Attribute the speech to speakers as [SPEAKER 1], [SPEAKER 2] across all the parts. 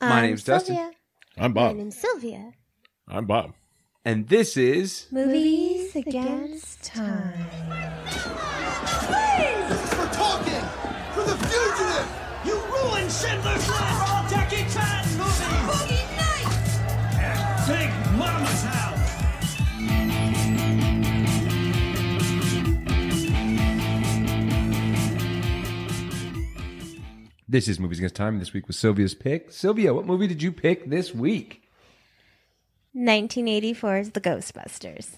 [SPEAKER 1] My
[SPEAKER 2] I'm
[SPEAKER 1] name's Dustin.
[SPEAKER 2] Sylvia.
[SPEAKER 3] I'm
[SPEAKER 2] My
[SPEAKER 3] Bob.
[SPEAKER 2] name's Sylvia.
[SPEAKER 3] I'm Bob.
[SPEAKER 1] and this is
[SPEAKER 2] Movies Against Time.
[SPEAKER 4] for talking, for the fugitive. You ruined Schindler's List. All Jackie Chan movies. Boogie Nights. Big Mama's house.
[SPEAKER 1] this is Movies Against Time. and This week was Sylvia's pick. Sylvia, what movie did you pick this week?
[SPEAKER 2] 1984's The Ghostbusters.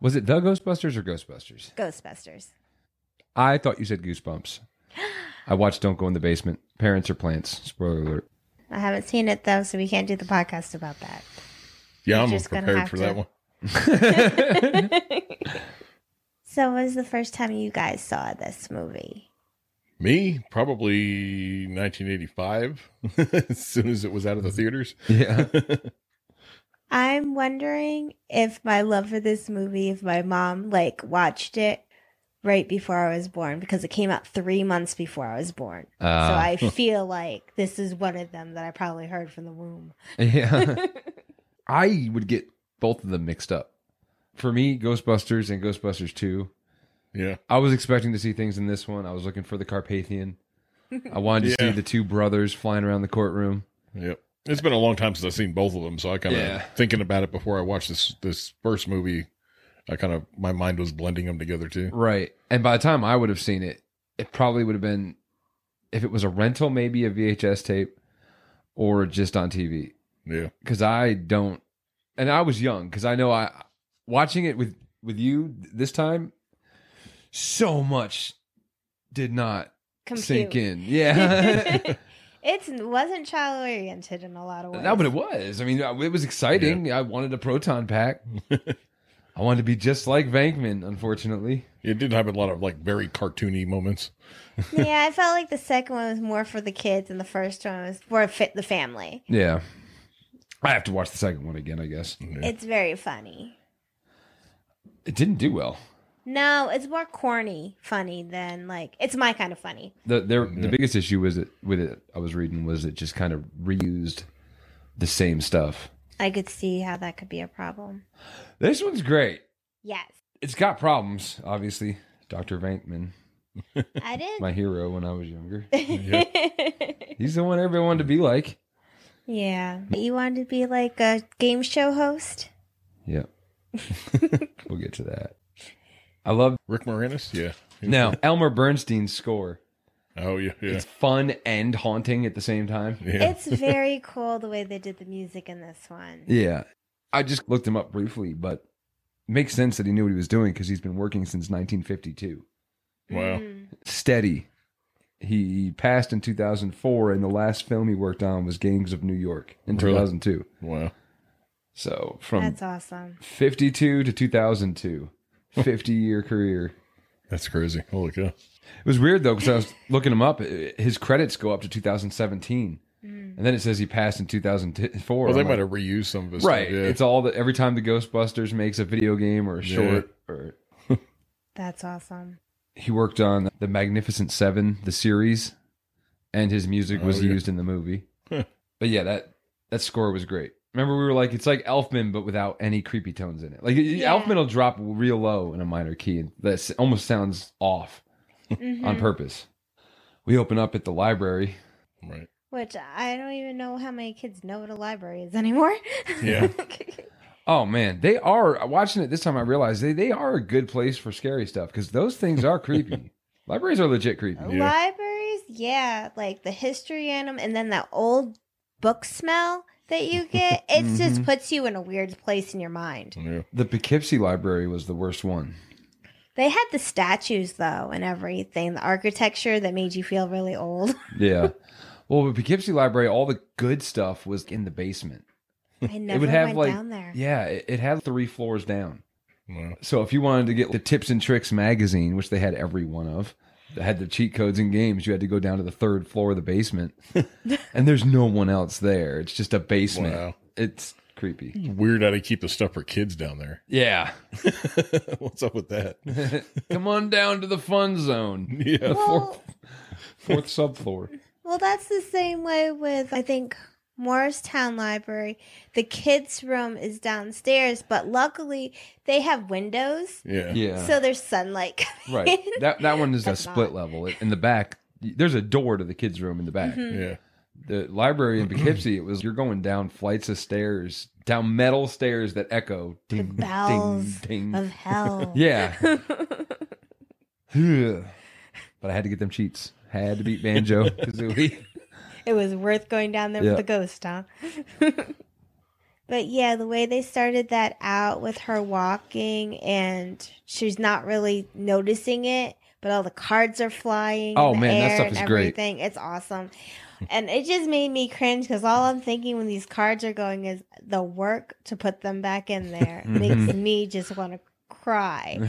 [SPEAKER 1] Was it The Ghostbusters or Ghostbusters?
[SPEAKER 2] Ghostbusters.
[SPEAKER 1] I thought you said Goosebumps. I watched Don't Go in the Basement. Parents are plants. Spoiler alert.
[SPEAKER 2] I haven't seen it though, so we can't do the podcast about that.
[SPEAKER 3] Yeah, I'm
[SPEAKER 2] just gonna
[SPEAKER 3] prepared
[SPEAKER 2] have
[SPEAKER 3] for
[SPEAKER 2] to-
[SPEAKER 3] that one.
[SPEAKER 2] So, when was the first time you guys saw this movie?
[SPEAKER 3] Me, probably 1985, as soon as it was out of
[SPEAKER 2] Mm-hmm.
[SPEAKER 3] the theaters.
[SPEAKER 1] Yeah.
[SPEAKER 2] I'm wondering if my love for this movie, if my mom like watched it right before I was born, because it came out three months before I was born. so
[SPEAKER 1] Uh,
[SPEAKER 2] I feel like this is one of them that I probably heard from the womb.
[SPEAKER 1] yeah. I would get both of them mixed up. For me, Ghostbusters and Ghostbusters 2.
[SPEAKER 3] Yeah.
[SPEAKER 1] I was expecting to see things in this one. I was looking for the Carpathian. I wanted to
[SPEAKER 3] Yeah.
[SPEAKER 1] see the two brothers flying around the courtroom.
[SPEAKER 3] Yep. It's been a long time since I've seen both of them, so I kind of
[SPEAKER 1] Yeah.
[SPEAKER 3] thinking about it before I watched this this first movie. I kind of my mind was blending them together too.
[SPEAKER 1] Right. And by the time I would have seen it, it probably would have been, if it was a rental, maybe a VHS tape or just on TV.
[SPEAKER 3] Yeah.
[SPEAKER 1] Because I don't, and I was young because I know I, watching it with, with you this time, so much did not
[SPEAKER 2] Compute.
[SPEAKER 1] sink in. Yeah.
[SPEAKER 2] It's wasn't child oriented in a lot of ways.
[SPEAKER 1] No, but it was. I mean, I- it was exciting. I wanted a proton pack. I wanted to be just like Vankman, unfortunately.
[SPEAKER 3] It did have a lot of like very cartoony moments.
[SPEAKER 2] yeah, I felt like the second one was more for the kids, and the first one was for fit the family.
[SPEAKER 1] Yeah. I have to watch the second one again, I guess.
[SPEAKER 2] It's very funny.
[SPEAKER 1] It didn't do well.
[SPEAKER 2] No, it's more corny funny than like it's my kind of funny.
[SPEAKER 1] The their, the biggest issue was it with it I was reading was it just kind of reused the same stuff.
[SPEAKER 2] I could see how that could be a problem.
[SPEAKER 1] This one's great.
[SPEAKER 2] Yes.
[SPEAKER 1] It's got problems, obviously. Dr. Vankman,
[SPEAKER 2] I did.
[SPEAKER 1] my hero when I was younger. He's the one everyone wanted to be like.
[SPEAKER 2] yeah. You wanted to be like a game show host?
[SPEAKER 1] Yeah. we'll get to that. I love
[SPEAKER 3] Rick Moranis? Yeah.
[SPEAKER 1] No, Elmer Bernstein's score.
[SPEAKER 3] Oh yeah. Yeah.
[SPEAKER 1] It's fun and haunting at the same time.
[SPEAKER 3] Yeah.
[SPEAKER 2] It's very cool the way they did the music in this one.
[SPEAKER 1] Yeah. I just looked him up briefly, but it makes sense that he knew what he was doing because he's been working since 1952.
[SPEAKER 3] Wow.
[SPEAKER 2] Mm.
[SPEAKER 1] Steady. He passed in 2004, and the last film he worked on was Gangs of New York in
[SPEAKER 3] Really?
[SPEAKER 1] 2002.
[SPEAKER 3] Wow.
[SPEAKER 1] So from
[SPEAKER 2] That's awesome.
[SPEAKER 1] 52 to 2002, 50 year career.
[SPEAKER 3] That's crazy. Holy cow.
[SPEAKER 1] It was weird though because I was looking him up. His credits go up to 2017, and then it says he passed in 2004.
[SPEAKER 3] Well, they
[SPEAKER 1] I'm like,
[SPEAKER 3] might have reused some of his stuff,
[SPEAKER 1] Right.
[SPEAKER 3] Yeah.
[SPEAKER 1] It's all that every time the Ghostbusters makes a video game or a
[SPEAKER 3] Yeah.
[SPEAKER 1] short or
[SPEAKER 2] That's awesome.
[SPEAKER 1] he worked on The Magnificent 7, the series, and his music was
[SPEAKER 3] Oh, yeah.
[SPEAKER 1] used in the movie. but yeah, that that score was great. Remember we were like it's like Elfman but without any creepy tones in it. Like
[SPEAKER 2] Yeah.
[SPEAKER 1] Elfman will drop real low in a minor key and that s- almost sounds off
[SPEAKER 2] Mm-hmm.
[SPEAKER 1] on purpose. We open up at the library.
[SPEAKER 3] right.
[SPEAKER 2] Which I don't even know how many kids know what a library is anymore.
[SPEAKER 3] Yeah.
[SPEAKER 1] Oh man, they are watching it this time. I realized they they are a good place for scary stuff because those things are creepy. Libraries are legit creepy.
[SPEAKER 2] Oh.
[SPEAKER 3] Yeah.
[SPEAKER 2] Libraries, yeah, like the history in them, and then that old book smell that you get. It
[SPEAKER 1] Mm-hmm.
[SPEAKER 2] just puts you in a weird place in your mind.
[SPEAKER 3] Yeah.
[SPEAKER 1] The Poughkeepsie Library was the worst one.
[SPEAKER 2] They had the statues though, and everything, the architecture that made you feel really old.
[SPEAKER 1] Yeah. well, the Poughkeepsie Library, all the good stuff was in the basement.
[SPEAKER 2] I never
[SPEAKER 1] it would have
[SPEAKER 2] went
[SPEAKER 1] like
[SPEAKER 2] down there.
[SPEAKER 1] yeah, it, it had three floors down.
[SPEAKER 3] Wow.
[SPEAKER 1] So if you wanted to get the Tips and Tricks magazine, which they had every one of, that had the cheat codes and games, you had to go down to the third floor of the basement, and there's no one else there. It's just a basement.
[SPEAKER 3] Wow.
[SPEAKER 1] It's creepy.
[SPEAKER 3] It's weird how they keep the stuff for kids down there.
[SPEAKER 1] Yeah.
[SPEAKER 3] What's up with that?
[SPEAKER 1] Come on down to the fun zone.
[SPEAKER 3] Yeah.
[SPEAKER 2] Well,
[SPEAKER 1] Fourth subfloor.
[SPEAKER 2] well, that's the same way with I think Morristown Library. The kids' room is downstairs, but luckily they have windows,
[SPEAKER 3] Yeah.
[SPEAKER 1] Yeah.
[SPEAKER 2] so there's sunlight coming
[SPEAKER 1] right.
[SPEAKER 2] in.
[SPEAKER 1] That that one is a
[SPEAKER 2] That's
[SPEAKER 1] split
[SPEAKER 2] not-
[SPEAKER 1] level. In the back, there's a door to the kids' room in the back.
[SPEAKER 2] Mhm.
[SPEAKER 3] Yeah.
[SPEAKER 1] The library in Poughkeepsie, it was you're going down flights of stairs, down metal stairs that echo ding
[SPEAKER 2] bells
[SPEAKER 1] ding ding.
[SPEAKER 2] Of hell.
[SPEAKER 1] yeah. Ugh. but I had to get them cheats. Had to beat Banjo Kazooie.
[SPEAKER 2] It was worth going down there
[SPEAKER 1] Yeah.
[SPEAKER 2] with the ghost, huh? but yeah, the way they started that out with her walking and she's not really noticing it, but all the cards are flying. in
[SPEAKER 1] Oh,
[SPEAKER 2] the
[SPEAKER 1] man, that
[SPEAKER 2] air
[SPEAKER 1] stuff
[SPEAKER 2] and
[SPEAKER 1] is great.
[SPEAKER 2] Everything. It's awesome. and it just made me cringe because all I'm thinking when these cards are going is the work to put them back in there makes
[SPEAKER 1] Mm-hmm.
[SPEAKER 2] me just want to cry.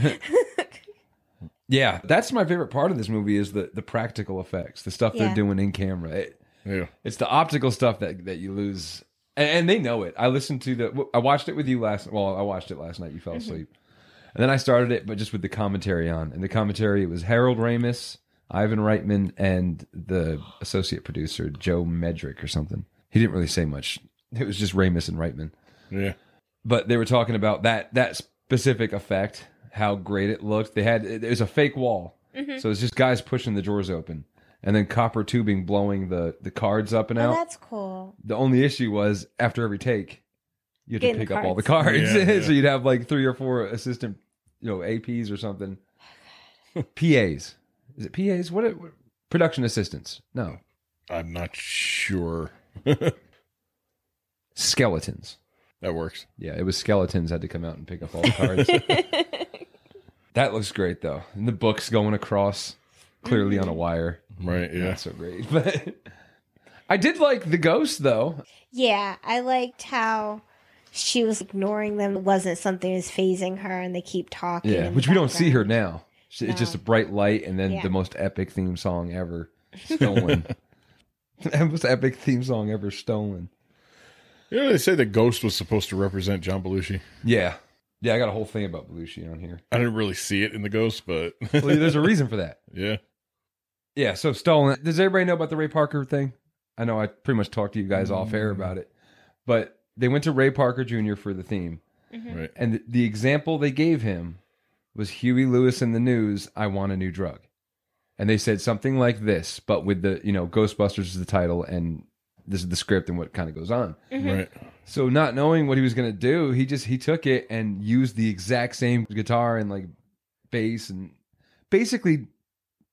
[SPEAKER 1] yeah, that's my favorite part of this movie is the the practical effects, the stuff
[SPEAKER 2] Yeah.
[SPEAKER 1] they're doing in camera. It,
[SPEAKER 3] Yeah.
[SPEAKER 1] It's the optical stuff that that you lose, and, and they know it. I listened to the. I watched it with you last. Well, I watched it last night. You fell asleep, and then I started it, but just with the commentary on. And the commentary it was Harold Ramis, Ivan Reitman, and the associate producer Joe Medrick or something. He didn't really say much. It was just Ramis and Reitman,
[SPEAKER 3] Yeah.
[SPEAKER 1] but they were talking about that that specific effect, how great it looked. They had it was a fake wall,
[SPEAKER 2] Mm-hmm.
[SPEAKER 1] so it's just guys pushing the drawers open. And then copper tubing blowing the, the cards up and
[SPEAKER 2] oh,
[SPEAKER 1] out.
[SPEAKER 2] that's cool.
[SPEAKER 1] The only issue was after every take, you had to
[SPEAKER 2] Getting the
[SPEAKER 1] pick up all the
[SPEAKER 2] cards.
[SPEAKER 1] cards.
[SPEAKER 3] Yeah,
[SPEAKER 1] so
[SPEAKER 3] yeah.
[SPEAKER 1] you'd have like three or four assistant, you know, APs or something.
[SPEAKER 2] Oh,
[SPEAKER 1] PAs. Is it PAs? What, it, what- production assistants? No.
[SPEAKER 3] I'm not sure that
[SPEAKER 1] Skeletons.
[SPEAKER 3] works.
[SPEAKER 1] Yeah, it was skeletons had to come out and pick up all the cards. that looks great though. And the book's going across clearly
[SPEAKER 2] Mm-hmm.
[SPEAKER 1] on a wire.
[SPEAKER 3] Right. Yeah.
[SPEAKER 1] Not so great. But I did like the ghost though.
[SPEAKER 2] Yeah, I liked how she was ignoring them. It wasn't something that's phasing her, and they keep talking.
[SPEAKER 1] Yeah,
[SPEAKER 2] in
[SPEAKER 1] which
[SPEAKER 2] the
[SPEAKER 1] we don't see her
[SPEAKER 2] background.
[SPEAKER 1] now. She- It's just a
[SPEAKER 2] No.
[SPEAKER 1] bright light, and then
[SPEAKER 2] Yeah.
[SPEAKER 1] the most epic theme song ever stolen. the most epic theme song ever stolen.
[SPEAKER 3] Yeah. They say the ghost was supposed to represent John Belushi.
[SPEAKER 1] Yeah, yeah. I got a whole thing about Belushi on here.
[SPEAKER 3] I didn't really see it in the ghost, but
[SPEAKER 1] Well, there's a reason for that.
[SPEAKER 3] yeah.
[SPEAKER 1] Yeah. So stolen. Does everybody know about the Ray Parker thing? I know I pretty much talked to you guys off
[SPEAKER 2] Mm.
[SPEAKER 1] air about it, but they went to Ray Parker Jr. for the theme,
[SPEAKER 3] Right.
[SPEAKER 1] and the, the example they gave him was Huey Lewis in the news. I want a new drug, and they said something like this, but with the you know Ghostbusters is the title, and this is the script and what kind of goes on.
[SPEAKER 3] Right.
[SPEAKER 1] So not knowing what he was gonna do, he just he took it and used the exact same guitar and like bass and basically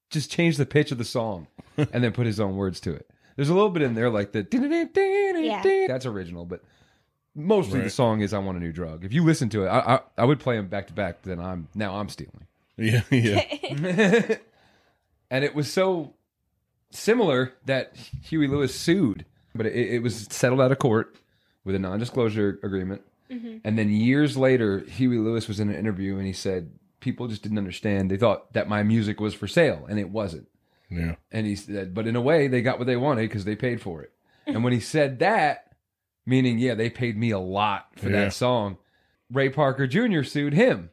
[SPEAKER 1] just changed the pitch of the song and then put his own words to it. There's a little bit in there like the
[SPEAKER 2] Yeah.
[SPEAKER 1] that's original, but mostly the
[SPEAKER 3] Right.
[SPEAKER 1] song is "I Want a New Drug." If you listen to it, I I, I would play them back to back. Then I'm now I'm stealing,
[SPEAKER 3] Yeah. Yeah.
[SPEAKER 1] and it was so similar that Huey Lewis sued, but it, it was settled out of court with a non-disclosure agreement. And then years later, Huey Lewis was in an interview and he said people just didn't understand. They thought that my music was for sale, and it wasn't.
[SPEAKER 3] Yeah.
[SPEAKER 1] And he said, but in a way, they got what they wanted because they paid for it. And when he said that, meaning, yeah, they paid me a lot for
[SPEAKER 3] Yeah.
[SPEAKER 1] that song, Ray Parker Jr. sued him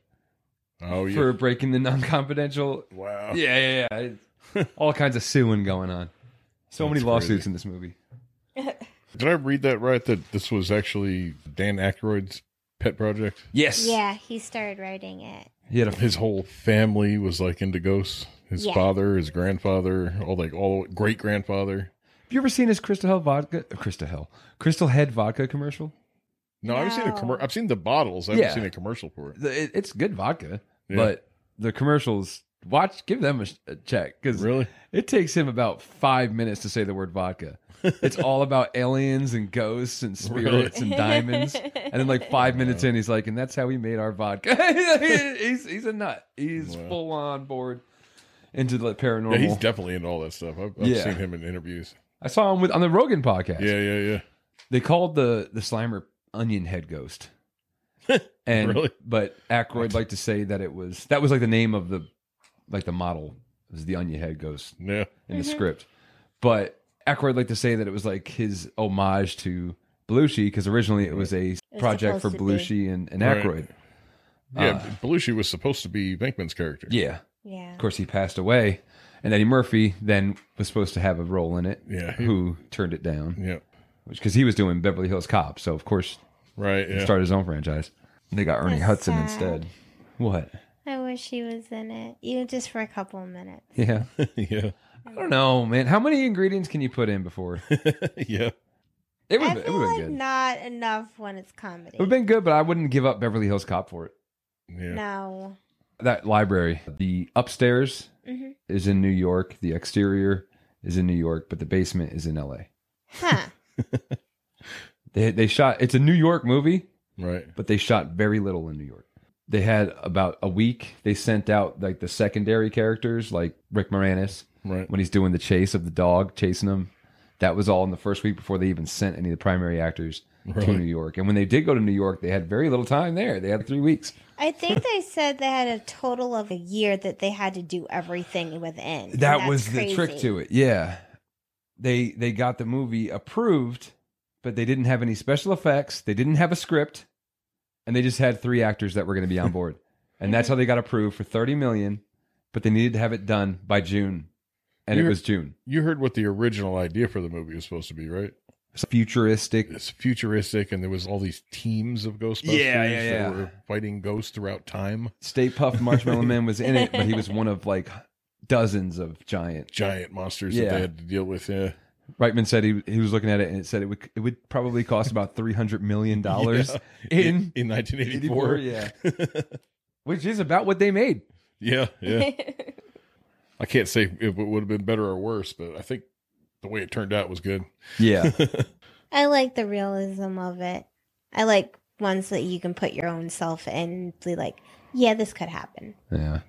[SPEAKER 3] Oh yeah.
[SPEAKER 1] for breaking the non confidential.
[SPEAKER 3] wow.
[SPEAKER 1] Yeah, yeah, yeah. It's All kinds of suing going on. So
[SPEAKER 3] That's
[SPEAKER 1] many lawsuits
[SPEAKER 3] crazy.
[SPEAKER 1] in this movie.
[SPEAKER 3] Did I read that right? That this was actually Dan Aykroyd's pet project.
[SPEAKER 1] Yes.
[SPEAKER 2] Yeah, he started writing it.
[SPEAKER 1] He had a
[SPEAKER 3] His whole family was like into ghosts. His
[SPEAKER 2] Yeah.
[SPEAKER 3] father, his grandfather, all like all great grandfather.
[SPEAKER 1] Have you ever seen his Crystal Hell vodka? Crystal Hell, Crystal Head vodka commercial.
[SPEAKER 3] No, I've seen a
[SPEAKER 2] No.
[SPEAKER 3] commer- I've seen the bottles. I haven't
[SPEAKER 1] Yeah.
[SPEAKER 3] seen a commercial for it.
[SPEAKER 1] The- it- It's good vodka,
[SPEAKER 3] Yeah.
[SPEAKER 1] but the commercials. Watch, give them a, sh- a check because
[SPEAKER 3] Really?
[SPEAKER 1] it takes him about five minutes to say the word vodka. It's all about aliens and ghosts and spirits and diamonds, and then like five minutes in, he's like, "And that's how we made our vodka." he's he's a nut. He's
[SPEAKER 3] Wow.
[SPEAKER 1] full on board into the paranormal.
[SPEAKER 3] Yeah, he's definitely into all that stuff. I've, I've
[SPEAKER 1] Yeah.
[SPEAKER 3] seen him in interviews.
[SPEAKER 1] I saw him with on the Rogan podcast.
[SPEAKER 3] Yeah, yeah, yeah.
[SPEAKER 1] They called the the Slimer onion head ghost. and
[SPEAKER 3] Really?
[SPEAKER 1] but Aykroyd liked to say that it was that was like the name of the like the model was the onion head ghost
[SPEAKER 3] Yeah.
[SPEAKER 1] in the script. But Aykroyd liked to say that it was like his homage to Belushi because originally it was a project for
[SPEAKER 2] supposed to be.
[SPEAKER 1] Belushi and, and
[SPEAKER 3] Right.
[SPEAKER 1] Aykroyd. Uh,
[SPEAKER 3] Yeah, Belushi was supposed to be Venkman's character.
[SPEAKER 1] Ah. Yeah.
[SPEAKER 2] Yeah.
[SPEAKER 1] Of course he passed away. And Eddie Murphy then was supposed to have a role in it.
[SPEAKER 3] Yeah.
[SPEAKER 1] Who turned it down.
[SPEAKER 3] Yeah.
[SPEAKER 1] which because he was doing Beverly Hills Cop, so of course
[SPEAKER 3] Right.
[SPEAKER 1] he
[SPEAKER 3] Yeah.
[SPEAKER 1] started his own franchise. And they got Ernie
[SPEAKER 2] That's
[SPEAKER 1] Hudson
[SPEAKER 2] sad.
[SPEAKER 1] instead. What?
[SPEAKER 2] I wish he was in it, even just for a couple of minutes.
[SPEAKER 1] Yeah,
[SPEAKER 3] yeah.
[SPEAKER 1] I don't know, man. How many ingredients can you put in before
[SPEAKER 3] yeah.
[SPEAKER 1] it would?
[SPEAKER 2] I
[SPEAKER 1] have It
[SPEAKER 2] feel
[SPEAKER 1] would have
[SPEAKER 2] like
[SPEAKER 1] been good.
[SPEAKER 2] not enough when it's comedy.
[SPEAKER 1] It would have been good, but I wouldn't give up Beverly Hills Cop for it.
[SPEAKER 3] Yeah.
[SPEAKER 2] No.
[SPEAKER 1] That library, the upstairs
[SPEAKER 2] hmm
[SPEAKER 1] is in New York, the exterior is in New York, but the basement is in L.A.
[SPEAKER 2] Huh.
[SPEAKER 1] They they shot. It's a New York movie,
[SPEAKER 3] Right.
[SPEAKER 1] but they shot very little in New York. They had about a week. They sent out like the secondary characters, like Rick Moranis
[SPEAKER 3] Right.
[SPEAKER 1] when he's doing the chase of the dog chasing him. That was all in the first week before they even sent any of the primary actors to
[SPEAKER 3] Right.
[SPEAKER 1] New York. And when they did go to New York, they had very little time there. They had three weeks.
[SPEAKER 2] I think they said they had a total of a year that they had to do everything within. and
[SPEAKER 1] That
[SPEAKER 2] that's
[SPEAKER 1] was the trick
[SPEAKER 2] crazy.
[SPEAKER 1] to it. Yeah, they they got the movie approved, but they didn't have any special effects. They didn't have a script, and they just had three actors that were going to be on board, and that's how they got approved for thirty million. But they needed to have it done by June, and it
[SPEAKER 3] You're-
[SPEAKER 1] was June.
[SPEAKER 3] You heard what the original idea for the movie was supposed to be, right?
[SPEAKER 1] It's futuristic.
[SPEAKER 3] It's futuristic, and there was all these teams of Ghostbusters
[SPEAKER 1] Yeah, yeah, yeah.
[SPEAKER 3] that were fighting ghosts throughout time.
[SPEAKER 1] Stay Puffed Marshmallow Man was in it, but he was one of like dozens of giant.
[SPEAKER 3] Giant monsters that
[SPEAKER 1] Yeah.
[SPEAKER 3] they had to deal with. Yeah.
[SPEAKER 1] Reitman said he he was looking at it and it said it would it would probably cost about three hundred million dollars
[SPEAKER 3] Yeah.
[SPEAKER 1] in
[SPEAKER 3] in
[SPEAKER 1] 84,
[SPEAKER 3] 1984.
[SPEAKER 1] yeah. Which is about what they made.
[SPEAKER 3] yeah, yeah. I can't say if it would have been better or worse, but I think the way it turned out was good.
[SPEAKER 1] Yeah.
[SPEAKER 2] I like the realism of it. I like ones that you can put your own self in and be like, yeah, this could happen.
[SPEAKER 1] yeah.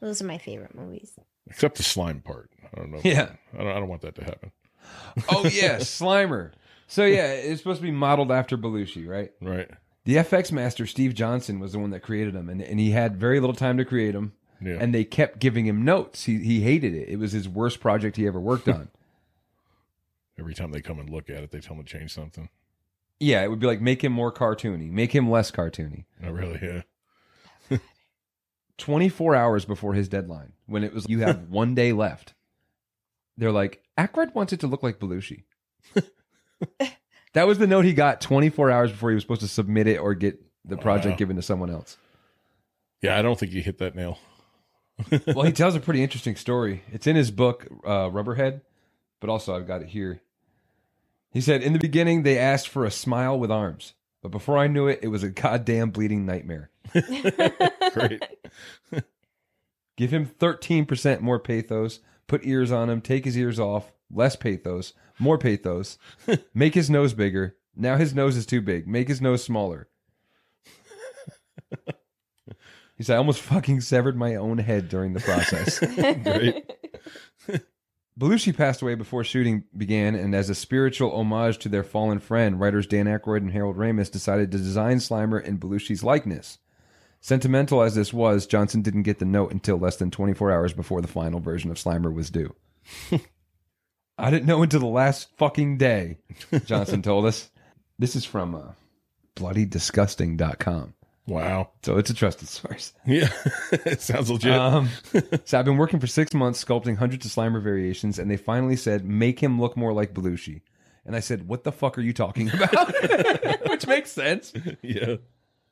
[SPEAKER 2] Those are my favorite movies.
[SPEAKER 3] Except the slime part. I don't know.
[SPEAKER 1] Yeah.
[SPEAKER 3] I don't, I don't want that to happen.
[SPEAKER 1] Oh yeah, Slimer. So yeah, it's supposed to be modeled after Belushi, right?
[SPEAKER 3] Right.
[SPEAKER 1] The FX master Steve Johnson was the one that created him and, and he had very little time to create him
[SPEAKER 3] Yeah.
[SPEAKER 1] and they kept giving him notes. He he hated it. It was his worst project he ever worked on.
[SPEAKER 3] Every time they come and look at it, they tell them to change something.
[SPEAKER 1] yeah, it would be like make him more cartoony, make him less cartoony.
[SPEAKER 3] Oh, really? Yeah.
[SPEAKER 1] 24 hours before his deadline, when it was you have one day left, they're like, Ackroyd wants it to look like Belushi. that was the note he got 24 hours before he was supposed to submit it or get the project
[SPEAKER 3] Wow.
[SPEAKER 1] given to someone else.
[SPEAKER 3] Yeah, I don't think you hit that nail.
[SPEAKER 1] Well, he tells a pretty interesting story. It's in his book, uh, Rubberhead, but also I've got it here. He said, In the beginning, they asked for a smile with arms, but before I knew it, it was a goddamn bleeding nightmare.
[SPEAKER 3] Great.
[SPEAKER 1] Give him 13% more pathos. Put ears on him. Take his ears off. Less pathos. More pathos. Make his nose bigger. Now his nose is too big. Make his nose smaller. He said, I almost fucking severed my own head during the process.
[SPEAKER 3] Great.
[SPEAKER 1] Belushi passed away before shooting began, and as a spiritual homage to their fallen friend, writers Dan Aykroyd and Harold Ramis decided to design Slimer in Belushi's likeness. Sentimental as this was, Johnson didn't get the note until less than 24 hours before the final version of Slimer was due. I didn't know until the last fucking day, Johnson told us. This is from uh, bloodydisgusting.com.
[SPEAKER 3] Wow.
[SPEAKER 1] So it's a trusted source.
[SPEAKER 3] Yeah. it sounds legit.
[SPEAKER 1] Um, so I've been working for six months sculpting hundreds of Slimer variations, and they finally said, make him look more like Belushi. And I said, what the fuck are you talking about? Which makes sense.
[SPEAKER 3] yeah.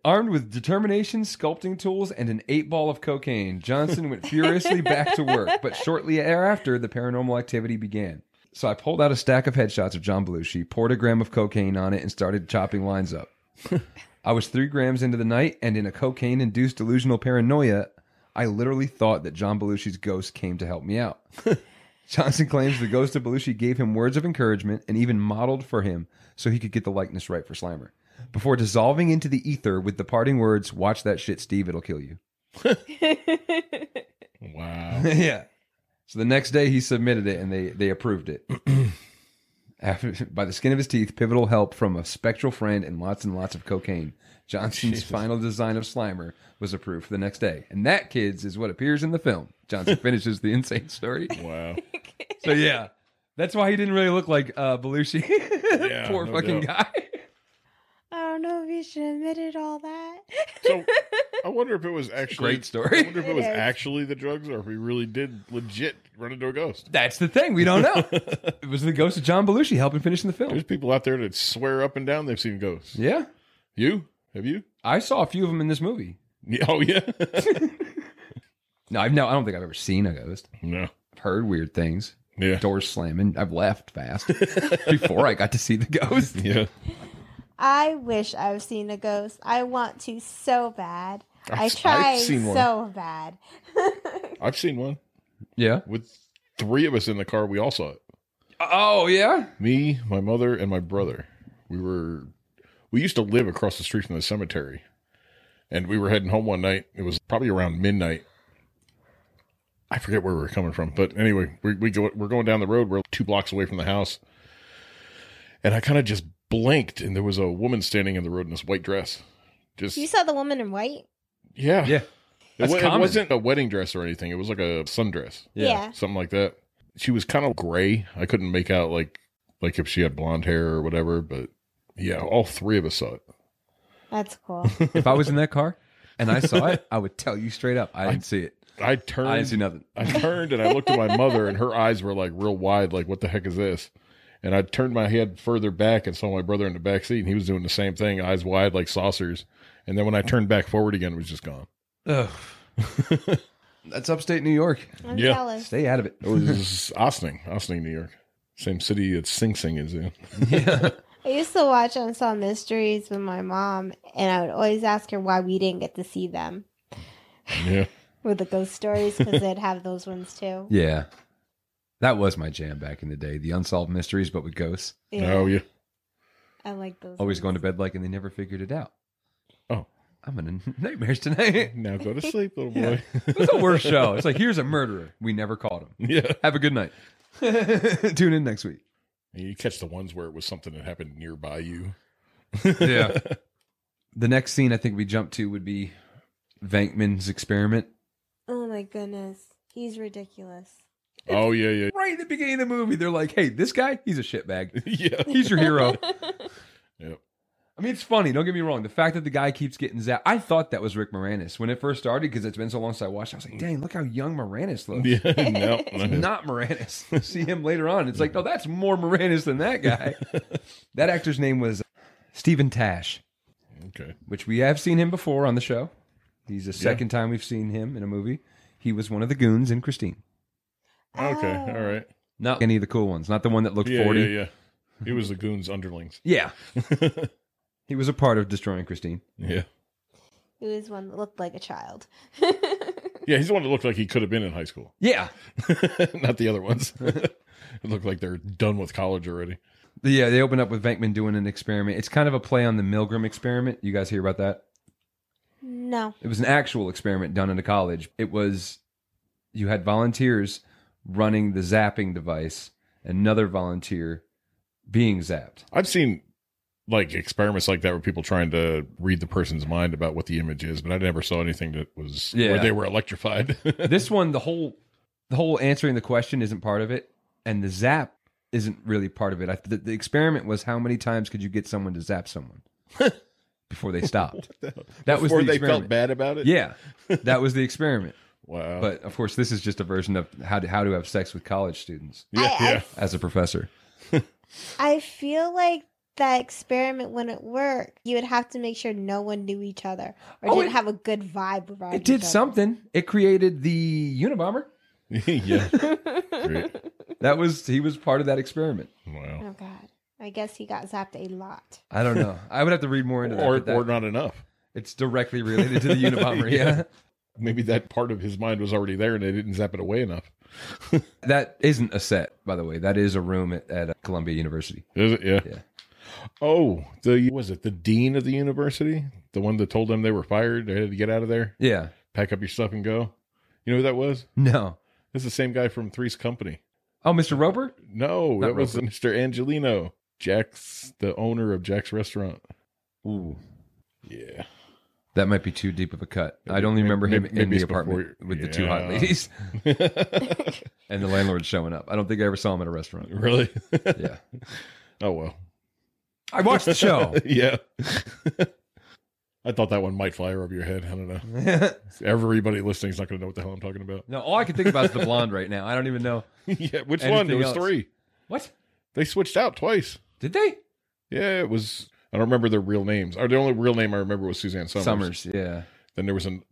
[SPEAKER 1] Armed with determination, sculpting tools, and an eight ball of cocaine, Johnson went furiously back to work, but shortly thereafter, the paranormal activity began. So I pulled out a stack of headshots of John Belushi, poured a gram of cocaine on it, and started chopping lines up. I was three grams into the night, and in a cocaine induced delusional paranoia, I literally thought that John Belushi's ghost came to help me out. Johnson claims the ghost of Belushi gave him words of encouragement and even modeled for him so he could get the likeness right for Slimer before dissolving into the ether with the parting words, Watch that shit, Steve, it'll kill you.
[SPEAKER 3] Wow.
[SPEAKER 1] yeah. So the next day he submitted it and they, they approved it. After, by the skin of his teeth, pivotal help from a spectral friend and lots and lots of cocaine. Johnson's
[SPEAKER 3] Jesus.
[SPEAKER 1] final design of Slimer was approved for the next day. And that, kids, is what appears in the film. Johnson finishes the insane story.
[SPEAKER 3] Wow.
[SPEAKER 1] So, yeah, that's why he didn't really look like uh, Belushi.
[SPEAKER 3] Yeah,
[SPEAKER 1] Poor
[SPEAKER 3] no
[SPEAKER 1] fucking guy.
[SPEAKER 2] I don't know if you should admit it all that.
[SPEAKER 3] So I wonder if it was actually
[SPEAKER 1] Great story.
[SPEAKER 3] I wonder if it,
[SPEAKER 2] It
[SPEAKER 3] was
[SPEAKER 2] is.
[SPEAKER 3] actually the drugs or if we really did legit run into a ghost.
[SPEAKER 1] That's the thing. We don't know. it was the ghost of John Belushi helping finish the
[SPEAKER 3] There's
[SPEAKER 1] film.
[SPEAKER 3] people out there that swear up and down they've seen ghosts.
[SPEAKER 1] Yeah.
[SPEAKER 3] You have you?
[SPEAKER 1] I saw a few of them in this movie.
[SPEAKER 3] Yeah, Oh yeah.
[SPEAKER 1] No, I've no, I don't think I've ever seen a ghost.
[SPEAKER 3] no.
[SPEAKER 1] I've heard weird things,
[SPEAKER 3] Yeah.
[SPEAKER 1] doors slamming. I've left fast before I got to see the ghost.
[SPEAKER 3] Yeah.
[SPEAKER 2] I wish I've seen a ghost. I want to so bad.
[SPEAKER 3] I've-
[SPEAKER 2] i
[SPEAKER 3] I've
[SPEAKER 2] try
[SPEAKER 3] seen one.
[SPEAKER 2] so bad.
[SPEAKER 3] I've seen one
[SPEAKER 1] Yeah.
[SPEAKER 3] with three of us in the car. We all saw it.
[SPEAKER 1] Oh yeah.
[SPEAKER 3] Me, my mother, and my brother. We were we used to live across the street from the cemetery. And we were heading home one night. It was probably around midnight. I forget where we were coming from, but anyway, we we go we're going down the road. We're two blocks away from the house. And I kind of just blinked and there was a woman standing in the road in this white dress. Just
[SPEAKER 2] You saw the woman in white?
[SPEAKER 3] yeah.
[SPEAKER 1] Yeah.
[SPEAKER 3] It,
[SPEAKER 1] That's
[SPEAKER 3] wa- it
[SPEAKER 1] common.
[SPEAKER 3] wasn't a wedding dress or anything. It was like a sundress
[SPEAKER 2] Yeah.
[SPEAKER 3] something like that. She was kind of gray. I couldn't make out like like if she had blonde hair or whatever, but yeah, all three of us saw it.
[SPEAKER 2] That's cool.
[SPEAKER 1] if I was in that car and I saw it, I would tell you straight up I didn't see it.
[SPEAKER 3] I turned
[SPEAKER 1] I
[SPEAKER 3] I,
[SPEAKER 1] didn't see nothing.
[SPEAKER 3] turned and I looked at my mother and her eyes were like real wide like what the heck is this? And I turned my head further back and saw my brother in the back seat and he was doing the same thing, eyes wide like saucers. And then when I turned back forward again, it was just gone.
[SPEAKER 1] Ugh. That's upstate New York.
[SPEAKER 2] I'm
[SPEAKER 3] Yeah.
[SPEAKER 2] jealous.
[SPEAKER 1] Stay out of it.
[SPEAKER 3] It was Austin, Austin, New York. Same city that Sing Sing is in.
[SPEAKER 1] yeah.
[SPEAKER 2] I used to watch Unsolved Mysteries with my mom, and I would always ask her why we didn't get to see them
[SPEAKER 3] Yeah.
[SPEAKER 2] with the ghost stories because they'd have those ones too.
[SPEAKER 1] Yeah. That was my jam back in the day. The unsolved mysteries, but with ghosts.
[SPEAKER 3] Oh yeah.
[SPEAKER 2] I like those.
[SPEAKER 1] Always going
[SPEAKER 2] ones.
[SPEAKER 1] to bed like, and they never figured it out.
[SPEAKER 3] Oh.
[SPEAKER 1] I'm in nightmares tonight.
[SPEAKER 3] Now go to sleep, little
[SPEAKER 1] Yeah.
[SPEAKER 3] boy.
[SPEAKER 1] It's the worst show. It's like, here's a murderer. We never caught him.
[SPEAKER 3] yeah.
[SPEAKER 1] Have a good night. Tune in next week.
[SPEAKER 3] And You catch the ones where it was something that happened nearby you.
[SPEAKER 1] Yeah. The next scene I think we jump to would be Venkman's experiment.
[SPEAKER 2] Oh my goodness. He's ridiculous.
[SPEAKER 3] Oh yeah, yeah,
[SPEAKER 1] Right at the beginning of the movie, they're like, hey, this guy, he's a shitbag.
[SPEAKER 3] yeah.
[SPEAKER 1] He's your hero.
[SPEAKER 3] Yep.
[SPEAKER 1] I mean, it's funny. Don't get me wrong. The fact that the guy keeps getting zapped, I thought that was Rick Moranis when it first started because it's been so long since I watched. it, I was like, dang, look how young Moranis looks.
[SPEAKER 3] Yeah, no, no.
[SPEAKER 1] Not Moranis. See him later on. It's like, no, that's more Moranis than that guy. that actor's name was Stephen Tash,
[SPEAKER 3] Okay.
[SPEAKER 1] which we have seen him before on the show. He's the second time we've seen him in a movie. He was one of the goons in Christine.
[SPEAKER 3] Okay.
[SPEAKER 2] Oh.
[SPEAKER 3] All right.
[SPEAKER 1] Not any of the cool ones. Not the one that looked
[SPEAKER 3] Yeah,
[SPEAKER 1] 40.
[SPEAKER 3] yeah, yeah. He was the goons underlings.
[SPEAKER 1] Yeah. he was a part of destroying Christine.
[SPEAKER 3] Yeah.
[SPEAKER 2] He was one that looked like a child.
[SPEAKER 3] Yeah, he's the one that looked like he could have been in high school.
[SPEAKER 1] Yeah.
[SPEAKER 3] Not the other ones. it looked like they're done with college already.
[SPEAKER 1] Yeah, they open up with Venkman doing an experiment. It's kind of a play on the Milgram experiment. You guys hear about that?
[SPEAKER 2] no.
[SPEAKER 1] It was an actual experiment done in a college. It was you had volunteers running the zapping device, another volunteer being zapped.
[SPEAKER 3] I've seen like experiments like that where people trying to read the person's mind about what the image is, but I never saw anything that was
[SPEAKER 1] Yeah.
[SPEAKER 3] where they were electrified.
[SPEAKER 1] this one, the whole the whole answering the question isn't part of it, and the zap isn't really part of it. I, the, the experiment was how many times could you get someone to zap someone before they stopped? That was
[SPEAKER 3] Before
[SPEAKER 1] the
[SPEAKER 3] they
[SPEAKER 1] experiment.
[SPEAKER 3] felt bad Oh. about it.
[SPEAKER 1] Yeah, that was the experiment.
[SPEAKER 3] Wow.
[SPEAKER 1] But of course, this is just a version of how to, how to have sex with college students
[SPEAKER 3] yeah,
[SPEAKER 2] I- I-
[SPEAKER 3] yeah.
[SPEAKER 1] as a professor.
[SPEAKER 2] I feel like that experiment wouldn't work. You would have to make sure no one knew each other or
[SPEAKER 1] Oh,
[SPEAKER 2] didn't
[SPEAKER 1] it-
[SPEAKER 2] have a good vibe around
[SPEAKER 1] It did
[SPEAKER 2] each other.
[SPEAKER 1] something. It created the Unabomber.
[SPEAKER 3] yeah. Great.
[SPEAKER 1] That was he was part of that experiment.
[SPEAKER 3] Wow.
[SPEAKER 2] Oh, God. I guess he got zapped a lot.
[SPEAKER 1] I don't know. I would have to read more into that.
[SPEAKER 3] or,
[SPEAKER 1] but that-
[SPEAKER 3] or not enough.
[SPEAKER 1] it's directly related to the Unabomber. yeah,
[SPEAKER 3] Maybe that part of his mind was already there and they didn't zap it away enough.
[SPEAKER 1] that isn't a set, by the way. That is a room at, at Columbia University.
[SPEAKER 3] Is it? Yeah.
[SPEAKER 1] Yeah.
[SPEAKER 3] Oh, the was it the dean of the university, the one that told them they were fired, they had to get out of there,
[SPEAKER 1] Yeah.
[SPEAKER 3] pack up your stuff and go. You know who that was?
[SPEAKER 1] No.
[SPEAKER 3] It's the same guy from Three's Company.
[SPEAKER 1] Oh, Mr. Roper.
[SPEAKER 3] No,
[SPEAKER 1] Not
[SPEAKER 3] that was Mr. Angelino, Jack's, the owner of Jack's Restaurant.
[SPEAKER 1] Ooh,
[SPEAKER 3] Yeah.
[SPEAKER 1] that might be too deep of a cut. I'd only remember him
[SPEAKER 3] Maybe-
[SPEAKER 1] in
[SPEAKER 3] maybe
[SPEAKER 1] the
[SPEAKER 3] it's before
[SPEAKER 1] apartment
[SPEAKER 3] you-
[SPEAKER 1] with the two hot
[SPEAKER 3] Yeah.
[SPEAKER 1] ladies
[SPEAKER 3] really?
[SPEAKER 1] and the landlord showing up. I don't think I ever saw him at a restaurant. Yeah.
[SPEAKER 3] oh well.
[SPEAKER 1] I watched the show.
[SPEAKER 3] yeah. I I thought that one might fly over your head. I don't know. Everybody listening is not going to know what the hell I'm talking about.
[SPEAKER 1] no, all I can think about is the blonde right now. I don't even know
[SPEAKER 3] yeah, which one? There
[SPEAKER 1] Anything
[SPEAKER 3] was
[SPEAKER 1] else?
[SPEAKER 3] three.
[SPEAKER 1] what
[SPEAKER 3] They switched out twice.
[SPEAKER 1] did they
[SPEAKER 3] Yeah, it was. I don't remember their real names. Or the only real name I remember was Suzanne Summers.
[SPEAKER 1] Summers. Yeah,
[SPEAKER 3] Then there was an.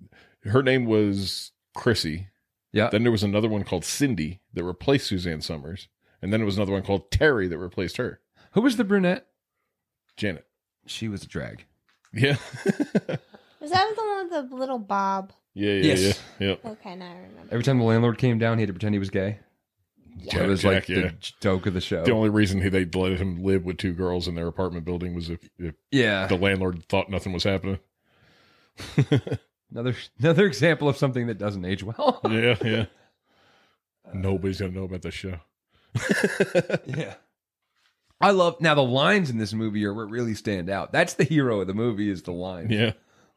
[SPEAKER 3] Her name was Chrissy.
[SPEAKER 1] yeah.
[SPEAKER 3] Then there was another one called Cindy that replaced Suzanne Summers. And then it was another one called Terry that replaced her.
[SPEAKER 1] Who was the brunette?
[SPEAKER 3] Janet.
[SPEAKER 1] She was a drag.
[SPEAKER 3] Yeah.
[SPEAKER 2] Was that the one with the little bob?
[SPEAKER 3] yeah. Yeah.
[SPEAKER 1] Yes.
[SPEAKER 3] Yeah. Yep.
[SPEAKER 2] Okay, now I remember.
[SPEAKER 1] Every time the landlord came down, he had to pretend he was gay.
[SPEAKER 3] Jack-
[SPEAKER 1] that was like
[SPEAKER 3] Jack, yeah.
[SPEAKER 1] the j- joke of the show.
[SPEAKER 3] The only reason he, they let him live with two girls in their apartment building was if, if
[SPEAKER 1] yeah,
[SPEAKER 3] the landlord thought nothing was happening.
[SPEAKER 1] another another example of something that doesn't age well.
[SPEAKER 3] Yeah, yeah.
[SPEAKER 1] Uh,
[SPEAKER 3] Nobody's gonna know about this show.
[SPEAKER 1] yeah, I love now the lines in this movie are what really stand out. That's the hero of the movie is the line.
[SPEAKER 3] Yeah.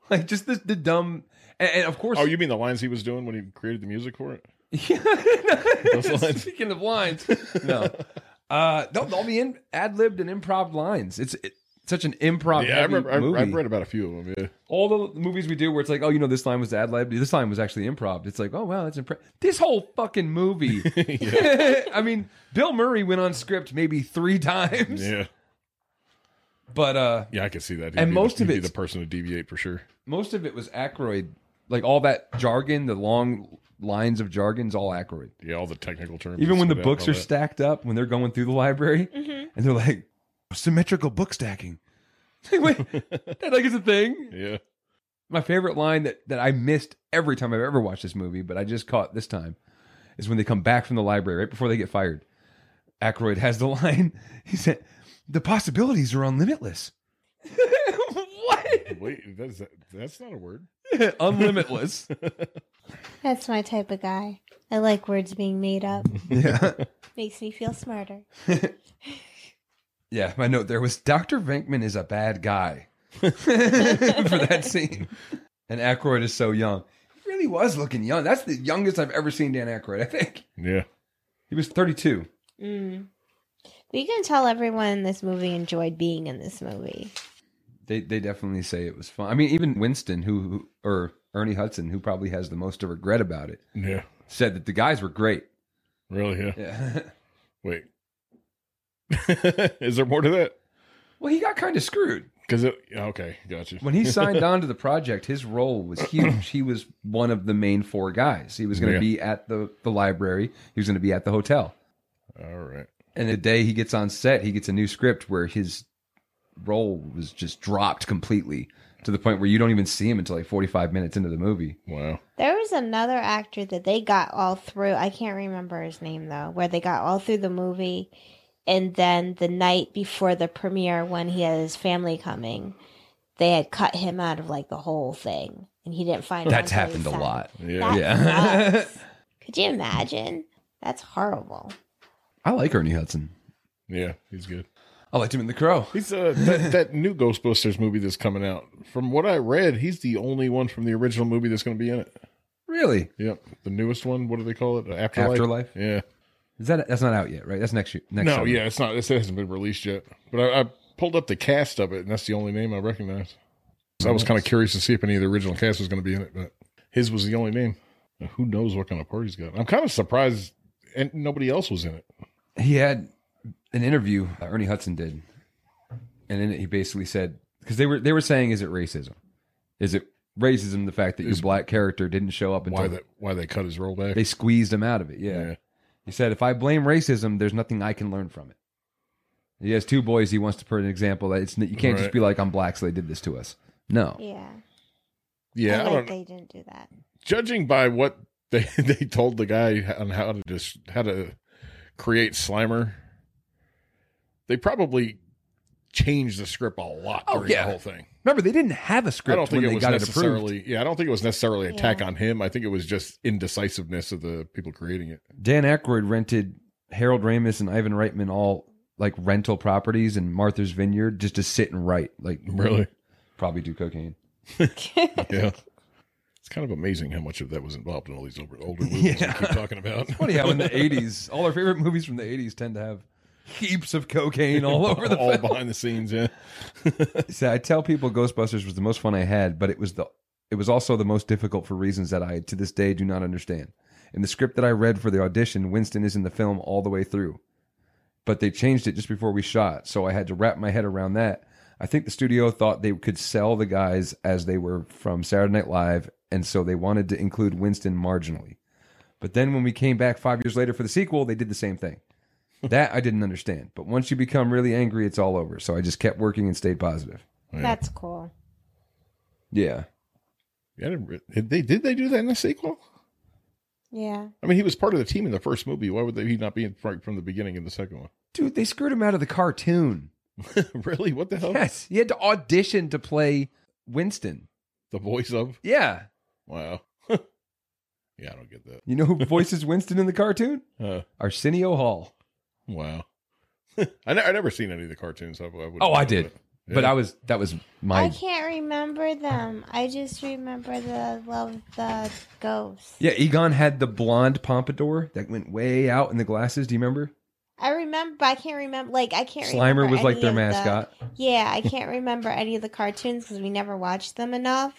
[SPEAKER 1] like just the, the dumb and, and of course.
[SPEAKER 3] Oh, you mean the lines he was doing when he created the music for it? Those lines.
[SPEAKER 1] Speaking of lines, no, uh, they'll, they'll be in ad libbed and improv lines. It's it, such an improv.
[SPEAKER 3] yeah, I
[SPEAKER 1] heavy
[SPEAKER 3] remember.
[SPEAKER 1] Oh, movie.
[SPEAKER 3] I, I've read about a few of them. Yeah.
[SPEAKER 1] all the movies we do where it's like, oh, you know, this line was ad lib, this line was actually improv. It's like, oh wow, that's improv. This whole fucking movie. I mean, Bill Murray went on script maybe three times,
[SPEAKER 3] Yeah.
[SPEAKER 1] but uh,
[SPEAKER 3] Yeah, I can see that. He'd
[SPEAKER 1] And
[SPEAKER 3] be
[SPEAKER 1] most
[SPEAKER 3] the,
[SPEAKER 1] of
[SPEAKER 3] he'd be
[SPEAKER 1] it's-
[SPEAKER 3] the person to deviate for sure.
[SPEAKER 1] most of it was Aykroyd. Like all that jargon, the long lines of jargon's all Aykroyd.
[SPEAKER 3] Yeah, all the technical terms.
[SPEAKER 1] Even
[SPEAKER 3] that
[SPEAKER 1] when the
[SPEAKER 3] spit out
[SPEAKER 1] books
[SPEAKER 3] and
[SPEAKER 1] are
[SPEAKER 3] all that.
[SPEAKER 1] stacked up, when they're going through the library,
[SPEAKER 2] Mm-hmm.
[SPEAKER 1] and they're like symmetrical book stacking. Wait, that like is a thing.
[SPEAKER 3] Yeah.
[SPEAKER 1] my favorite line that, that I missed every time I've ever watched this movie, but I just caught this time, is when they come back from the library right before they get fired. Aykroyd has the line. He said, "The possibilities are unlimitless." what?
[SPEAKER 3] Wait, that's that's not a word.
[SPEAKER 1] unlimitless.
[SPEAKER 2] That's my type of guy. I like words being made up.
[SPEAKER 1] yeah.
[SPEAKER 2] Makes me feel smarter.
[SPEAKER 1] Yeah. My note there was Doctor Venkman is a bad guy for that scene, and Aykroyd is so young. He really was looking young. That's the youngest I've ever seen Dan Aykroyd. I think
[SPEAKER 3] Yeah.
[SPEAKER 1] he was thirty-two.
[SPEAKER 2] Mm. But you can tell everyone in this movie enjoyed being in this movie.
[SPEAKER 1] They they definitely say it was fun. I mean, even Winston, who, who or Ernie Hudson, who probably has the most to regret about it,
[SPEAKER 3] Yeah.
[SPEAKER 1] said that the guys were great.
[SPEAKER 3] Really? Yeah.
[SPEAKER 1] Yeah.
[SPEAKER 3] Wait. Is there more to that?
[SPEAKER 1] well, he got kind of screwed
[SPEAKER 3] Because it. Okay, gotcha.
[SPEAKER 1] when he signed on to the project. His role was huge. He was one of the main four guys. He was going to
[SPEAKER 3] Yeah.
[SPEAKER 1] be at the the library. He was going to be at the hotel.
[SPEAKER 3] All right.
[SPEAKER 1] And the day he gets on set, he gets a new script where his role was just dropped completely to the point where you don't even see him until like forty five minutes into the movie.
[SPEAKER 3] Wow.
[SPEAKER 2] There was another actor that they got all through. I can't remember his name though, where they got all through the movie. And then the night before the premiere, when he had his family coming, they had cut him out of like the whole thing. And he didn't find out
[SPEAKER 1] That's
[SPEAKER 2] until he
[SPEAKER 1] happened a
[SPEAKER 2] signed.
[SPEAKER 1] lot.
[SPEAKER 3] Yeah.
[SPEAKER 2] That
[SPEAKER 1] Yeah.
[SPEAKER 2] sucks. Could you imagine? That's horrible.
[SPEAKER 1] I like Ernie Hudson.
[SPEAKER 3] Yeah. He's good.
[SPEAKER 1] I liked him in The Crow.
[SPEAKER 3] He's uh, that, that new Ghostbusters movie that's coming out. From what I read, he's the only one from the original movie that's going to be in it.
[SPEAKER 1] Really?
[SPEAKER 3] Yep, the newest one. What do they call it? Afterlife.
[SPEAKER 1] Afterlife?
[SPEAKER 3] Yeah.
[SPEAKER 1] Is that that's not out yet, right? That's next year. Next
[SPEAKER 3] No,
[SPEAKER 1] summer.
[SPEAKER 3] yeah, it's not. It hasn't been released yet. But I, I pulled up the cast of it, and that's the only name I recognize. So I was kind of curious to see if any of the original cast was going to be in it, but his was the only name. Now, who knows what kind of part he's got? I'm kind of surprised, and nobody else was in it.
[SPEAKER 1] He had an interview uh, Ernie Hudson did, and in it he basically said because they were they were saying, is it racism? Is it racism the fact that your black character didn't show up
[SPEAKER 3] Why
[SPEAKER 1] until
[SPEAKER 3] that? Why they cut his role back?
[SPEAKER 1] they squeezed him out of it? Yeah.
[SPEAKER 3] Yeah.
[SPEAKER 1] He said, if I blame racism, there's nothing I can learn from it. He has two boys. He wants to put an example that it's you can't just
[SPEAKER 3] Right.
[SPEAKER 1] be like I'm black, so they did this to us. No.
[SPEAKER 2] Yeah. I
[SPEAKER 3] yeah, I
[SPEAKER 2] like
[SPEAKER 3] don't.
[SPEAKER 2] they didn't do that.
[SPEAKER 3] judging by what they they told the guy on how to just how to create Slimer, they probably changed the script a lot
[SPEAKER 1] Oh,
[SPEAKER 3] during
[SPEAKER 1] yeah.
[SPEAKER 3] the whole thing.
[SPEAKER 1] Remember, they didn't have a
[SPEAKER 3] I
[SPEAKER 1] script
[SPEAKER 3] don't think
[SPEAKER 1] when
[SPEAKER 3] it
[SPEAKER 1] they
[SPEAKER 3] was
[SPEAKER 1] got it approved.
[SPEAKER 3] necessarily yeah, I don't think it was necessarily an attack
[SPEAKER 2] Yeah.
[SPEAKER 3] on him. I think it was just indecisiveness of the people creating it.
[SPEAKER 1] Dan Aykroyd rented Harold Ramis and Ivan Reitman all like rental properties in Martha's Vineyard just to sit and write. Like probably do cocaine.
[SPEAKER 3] Yeah. It's kind of amazing how much of that was involved in all these older, older movies we keep talking about.
[SPEAKER 1] Funny how in the eighties, all our favorite movies from the eighties tend to have heaps of cocaine all over the
[SPEAKER 3] all
[SPEAKER 1] film.
[SPEAKER 3] behind the scenes. Yeah,
[SPEAKER 1] So I tell people Ghostbusters was the most fun I had, but it was the it was also the most difficult for reasons that I to this day do not understand. In the script that I read for the audition, Winston is in the film all the way through. But they changed it just before we shot, so I had to wrap my head around that. I think the studio thought they could sell the guys as they were from Saturday Night Live, and so they wanted to include Winston marginally. But then when we came back five years later for the sequel, they did the same thing. That I didn't understand. But once you become really angry, it's all over. So I just kept working and stayed positive.
[SPEAKER 2] That's cool.
[SPEAKER 1] Yeah.
[SPEAKER 3] yeah. I didn't re- Did they did they do that in the sequel?
[SPEAKER 2] Yeah.
[SPEAKER 3] I mean, he was part of the team in the first movie. Why would they, he not be in front from the beginning in the second one?
[SPEAKER 1] Dude, they screwed him out of the cartoon.
[SPEAKER 3] really? What the
[SPEAKER 2] Oh.
[SPEAKER 3] hell?
[SPEAKER 1] Yes. He had to audition to play Winston.
[SPEAKER 3] The voice of?
[SPEAKER 1] Yeah.
[SPEAKER 3] Wow. yeah, I don't get that.
[SPEAKER 1] You know who voices Winston in the cartoon?
[SPEAKER 3] Uh,
[SPEAKER 1] Arsenio Hall.
[SPEAKER 3] wow. I, ne- I never seen any of the cartoons. I, I wouldn't
[SPEAKER 1] Oh, I
[SPEAKER 3] know,
[SPEAKER 1] did.
[SPEAKER 3] Yeah.
[SPEAKER 1] But I was, that was
[SPEAKER 2] I,
[SPEAKER 1] my.
[SPEAKER 2] can't remember them. I just remember the love the ghost.
[SPEAKER 1] Yeah, Egon had the blonde pompadour that went way out in the glasses. Do you remember?
[SPEAKER 2] I remember, but I can't remember. Like I can't. remember
[SPEAKER 1] Slimer was like
[SPEAKER 2] any
[SPEAKER 1] their
[SPEAKER 2] of the-
[SPEAKER 1] mascot.
[SPEAKER 2] yeah, I can't remember any of the cartoons because we never watched them enough.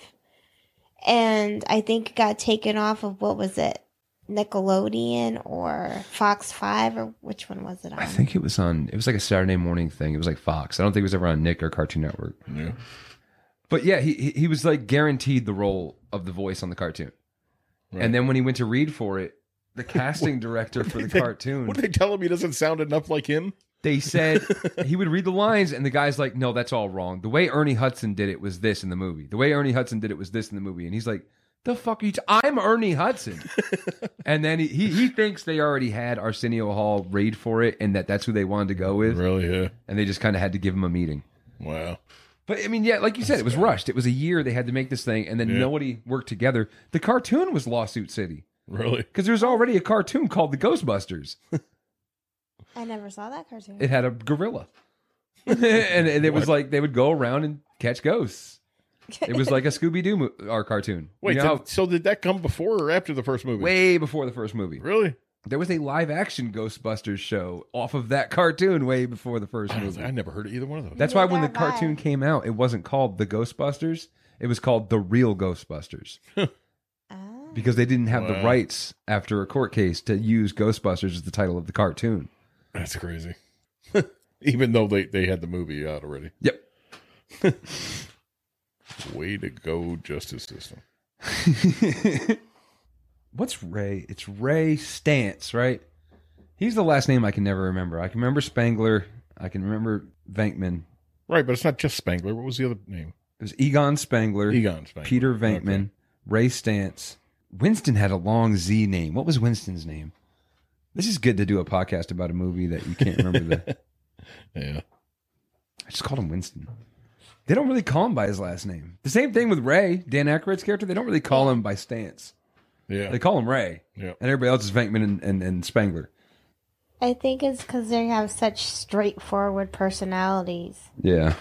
[SPEAKER 2] And I think it got taken off of what was it, Nickelodeon or Fox Five or which one was it on?
[SPEAKER 1] I think it was on, it was like a Saturday morning thing. It was like Fox. I don't think it was ever on Nick or Cartoon Network.
[SPEAKER 3] Yeah.
[SPEAKER 1] But yeah, he he- he was like guaranteed the role of the voice on the cartoon. And then when he went to read for it, the casting director for the cartoon,
[SPEAKER 3] What did they tell him? He doesn't sound enough like him.
[SPEAKER 1] they said he would read the lines, and the guy's like, "No, that's all wrong. The way Ernie Hudson did it was this in the movie. The way Ernie Hudson did it was this in the movie." And he's like, "The fuck are you? T- I'm Ernie Hudson." and then he, he he thinks they already had Arsenio Hall read for it, and that that's who they wanted to go with,
[SPEAKER 3] Really? Yeah.
[SPEAKER 1] and they just kind of had to give him a meeting.
[SPEAKER 3] Wow.
[SPEAKER 1] But I mean, yeah, like you said, it was rushed. It was a year they had to make this thing, and then
[SPEAKER 3] Yeah.
[SPEAKER 1] nobody worked together. The cartoon was Lawsuit City
[SPEAKER 3] Really?
[SPEAKER 1] because there was already a cartoon called The Ghostbusters.
[SPEAKER 2] I never saw that cartoon.
[SPEAKER 1] It had a gorilla, and, and it was like they would go around and catch ghosts. It was like a Scooby Doo mo- our cartoon. You
[SPEAKER 3] Wait.
[SPEAKER 1] know
[SPEAKER 3] did- so did that come before or after the first
[SPEAKER 1] how-
[SPEAKER 3] movie?
[SPEAKER 1] way before the first movie,
[SPEAKER 3] Really?
[SPEAKER 1] there was a live action Ghostbusters show off of that cartoon way before the first
[SPEAKER 3] I, don't-
[SPEAKER 1] movie.
[SPEAKER 3] I never heard of either one of those.
[SPEAKER 1] That's why when the
[SPEAKER 2] Neither have I.
[SPEAKER 1] cartoon came out, it wasn't called The Ghostbusters. It was called The Real Ghostbusters.
[SPEAKER 2] Ah.
[SPEAKER 1] because they didn't have the
[SPEAKER 3] Wow.
[SPEAKER 1] rights after a court case to use Ghostbusters as the title of the cartoon.
[SPEAKER 3] That's crazy. Even though they, they had the movie out already.
[SPEAKER 1] Yep.
[SPEAKER 3] Way to go, justice system.
[SPEAKER 1] What's Ray? It's Ray Stance, right? He's the last name I can never remember. I can remember Spangler. I can remember Venkman.
[SPEAKER 3] Right, but it's not just Spangler. What was the other name?
[SPEAKER 1] It was Egon Spangler,
[SPEAKER 3] Egon Spangler.
[SPEAKER 1] Peter Venkman, Ray Stance. Winston had a long Z name. What was Winston's name? This is good to do a podcast about a movie that you can't remember the.
[SPEAKER 3] Okay. Yeah.
[SPEAKER 1] I just called him Winston. They don't really call him by his last name. The same thing with Ray, Dan Aykroyd's character. They don't really call him by stance.
[SPEAKER 3] Yeah.
[SPEAKER 1] They call him Ray,
[SPEAKER 3] yeah.
[SPEAKER 1] and everybody else is Venkman and, and, and Spangler.
[SPEAKER 2] I think it's because they have such straightforward personalities.
[SPEAKER 1] Yeah,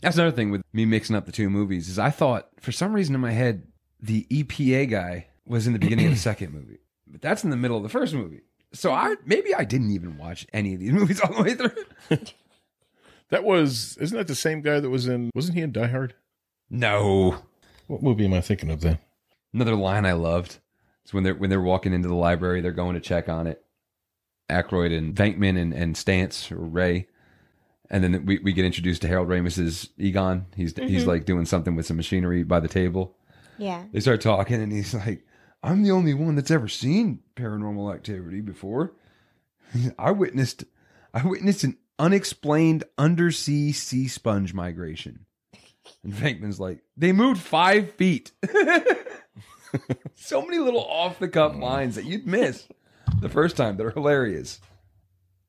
[SPEAKER 1] that's another thing with me mixing up the two movies. Is I thought for some reason in my head the EPA guy was in the beginning of the second movie, but that's in the middle of the first movie. So I maybe I didn't even watch any of these movies all the way through.
[SPEAKER 3] That was isn't that the same guy that was in wasn't he in Die Hard?
[SPEAKER 1] No,
[SPEAKER 3] What movie am I thinking of then?
[SPEAKER 1] Another line I loved is when they're when they're walking into the library, they're going to check on it. Aykroyd and Venkman and, and Stance or Ray. And then we, we get introduced to Harold Ramis's Egon. He's he's like doing something with some machinery by the table.
[SPEAKER 2] Yeah.
[SPEAKER 1] They start talking and he's like, I'm the only one that's ever seen paranormal activity before. I witnessed I witnessed an unexplained undersea sea sponge migration. And Venkman's like, they moved five feet. so many little off the cuff lines that you'd miss the first time that are hilarious.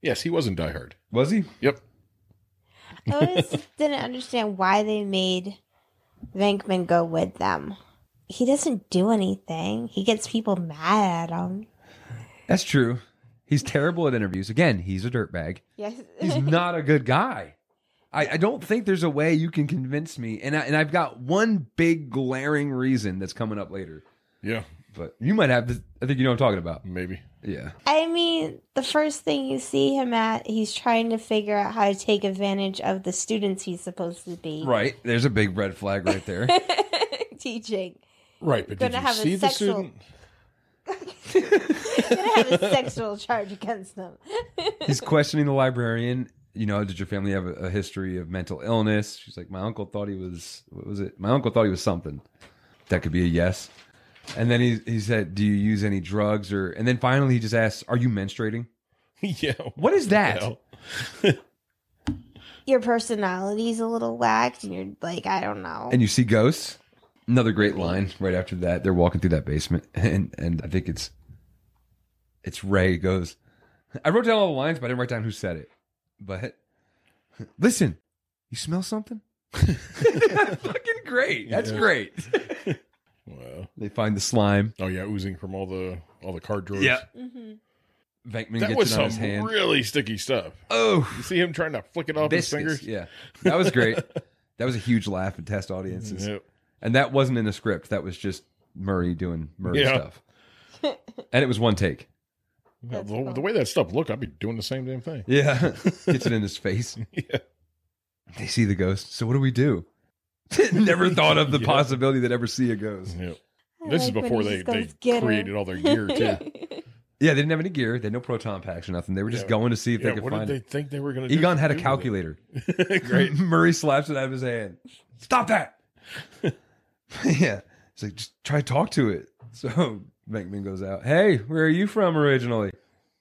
[SPEAKER 3] Yes, he was in Die Hard.
[SPEAKER 1] Was he?
[SPEAKER 3] Yep.
[SPEAKER 2] I always didn't understand why they made Venkman go with them. He doesn't do anything. He gets people mad at him.
[SPEAKER 1] That's true. He's terrible at interviews. Again, he's a dirtbag.
[SPEAKER 2] Yes.
[SPEAKER 1] he's not a good guy. I, I don't think there's a way you can convince me. And I, and I've got one big glaring reason that's coming up later.
[SPEAKER 3] Yeah.
[SPEAKER 1] But you might have. This, I think you know what I'm talking about.
[SPEAKER 3] Maybe.
[SPEAKER 1] Yeah.
[SPEAKER 2] I mean, the first thing you see him at, he's trying to figure out how to take advantage of the students he's supposed to be
[SPEAKER 1] Right. There's a big red flag right there.
[SPEAKER 2] teaching.
[SPEAKER 3] Right, but
[SPEAKER 2] Gonna
[SPEAKER 3] did you
[SPEAKER 2] have a
[SPEAKER 3] see the
[SPEAKER 2] sexual-
[SPEAKER 3] student?
[SPEAKER 2] Gonna have a sexual charge against them.
[SPEAKER 1] He's questioning the librarian. You know, did your family have a, a history of mental illness? She's like, my uncle thought he was. What was it? My uncle thought he was something. That could be a yes. And then he he said, "Do you use any drugs?" Or and then finally he just asks, "Are you menstruating?"
[SPEAKER 3] yeah.
[SPEAKER 1] What is that?
[SPEAKER 3] Well,
[SPEAKER 2] Your personality's a little whacked, and you're like, I don't know.
[SPEAKER 1] and you see ghosts. Another great line right after that. They're walking through that basement, and and I think it's it's Ray goes. I wrote down all the lines, but I didn't write down who said it. But listen, you smell something? Fucking great! That's
[SPEAKER 3] Yeah.
[SPEAKER 1] great.
[SPEAKER 3] Wow.
[SPEAKER 1] they find the slime.
[SPEAKER 3] Oh yeah, oozing from all the all the card drawers.
[SPEAKER 1] Yeah.
[SPEAKER 2] hmm
[SPEAKER 1] Venkman
[SPEAKER 3] That was
[SPEAKER 1] gets it on
[SPEAKER 3] some
[SPEAKER 1] his hand.
[SPEAKER 3] really sticky stuff.
[SPEAKER 1] oh,
[SPEAKER 3] You see him trying to flick it off his
[SPEAKER 1] viscous.
[SPEAKER 3] fingers.
[SPEAKER 1] Yeah, that was great. that was a huge laugh and test audiences.
[SPEAKER 3] Yep.
[SPEAKER 1] And that wasn't in the script. That was just Murray doing Murray
[SPEAKER 3] Yeah.
[SPEAKER 1] stuff. and it was one take.
[SPEAKER 3] Yeah,
[SPEAKER 2] That's
[SPEAKER 3] the,
[SPEAKER 2] cool.
[SPEAKER 3] the way that stuff looked, I'd be doing the same damn thing.
[SPEAKER 1] Yeah. Gets it in his face.
[SPEAKER 3] Yeah.
[SPEAKER 1] They see the ghost. So what do we do? Never thought of the
[SPEAKER 3] Yeah.
[SPEAKER 1] possibility that ever see a ghost.
[SPEAKER 3] Yep. This is before they, they created all their gear too.
[SPEAKER 2] Yeah.
[SPEAKER 1] Yeah, they didn't have any gear. They had no proton packs or nothing. They were just
[SPEAKER 3] Yeah.
[SPEAKER 1] going to see if
[SPEAKER 3] Yeah,
[SPEAKER 1] they could
[SPEAKER 3] what did
[SPEAKER 1] find
[SPEAKER 3] they
[SPEAKER 1] it.
[SPEAKER 3] think they were going to do?
[SPEAKER 1] Egon had a
[SPEAKER 3] do with it?
[SPEAKER 1] calculator.
[SPEAKER 3] Great.
[SPEAKER 1] Murray slaps it out of his hand. Stop that. yeah. He's like, just try to talk to it. So Venkman goes out. Hey, where are you from originally?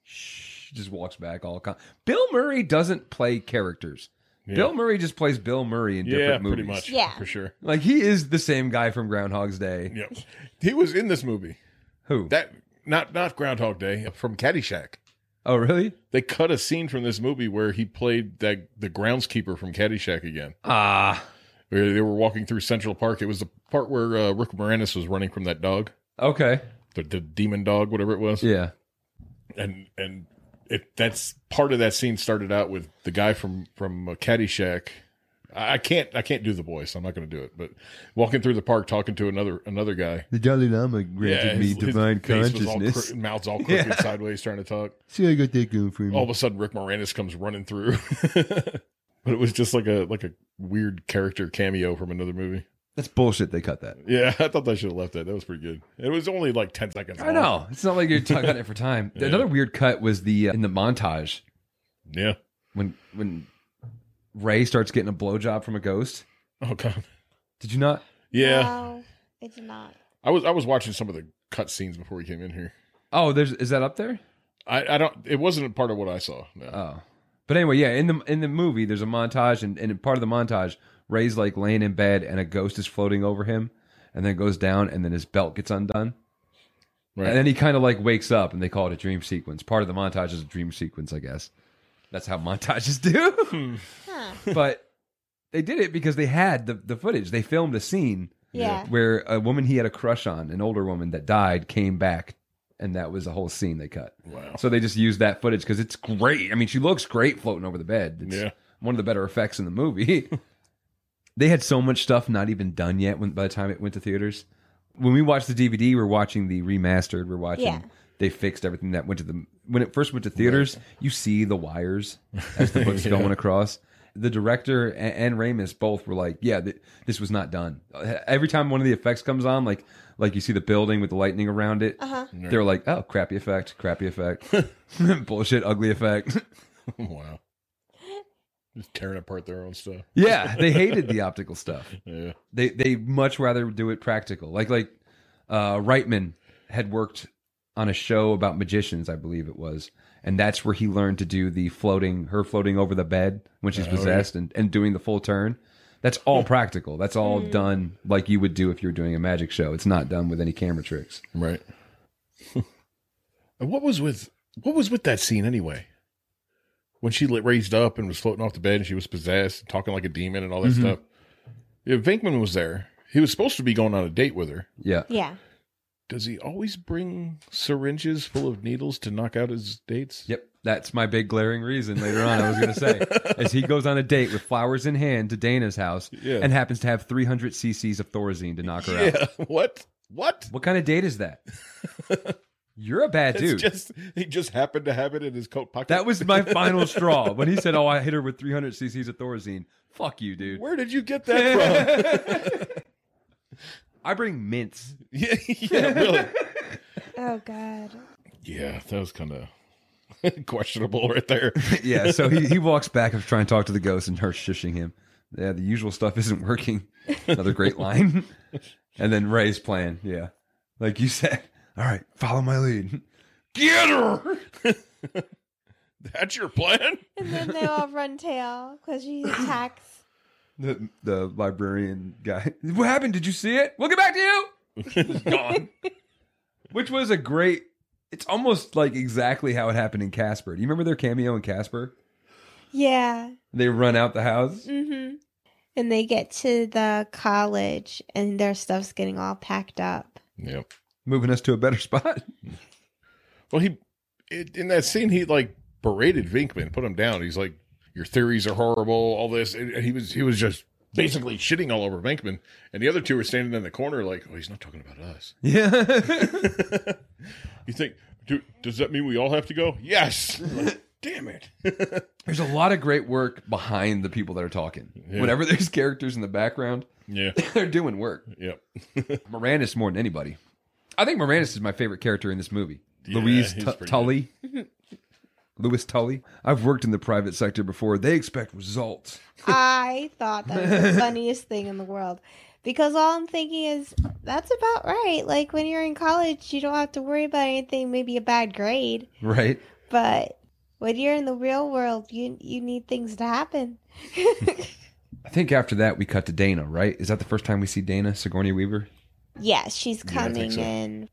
[SPEAKER 1] Shh. Just walks back all con- Bill Murray doesn't play characters.
[SPEAKER 3] Yeah.
[SPEAKER 1] Bill Murray just plays Bill Murray in different
[SPEAKER 3] yeah,
[SPEAKER 1] movies.
[SPEAKER 3] pretty much.
[SPEAKER 2] Yeah.
[SPEAKER 3] For sure.
[SPEAKER 1] Like he is the same guy from Groundhog's Day.
[SPEAKER 3] Yep. He was in this movie.
[SPEAKER 1] Who?
[SPEAKER 3] That not not Groundhog Day uh, from Caddyshack.
[SPEAKER 1] oh, really?
[SPEAKER 3] They cut a scene from this movie where he played that the groundskeeper from Caddyshack again.
[SPEAKER 1] Ah.
[SPEAKER 3] Where they were walking through Central Park. It was the part where uh, Rick Moranis was running from that dog,
[SPEAKER 1] okay.
[SPEAKER 3] the, the demon dog, whatever it was.
[SPEAKER 1] Yeah.
[SPEAKER 3] and and it, that's part of that scene started out with the guy from from uh, Caddyshack. I I can't I can't do the voice. I'm not going to do it. But walking through the park, talking to another another guy.
[SPEAKER 1] The Dalai Lama granted
[SPEAKER 3] his- his face was all cro- mouth's all crooked
[SPEAKER 1] Yeah. Mm-hmm.
[SPEAKER 3] sideways, trying to talk.
[SPEAKER 1] See, I got that going for
[SPEAKER 3] All of a sudden, Rick Moranis comes running through. but it was just like a like a weird character cameo from another movie.
[SPEAKER 1] That's bullshit. They cut that.
[SPEAKER 3] Yeah, I thought they should have left that. That was pretty good. It was only like ten seconds.
[SPEAKER 1] I
[SPEAKER 3] long.
[SPEAKER 1] know. It's not like you're talking about it for time.
[SPEAKER 3] Yeah.
[SPEAKER 1] Another weird cut was the uh, in the montage
[SPEAKER 3] Yeah.
[SPEAKER 1] when when Ray starts getting a blowjob from a ghost.
[SPEAKER 3] Oh god.
[SPEAKER 1] Did you not?
[SPEAKER 3] Yeah.
[SPEAKER 2] No, it's not.
[SPEAKER 3] I was I was watching some of the cut scenes before we came in here.
[SPEAKER 1] Oh, there's is that up there?
[SPEAKER 3] I, I don't. It wasn't a part of what I saw. No.
[SPEAKER 1] Oh, but anyway, yeah. In the in the movie, there's a montage, and, and in part of the montage, Ray's like laying in bed, and a ghost is floating over him, and then goes down, and then his belt gets undone,
[SPEAKER 3] right.
[SPEAKER 1] and then he kind of like wakes up, and they call it a dream sequence. Part of the montage is a dream sequence, I guess. That's how montages do.
[SPEAKER 2] Huh.
[SPEAKER 1] but they did it because they had the the footage. They filmed a scene
[SPEAKER 2] Yeah.
[SPEAKER 1] where a woman he had a crush on, an older woman that died, came back, and that was a whole scene they cut.
[SPEAKER 3] wow.
[SPEAKER 1] So they just use that footage because it's great. I mean, she looks great floating over the bed. It's
[SPEAKER 3] Yeah.
[SPEAKER 1] one of the better effects in the movie. they had so much stuff not even done yet when by the time it went to theaters. When we watched the DVD, we're watching the remastered. We're watching.
[SPEAKER 2] Yeah.
[SPEAKER 1] They fixed everything that went to the when it first went to theaters. You see the wires as the book's going across. The director and, and Ramis both were like, "Yeah, th- this was not done." Every time one of the effects comes on, like like you see the building with the lightning around it,
[SPEAKER 2] Uh-huh.
[SPEAKER 1] they were like, "Oh, crappy effect, crappy effect, bullshit, ugly effect."
[SPEAKER 3] wow. Just tearing apart their own stuff.
[SPEAKER 1] yeah, they hated the optical stuff.
[SPEAKER 3] Yeah.
[SPEAKER 1] they they much rather do it practical. Like like uh Reitman had worked on a show about magicians, I believe it was, and that's where he learned to do the floating her floating over the bed when she's
[SPEAKER 3] Oh, yeah.
[SPEAKER 1] possessed and, and doing the full turn. That's all practical. That's all
[SPEAKER 3] Hmm.
[SPEAKER 1] done like you would do if you were doing a magic show. It's not done with any camera tricks.
[SPEAKER 3] Right. and what was with what was with that scene anyway? When she lit, raised up and was floating off the bed and she was possessed, talking like a demon and all that
[SPEAKER 1] Mhm.
[SPEAKER 3] stuff. Yeah, Venkman was there. He was supposed to be going on a date with her.
[SPEAKER 1] Yeah.
[SPEAKER 2] Yeah.
[SPEAKER 3] Does he always bring syringes full of needles to knock out his dates?
[SPEAKER 1] Yep. That's my big glaring reason later on I was going to say as he goes on a date with flowers in hand to Dana's house
[SPEAKER 3] Yeah.
[SPEAKER 1] and happens to have 300 cc's of Thorazine to knock her out.
[SPEAKER 3] Yeah. What? What?
[SPEAKER 1] What kind of date is that? You're a bad dude.
[SPEAKER 3] It's just he just happened to have it in his coat pocket.
[SPEAKER 1] that was my final straw when he said, "Oh, I hit her with 300 cc's of Thorazine." Fuck you, dude.
[SPEAKER 3] Where did you get that from?
[SPEAKER 1] I bring mints.
[SPEAKER 3] yeah, yeah, really.
[SPEAKER 2] Oh God.
[SPEAKER 3] Yeah, that was kind of questionable right there.
[SPEAKER 1] Yeah, so he, he walks back after trying to talk to the ghost and her shushing him. Yeah, the usual stuff isn't working. Another great line. and then Ray's plan. Yeah. Like you said, all right, follow my lead. Get her!
[SPEAKER 3] That's your plan?
[SPEAKER 2] And then they all run tail because she attacks.
[SPEAKER 1] The, the librarian guy. What happened? Did you see it? We'll get back to you!
[SPEAKER 3] Gone.
[SPEAKER 1] Which was a great. It's almost like exactly how it happened in Casper. Do you remember their cameo in Casper?
[SPEAKER 2] Yeah.
[SPEAKER 1] They run out the house.
[SPEAKER 2] Mm-hmm. And they get to the college and their stuff's getting all packed up.
[SPEAKER 3] Yep.
[SPEAKER 1] moving us to a better spot.
[SPEAKER 3] Well, he it, in that scene he like berated Vinkman, put him down. He's like, "Your theories are horrible." All this, and, and he was he was just basically shitting all over Vinkman, and the other two were standing in the corner like, "Oh, he's not talking about us."
[SPEAKER 1] Yeah.
[SPEAKER 3] You think, do, does that mean we all have to go? Yes. Like, Damn it.
[SPEAKER 1] there's a lot of great work behind the people that are talking.
[SPEAKER 3] Yeah.
[SPEAKER 1] Whenever there's characters in the background,
[SPEAKER 3] yeah.
[SPEAKER 1] they're doing work.
[SPEAKER 3] Yep.
[SPEAKER 1] Moranis more than anybody. I think Moranis is my favorite character in this movie.
[SPEAKER 3] Yeah,
[SPEAKER 1] Louise
[SPEAKER 3] he's
[SPEAKER 1] Tu-
[SPEAKER 3] pretty
[SPEAKER 1] Tully. Louis Tully. I've worked in the private sector before. They expect results.
[SPEAKER 2] I thought that was the funniest thing in the world. Because all I'm thinking is, that's about right. Like when you're in college, you don't have to worry about anything, maybe a bad grade.
[SPEAKER 1] Right?
[SPEAKER 2] But when you're in the real world, you you need things to happen.
[SPEAKER 1] I think after that we cut to Dana, right? Is that the first time we see Dana, Sigourney Weaver?
[SPEAKER 2] Yes, she's
[SPEAKER 3] Yeah, I think
[SPEAKER 2] coming
[SPEAKER 3] so.
[SPEAKER 2] in,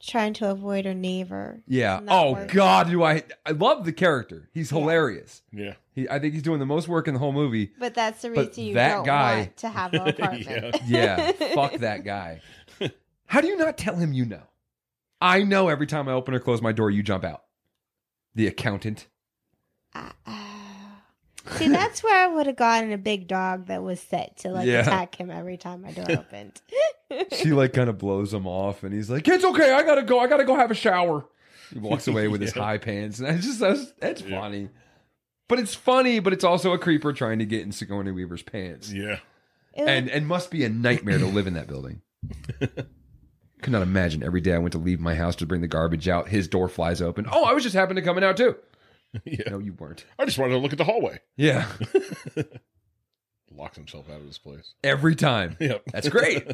[SPEAKER 2] trying to avoid her neighbor.
[SPEAKER 1] Yeah.
[SPEAKER 2] Not
[SPEAKER 1] Oh
[SPEAKER 2] working.
[SPEAKER 1] God, do I I love the character. He's
[SPEAKER 2] Yeah.
[SPEAKER 1] hilarious.
[SPEAKER 3] Yeah.
[SPEAKER 1] He, I think he's doing the most work in the whole movie.
[SPEAKER 2] But that's the
[SPEAKER 1] But
[SPEAKER 2] reason you
[SPEAKER 1] that
[SPEAKER 2] don't
[SPEAKER 1] guy-
[SPEAKER 2] want to have an apartment.
[SPEAKER 1] Yeah, fuck that guy. How do you not tell him you know? I know every time I open or close my door, you jump out. The accountant.
[SPEAKER 2] Ah, ah. See, that's where I would have gotten a big dog that was set to like
[SPEAKER 1] Yeah.
[SPEAKER 2] attack him every time my door opened.
[SPEAKER 1] She like kind of blows him off, and he's like, "It's okay. I gotta go. I gotta go have a shower." He walks away with his
[SPEAKER 3] Yeah.
[SPEAKER 1] high pants, and I just that's, that's
[SPEAKER 3] Yeah.
[SPEAKER 1] funny. But it's funny, but it's also a creeper trying to get in Sigourney Weaver's pants,
[SPEAKER 3] Yeah.
[SPEAKER 2] It was-
[SPEAKER 1] and and must be a nightmare to live in that building. Could not imagine every day I went to leave my house to bring the garbage out. His door flies open. Oh, I was just happened to coming out too.
[SPEAKER 3] Yeah.
[SPEAKER 1] No, you weren't.
[SPEAKER 3] I just wanted to look at the hallway.
[SPEAKER 1] Yeah.
[SPEAKER 3] Locks himself out of this place.
[SPEAKER 1] Every time.
[SPEAKER 3] Yep.
[SPEAKER 1] That's great.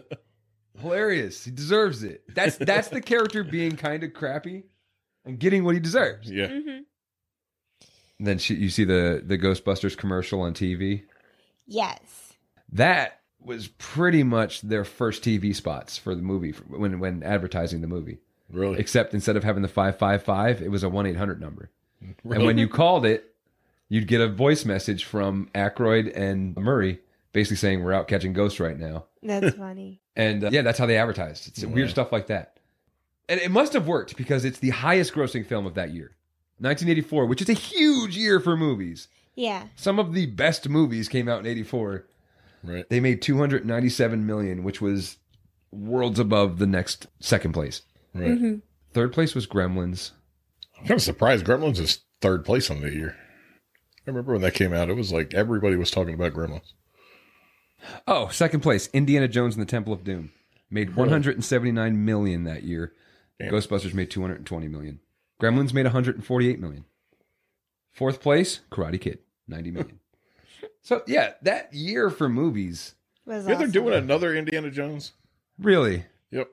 [SPEAKER 1] Hilarious. He deserves it. That's that's the character being kind of crappy and getting what he deserves.
[SPEAKER 3] Yeah.
[SPEAKER 2] Mhm.
[SPEAKER 1] And then she, you see the the Ghostbusters commercial on TV.
[SPEAKER 2] yes,
[SPEAKER 1] That was pretty much their first TV spots for the movie for- when when advertising the movie.
[SPEAKER 3] Really.
[SPEAKER 1] Except instead of having the 555, it was a 1-800 number. And
[SPEAKER 3] Really?
[SPEAKER 1] when you called it, you'd get a voice message from Aykroyd and Murray basically saying we're out catching ghosts right now.
[SPEAKER 2] that's funny.
[SPEAKER 1] And uh, yeah, that's how they advertised. It's
[SPEAKER 3] Wow.
[SPEAKER 1] weird stuff like that. And it must have worked because it's the highest grossing film of that year. 1984, which is a huge year for movies.
[SPEAKER 2] Yeah,
[SPEAKER 1] Some of the best movies came out in 84.
[SPEAKER 3] right.
[SPEAKER 1] They made 297 million, which was worlds above the next second place.
[SPEAKER 3] Right.
[SPEAKER 2] Mm-hmm.
[SPEAKER 1] Third place was Gremlins.
[SPEAKER 3] I'm kind of surprised Gremlins is third place on the year. I remember when that came out, it was like everybody was talking about Gremlins.
[SPEAKER 1] Oh, second place, Indiana Jones and the Temple of Doom. Made 179 million that year.
[SPEAKER 3] Damn.
[SPEAKER 1] Ghostbusters made 220 million. Gremlins made 148 million. Fourth place, Karate Kid, 90 million. so yeah, that year for movies,
[SPEAKER 2] was
[SPEAKER 3] Yeah, they're
[SPEAKER 2] awesome.
[SPEAKER 3] doing another Indiana Jones.
[SPEAKER 1] really,
[SPEAKER 3] Yep.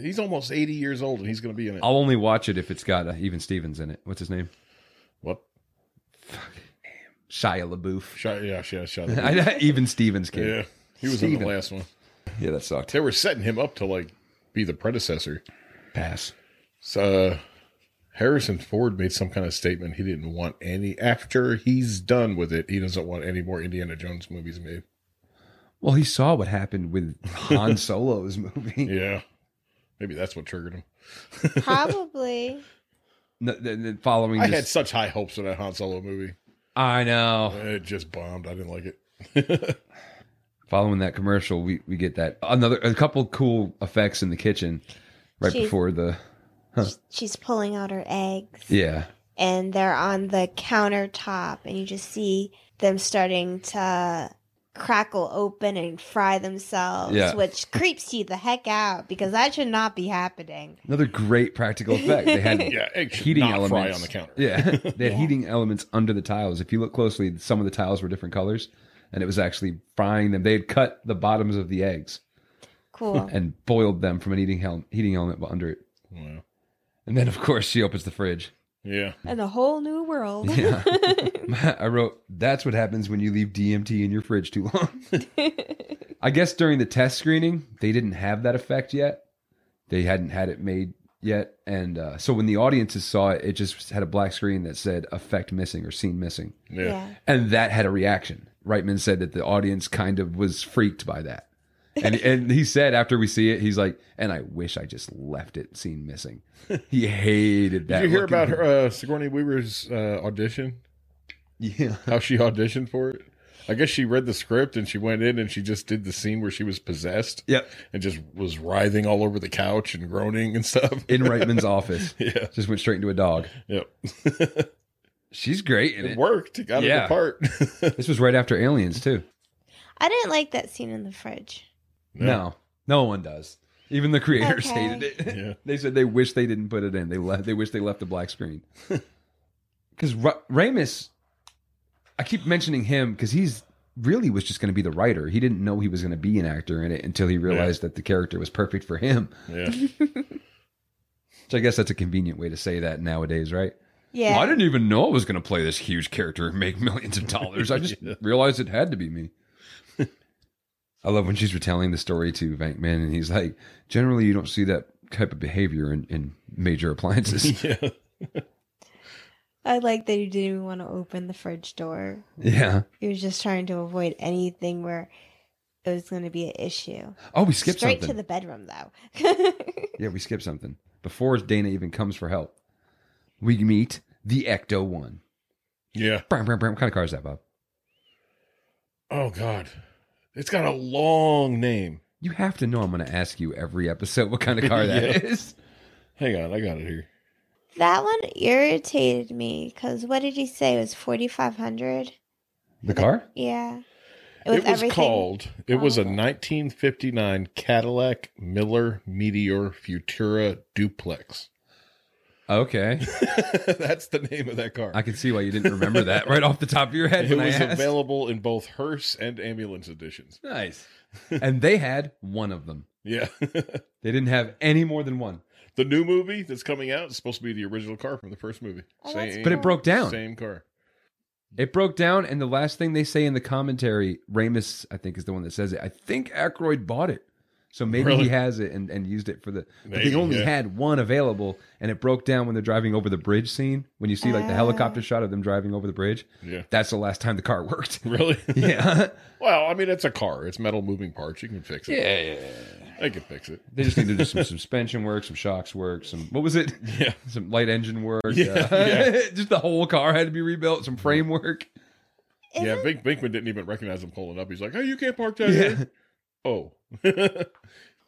[SPEAKER 3] He's almost 80 years old and he's going to be in it.
[SPEAKER 1] I'll only watch it if it's got uh, even Stevens in it. What's his name?
[SPEAKER 3] What?
[SPEAKER 1] Shia LaBeouf.
[SPEAKER 3] Shot, yeah, shot, shot.
[SPEAKER 1] I- even Stevens kid.
[SPEAKER 3] yeah. He was in
[SPEAKER 1] Steven.
[SPEAKER 3] the last one.
[SPEAKER 1] Yeah, that sucked.
[SPEAKER 3] They were setting him up to like be the predecessor.
[SPEAKER 1] Pass.
[SPEAKER 3] So uh, Harrison Ford made some kind of statement he didn't want any after he's done with it. He doesn't want any more Indiana Jones movies made.
[SPEAKER 1] Well, he saw what happened with Han Solo's movie.
[SPEAKER 3] Yeah. Maybe that's what triggered him.
[SPEAKER 2] probably.
[SPEAKER 1] No, the, the following,
[SPEAKER 3] I
[SPEAKER 1] this-
[SPEAKER 3] had such high hopes for that Han Solo movie.
[SPEAKER 1] I know.
[SPEAKER 3] It just bombed. I didn't like it.
[SPEAKER 1] following that commercial, we, we get that another a couple cool effects in the kitchen right
[SPEAKER 2] Jeez.
[SPEAKER 1] before the
[SPEAKER 2] She's pulling out her eggs.
[SPEAKER 1] yeah
[SPEAKER 2] and they're on the countertop and you just see them starting to crackle open and fry themselves
[SPEAKER 1] Yeah.
[SPEAKER 2] which creeps you the heck out because that should not be happening
[SPEAKER 1] another great practical effect they had
[SPEAKER 3] Yeah, egg should
[SPEAKER 1] heating
[SPEAKER 3] not
[SPEAKER 1] elements
[SPEAKER 3] fry on the counter.
[SPEAKER 1] Yeah, they had heating elements under the tiles. If you look closely, some of the tiles were different colors, and it was actually frying them. They had cut the bottoms of the eggs
[SPEAKER 2] cool
[SPEAKER 1] and boiled them from an heating hel- heating element under it.
[SPEAKER 3] Wow.
[SPEAKER 1] And then, of course, she opens the fridge.
[SPEAKER 3] Yeah.
[SPEAKER 2] and a whole new world
[SPEAKER 1] Yeah, I wrote that's what happens when you leave DMT in your fridge too long. I guess during the test screening, they didn't have that effect yet. They hadn't had it made yet, and uh, so when the audiences saw it, it just had a black screen that said "effect missing" or "scene missing."
[SPEAKER 3] Yeah.
[SPEAKER 1] and that had a reaction. Reitman said that the audience kind of was freaked by that, and and he said after we see it, he's like, "And I wish I just left it seen missing." He hated that.
[SPEAKER 3] Did you hear
[SPEAKER 1] Looking-
[SPEAKER 3] about her, uh, Sigourney Weaver's uh, audition?
[SPEAKER 1] Yeah,
[SPEAKER 3] How she auditioned for it? I guess she read the script and she went in and she just did the scene where she was possessed
[SPEAKER 1] yep.
[SPEAKER 3] and just was writhing all over the couch and groaning and stuff.
[SPEAKER 1] In Reitman's office,
[SPEAKER 3] yeah.
[SPEAKER 1] just went straight into a dog.
[SPEAKER 3] Yep.
[SPEAKER 1] She's great in
[SPEAKER 3] It
[SPEAKER 1] it.
[SPEAKER 3] worked. It got
[SPEAKER 1] Yeah.
[SPEAKER 3] it apart.
[SPEAKER 1] This was right after Aliens too.
[SPEAKER 2] i didn't like that scene in the fridge
[SPEAKER 1] No, no, one does. Even the creators
[SPEAKER 2] Okay.
[SPEAKER 1] hated it.
[SPEAKER 3] Yeah.
[SPEAKER 1] They said they wish they didn't put it in. They left. They wish they left the black screen. Because Ra- Ramus, I keep mentioning him because he's really was just going to be the writer. He didn't know he was going to be an actor in it until he realized that the character was perfect for him.
[SPEAKER 3] yeah.
[SPEAKER 1] Which I guess that's a convenient way to say that nowadays, right?
[SPEAKER 2] yeah
[SPEAKER 1] Well, I didn't even know I was going to play this huge character and make millions of dollars. I just realized it had to be me. I love when she's retelling the story to Vankman, and he's like, generally, you don't see that type of behavior in, in major appliances.
[SPEAKER 3] Yeah.
[SPEAKER 2] I like that you didn't even want to open the fridge door
[SPEAKER 1] yeah.
[SPEAKER 2] he was just trying to avoid anything where it was going to be an issue
[SPEAKER 1] Oh, we skipped
[SPEAKER 2] straight to
[SPEAKER 1] something.
[SPEAKER 2] the bedroom though
[SPEAKER 1] Yeah, we skipped something. Before Dana even comes for help, we meet the Ecto 1.
[SPEAKER 3] Yeah.
[SPEAKER 1] Bram, bram, bram. What kind of car is that, Bob?
[SPEAKER 3] Oh, God. It's got a long name.
[SPEAKER 1] You have to know I'm going to ask you every episode what kind of car that is.
[SPEAKER 3] Yeah. Hang on. I got it here.
[SPEAKER 2] That one irritated me because what did he say? It was 4,500?
[SPEAKER 1] The car?
[SPEAKER 2] Yeah.
[SPEAKER 3] it was Oh. called, it was a 1959 Cadillac Miller Meteor Futura Duplex.
[SPEAKER 1] Okay.
[SPEAKER 3] That's the name of that car.
[SPEAKER 1] I can see why you didn't remember that right off the top of your head.
[SPEAKER 3] it
[SPEAKER 1] when I
[SPEAKER 3] was
[SPEAKER 1] asked.
[SPEAKER 3] available in both hearse and ambulance editions.
[SPEAKER 1] Nice. and they had one of them.
[SPEAKER 3] Yeah.
[SPEAKER 1] They didn't have any more than one.
[SPEAKER 3] the new movie that's coming out is supposed to be the original car from the first movie.
[SPEAKER 2] Oh, that's
[SPEAKER 1] But it broke down.
[SPEAKER 3] Same car.
[SPEAKER 1] It broke down, and the last thing they say in the commentary, Ramus, I think, is the one that says it. I think Aykroyd bought it. So maybe
[SPEAKER 3] Really?
[SPEAKER 1] he has it and, and used it for the. But
[SPEAKER 3] Maybe,
[SPEAKER 1] they only
[SPEAKER 3] yeah.
[SPEAKER 1] had one available, and it broke down when they're driving over the bridge scene. When you see like the
[SPEAKER 2] Ah.
[SPEAKER 1] helicopter shot of them driving over the bridge,
[SPEAKER 3] Yeah.
[SPEAKER 1] that's the last time the car worked.
[SPEAKER 3] Really?
[SPEAKER 1] yeah.
[SPEAKER 3] well, I mean, it's a car. It's metal moving parts. You can fix it.
[SPEAKER 1] yeah.
[SPEAKER 3] I can fix it.
[SPEAKER 1] They just need to do some suspension work, some shocks work, some what was it?
[SPEAKER 3] Yeah.
[SPEAKER 1] Some light engine work.
[SPEAKER 3] Yeah,
[SPEAKER 1] uh,
[SPEAKER 3] yeah.
[SPEAKER 1] just the whole car had to be rebuilt, some framework.
[SPEAKER 3] yeah. Bink Binkman didn't even recognize him pulling up. He's like, "Oh, you can't park down here." Oh,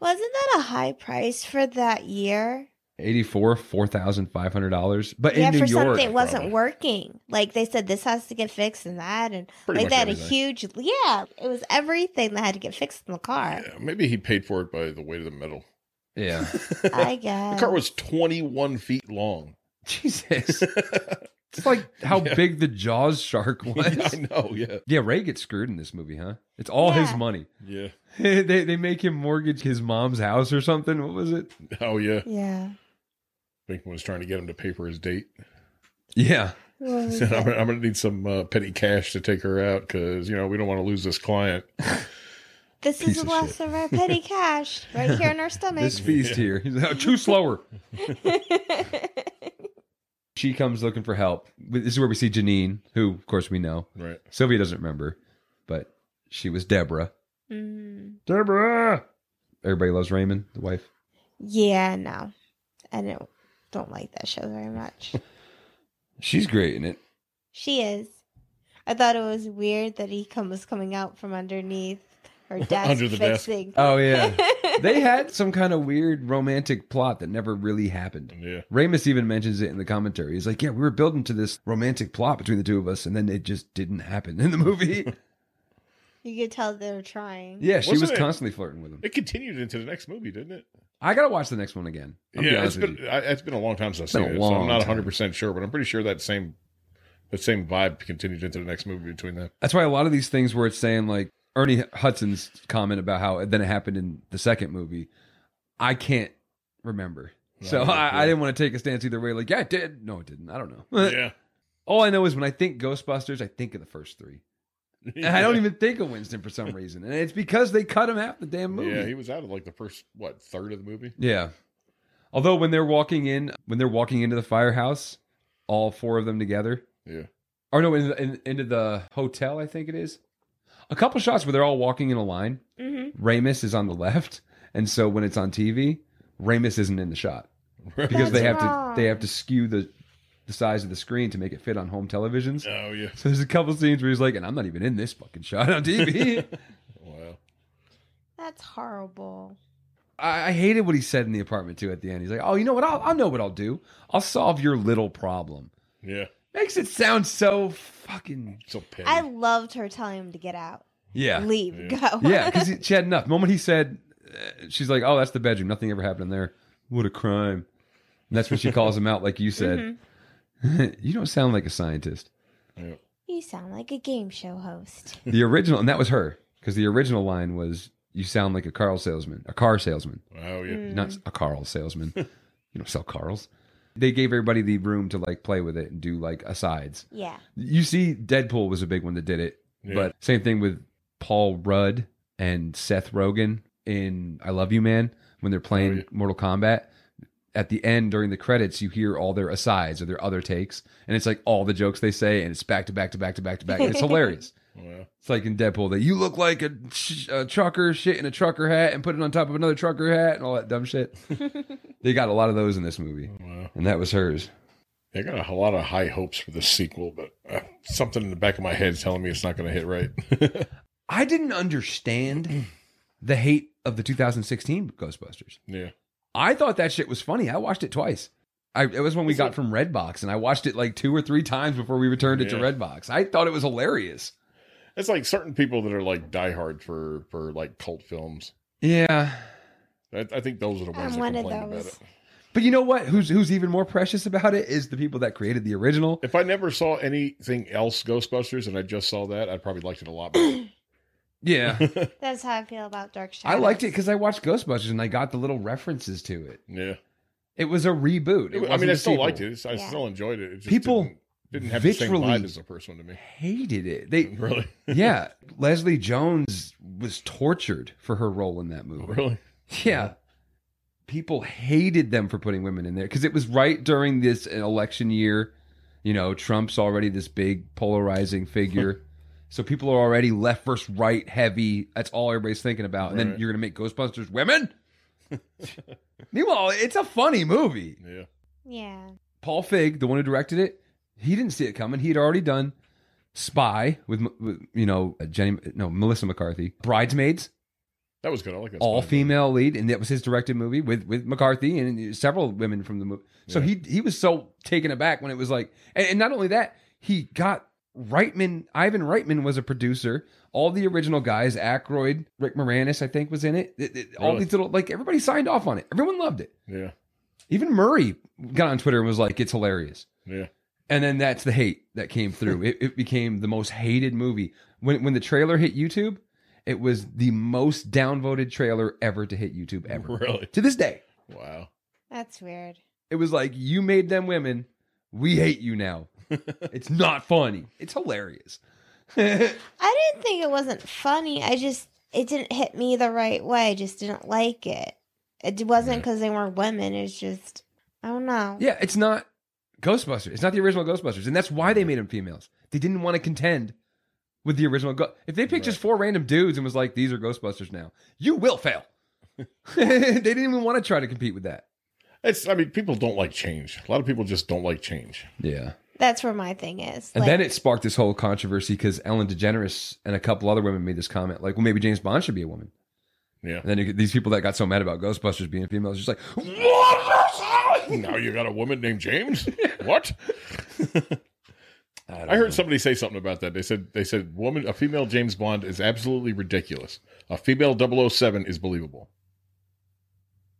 [SPEAKER 2] Wasn't that a high price for that year?
[SPEAKER 1] 84 $4,500. But
[SPEAKER 2] yeah,
[SPEAKER 1] in New
[SPEAKER 2] for
[SPEAKER 1] York,
[SPEAKER 2] something it
[SPEAKER 3] probably.
[SPEAKER 2] wasn't working. Like they said, this has to get fixed and that, and
[SPEAKER 3] Pretty
[SPEAKER 2] like
[SPEAKER 3] much
[SPEAKER 2] they had a
[SPEAKER 3] everything.
[SPEAKER 2] huge. Yeah, it was everything that had to get fixed in the car.
[SPEAKER 3] Yeah, maybe he paid for it by the weight of the metal.
[SPEAKER 1] yeah.
[SPEAKER 2] I
[SPEAKER 3] The
[SPEAKER 2] guess.
[SPEAKER 3] car was 21 feet long.
[SPEAKER 1] Jesus. It's like how
[SPEAKER 3] Yeah.
[SPEAKER 1] big the Jaws shark was.
[SPEAKER 3] I know. Yeah.
[SPEAKER 1] Yeah, Ray gets screwed in this movie, huh? It's all his
[SPEAKER 2] Yeah.
[SPEAKER 1] money.
[SPEAKER 3] Yeah.
[SPEAKER 1] they, they make him mortgage his mom's house or something. What was it?
[SPEAKER 3] Oh, yeah.
[SPEAKER 2] yeah.
[SPEAKER 3] Binkman was trying to get him to pay for his date.
[SPEAKER 1] Yeah.
[SPEAKER 2] What
[SPEAKER 3] He
[SPEAKER 2] was
[SPEAKER 3] said,
[SPEAKER 1] Mm-hmm.
[SPEAKER 3] I'm,
[SPEAKER 2] it?
[SPEAKER 3] gonna- I'm going to need some uh, petty cash to take her out because, you know, we don't want to lose this client.
[SPEAKER 2] This
[SPEAKER 3] piece
[SPEAKER 2] is the
[SPEAKER 3] of
[SPEAKER 2] last of our petty cash right here in our stomach.
[SPEAKER 1] This feast here. He's like, "Oh, too slower. She comes looking for help. This is where we see Janine, who, of course, we know.
[SPEAKER 3] Right.
[SPEAKER 1] Sylvia doesn't remember, but she was Deborah.
[SPEAKER 2] Mm.
[SPEAKER 3] Deborah!
[SPEAKER 1] Everybody loves Raymond, the wife.
[SPEAKER 2] Yeah, no, I don't don't like that show very much.
[SPEAKER 1] She's great in it.
[SPEAKER 2] She is. I thought it was weird that he come was coming out from underneath or desk
[SPEAKER 3] Under the desk.
[SPEAKER 2] fixing.
[SPEAKER 1] Oh yeah, they had some kind of weird romantic plot that never really happened.
[SPEAKER 3] Yeah.
[SPEAKER 1] Ramus even mentions it in the commentary. He's like, "Yeah, we were building to this romantic plot between the two of us, and then it just didn't happen in the movie."
[SPEAKER 2] You could tell they're trying.
[SPEAKER 1] yeah, she was
[SPEAKER 3] Wasn't it-
[SPEAKER 1] constantly flirting with him.
[SPEAKER 3] It continued into the next movie, didn't it?
[SPEAKER 1] I gotta watch the next one again. I'm
[SPEAKER 3] yeah,
[SPEAKER 1] yeah,
[SPEAKER 3] it's been I, it's been a long time since I've
[SPEAKER 1] Been
[SPEAKER 3] seen
[SPEAKER 1] a
[SPEAKER 3] it, so I'm
[SPEAKER 1] long
[SPEAKER 3] not
[SPEAKER 1] time.
[SPEAKER 3] 100 percent sure, but I'm pretty sure that same that same vibe continued into the next movie between them.
[SPEAKER 1] That's why a lot of these things where it's saying like Ernie Hudson's comment about how then it happened in the second movie, I can't remember. so
[SPEAKER 3] yeah,
[SPEAKER 1] I,
[SPEAKER 3] yeah.
[SPEAKER 1] I didn't want to take a stance either way. Like, yeah, it did. No, it didn't. I don't know.
[SPEAKER 3] yeah,
[SPEAKER 1] All I know is when I think Ghostbusters, I think of the first three. And I don't even think of Winston for some reason. And it's because they cut him out the damn movie.
[SPEAKER 3] Yeah,
[SPEAKER 1] Yeah.
[SPEAKER 3] he was out of like the first what third of the movie.
[SPEAKER 1] Although when they're walking in, when they're walking into the firehouse, all four of them together,
[SPEAKER 3] Yeah,
[SPEAKER 1] or no, in, in, into the hotel, I think it is. A couple shots where they're all walking in a line. Ramus is on the left, and so when it's on TV, Ramus isn't in the shot because they have
[SPEAKER 2] That's wrong.
[SPEAKER 1] to they have to skew the the size of the screen to make it fit on home televisions.
[SPEAKER 3] oh yeah,
[SPEAKER 1] So there's a couple scenes where he's like, and I'm not even in this fucking shot on TV.
[SPEAKER 3] wow.
[SPEAKER 2] That's horrible.
[SPEAKER 1] I, I hated what he said in the apartment too. At the end, he's like, "Oh, you know what? I'll, I'll know what I'll do. I'll solve your little problem."
[SPEAKER 3] Yeah,
[SPEAKER 1] Makes it sound so fucking
[SPEAKER 3] so petty.
[SPEAKER 2] I loved her telling him to get out,
[SPEAKER 1] yeah,
[SPEAKER 2] leave, go.
[SPEAKER 1] yeah. Because she had enough. The moment he said, uh, "She's like, oh, that's the bedroom. Nothing ever happened in there. What a crime." And that's when she calls him out, like you said. you don't sound like a scientist.
[SPEAKER 3] yeah.
[SPEAKER 2] you sound like a game show host.
[SPEAKER 1] The original, and that was her, because the original line was, "You sound like a Carl salesman, a car salesman."
[SPEAKER 3] Oh yeah,
[SPEAKER 1] not a Carl salesman. you don't sell Carls. They gave everybody the room to like play with it and do like asides.
[SPEAKER 2] Yeah.
[SPEAKER 1] You see, Deadpool was a big one that did it,
[SPEAKER 3] Yeah.
[SPEAKER 1] but same thing with Paul Rudd and Seth Rogen in I Love You Man when they're playing
[SPEAKER 3] Oh, yeah.
[SPEAKER 1] Mortal Kombat. At the end during the credits, you hear all their asides or their other takes, and it's like all the jokes they say, and it's back to back to back to back to back. and it's hilarious.
[SPEAKER 3] wow.
[SPEAKER 1] It's like in Deadpool that you look like a, sh- a trucker shit in a trucker hat and put it on top of another trucker hat and all that dumb shit. they got a lot of those in this movie,
[SPEAKER 3] Wow.
[SPEAKER 1] and that was hers.
[SPEAKER 3] Yeah, I got a lot of high hopes for this sequel, but uh, something in the back of my head is telling me it's not going to hit right.
[SPEAKER 1] I didn't understand the hate of the 2016 Ghostbusters.
[SPEAKER 3] yeah,
[SPEAKER 1] I thought that shit was funny. I watched it twice. I, it was when we got from Redbox, and I watched it like two or three times before we returned it to
[SPEAKER 3] Yeah.
[SPEAKER 1] Redbox. I thought it was hilarious.
[SPEAKER 3] it's like certain people that are like diehard for for like cult films.
[SPEAKER 1] Yeah,
[SPEAKER 3] I, I think those are the ones
[SPEAKER 2] I'm
[SPEAKER 3] that
[SPEAKER 2] one of
[SPEAKER 3] complain about
[SPEAKER 2] those.
[SPEAKER 3] it.
[SPEAKER 1] but you know what? Who's who's even more precious about it is the people that created the original.
[SPEAKER 3] If I never saw anything else Ghostbusters and I just saw that, I'd probably liked it a lot more.
[SPEAKER 1] Yeah.
[SPEAKER 2] That's how I feel about Dark Shadows.
[SPEAKER 1] I liked it because I watched Ghostbusters and I got the little references to it.
[SPEAKER 3] yeah.
[SPEAKER 1] It was a reboot. It
[SPEAKER 3] I mean,
[SPEAKER 1] wasn't
[SPEAKER 3] I
[SPEAKER 1] a
[SPEAKER 3] still
[SPEAKER 1] sequel.
[SPEAKER 3] liked it. It's- I
[SPEAKER 2] Yeah.
[SPEAKER 3] still enjoyed it. it just
[SPEAKER 1] People
[SPEAKER 3] didn't, didn't have the same
[SPEAKER 1] literally-
[SPEAKER 3] vibe as the first one to me.
[SPEAKER 1] Hated it. They
[SPEAKER 3] Really?
[SPEAKER 1] yeah. Leslie Jones was tortured for her role in that movie.
[SPEAKER 3] really?
[SPEAKER 1] Yeah. People hated them for putting women in there because it was right during this election year. You know, Trump's already this big polarizing figure. so people are already left versus right heavy. That's all everybody's thinking about. And then
[SPEAKER 3] Right.
[SPEAKER 1] you're going to make Ghostbusters women? Meanwhile, it's a funny movie.
[SPEAKER 3] Yeah.
[SPEAKER 2] Yeah.
[SPEAKER 1] Paul Fig, the one who directed it, he didn't see it coming. He had already done Spy with, with you know uh, Jenny, no Melissa McCarthy, Bridesmaids,
[SPEAKER 3] That was good. I like that.
[SPEAKER 1] all
[SPEAKER 3] Spider-Man.
[SPEAKER 1] female lead, and that was his directed movie with with McCarthy and uh, several women from the movie. So
[SPEAKER 3] Yeah.
[SPEAKER 1] he he was so taken aback when it was like, and, and not only that, he got Reitman. Ivan Reitman was a producer. All the original guys, Aykroyd, Rick Moranis, I think, was in it. It- it- All
[SPEAKER 3] Really?
[SPEAKER 1] these little like everybody signed off on it. Everyone loved it.
[SPEAKER 3] Yeah.
[SPEAKER 1] Even Murray got on Twitter and was like, "It's hilarious."
[SPEAKER 3] Yeah.
[SPEAKER 1] and then that's the hate that came through. it, it became the most hated movie. When when the trailer hit YouTube, it was the most downvoted trailer ever to hit YouTube ever.
[SPEAKER 3] Really?
[SPEAKER 1] To this day.
[SPEAKER 3] Wow.
[SPEAKER 2] That's weird.
[SPEAKER 1] It was like you made them women, we hate you now. it's not funny. It's hilarious.
[SPEAKER 2] I didn't think it wasn't funny. I just it didn't hit me the right way. I just didn't like it. It wasn't because they weren't women. It's just I don't know.
[SPEAKER 1] Mm. Yeah, it's not Ghostbusters. It's not the original Ghostbusters, and that's why they made them females. They didn't want to contend with the original. Go- if they picked just four random dudes and was like, "These are Ghostbusters now," you will fail. they didn't even want to try to compete with that.
[SPEAKER 3] It's. I mean, people don't like change. A lot of people just don't like change.
[SPEAKER 1] Yeah.
[SPEAKER 2] That's where my thing is.
[SPEAKER 1] And then it sparked this whole controversy because Ellen DeGeneres and a couple other women made this comment, like, "Well, maybe James Bond should be a woman."
[SPEAKER 3] Yeah.
[SPEAKER 1] And then you get these people that got so mad about Ghostbusters being female, it's just like, "What?"
[SPEAKER 3] now you got a woman named James? what?
[SPEAKER 1] I, don't
[SPEAKER 3] I
[SPEAKER 1] know.
[SPEAKER 3] heard somebody say something about that. They said they said woman a female James Bond is absolutely ridiculous. A female 007 is believable.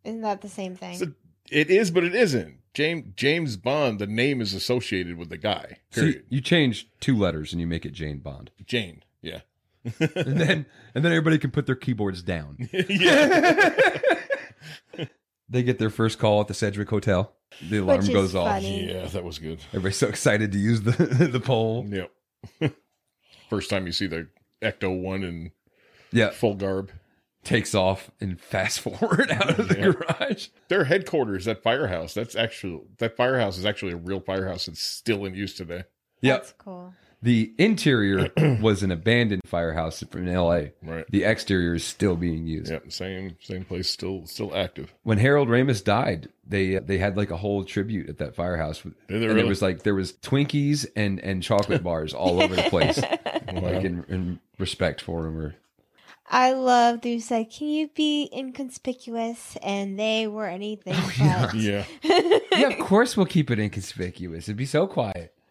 [SPEAKER 2] isn't that the same thing?
[SPEAKER 3] So it is, but it isn't. James James Bond, the name is associated with the guy.
[SPEAKER 1] So you,
[SPEAKER 3] Period.
[SPEAKER 1] you change two letters and you make it Jane Bond,
[SPEAKER 3] Jane. Yeah.
[SPEAKER 1] and then and then everybody can put their keyboards down.
[SPEAKER 3] yeah.
[SPEAKER 1] They get their first call at the Sedgwick Hotel. The alarm
[SPEAKER 2] Which is
[SPEAKER 1] goes off.
[SPEAKER 2] funny.
[SPEAKER 3] Yeah, that was good.
[SPEAKER 1] Everybody's so excited to use the the poll.
[SPEAKER 3] Yep. First time you see the Ecto one in
[SPEAKER 1] Yeah,
[SPEAKER 3] full garb.
[SPEAKER 1] takes off and fast forward out of the
[SPEAKER 3] Yeah.
[SPEAKER 1] garage.
[SPEAKER 3] Their headquarters, that firehouse, that's actually that firehouse is actually a real firehouse that's still in use today.
[SPEAKER 1] Yep.
[SPEAKER 2] That's cool.
[SPEAKER 1] The interior was an abandoned firehouse from L.A.
[SPEAKER 3] Right.
[SPEAKER 1] The exterior is still being used.
[SPEAKER 3] Yep. Same same place, still still active.
[SPEAKER 1] When Harold Ramis died, they they had like a whole tribute at that firehouse, and
[SPEAKER 3] they
[SPEAKER 1] there
[SPEAKER 3] really?
[SPEAKER 1] was like there was Twinkies and and chocolate bars all over the place, like in, in respect for him. Or
[SPEAKER 2] I love who said, "Can you be inconspicuous?" And they were anything
[SPEAKER 1] Oh,
[SPEAKER 2] but.
[SPEAKER 3] Yeah.
[SPEAKER 1] yeah, of course we'll keep it inconspicuous. It'd be so quiet.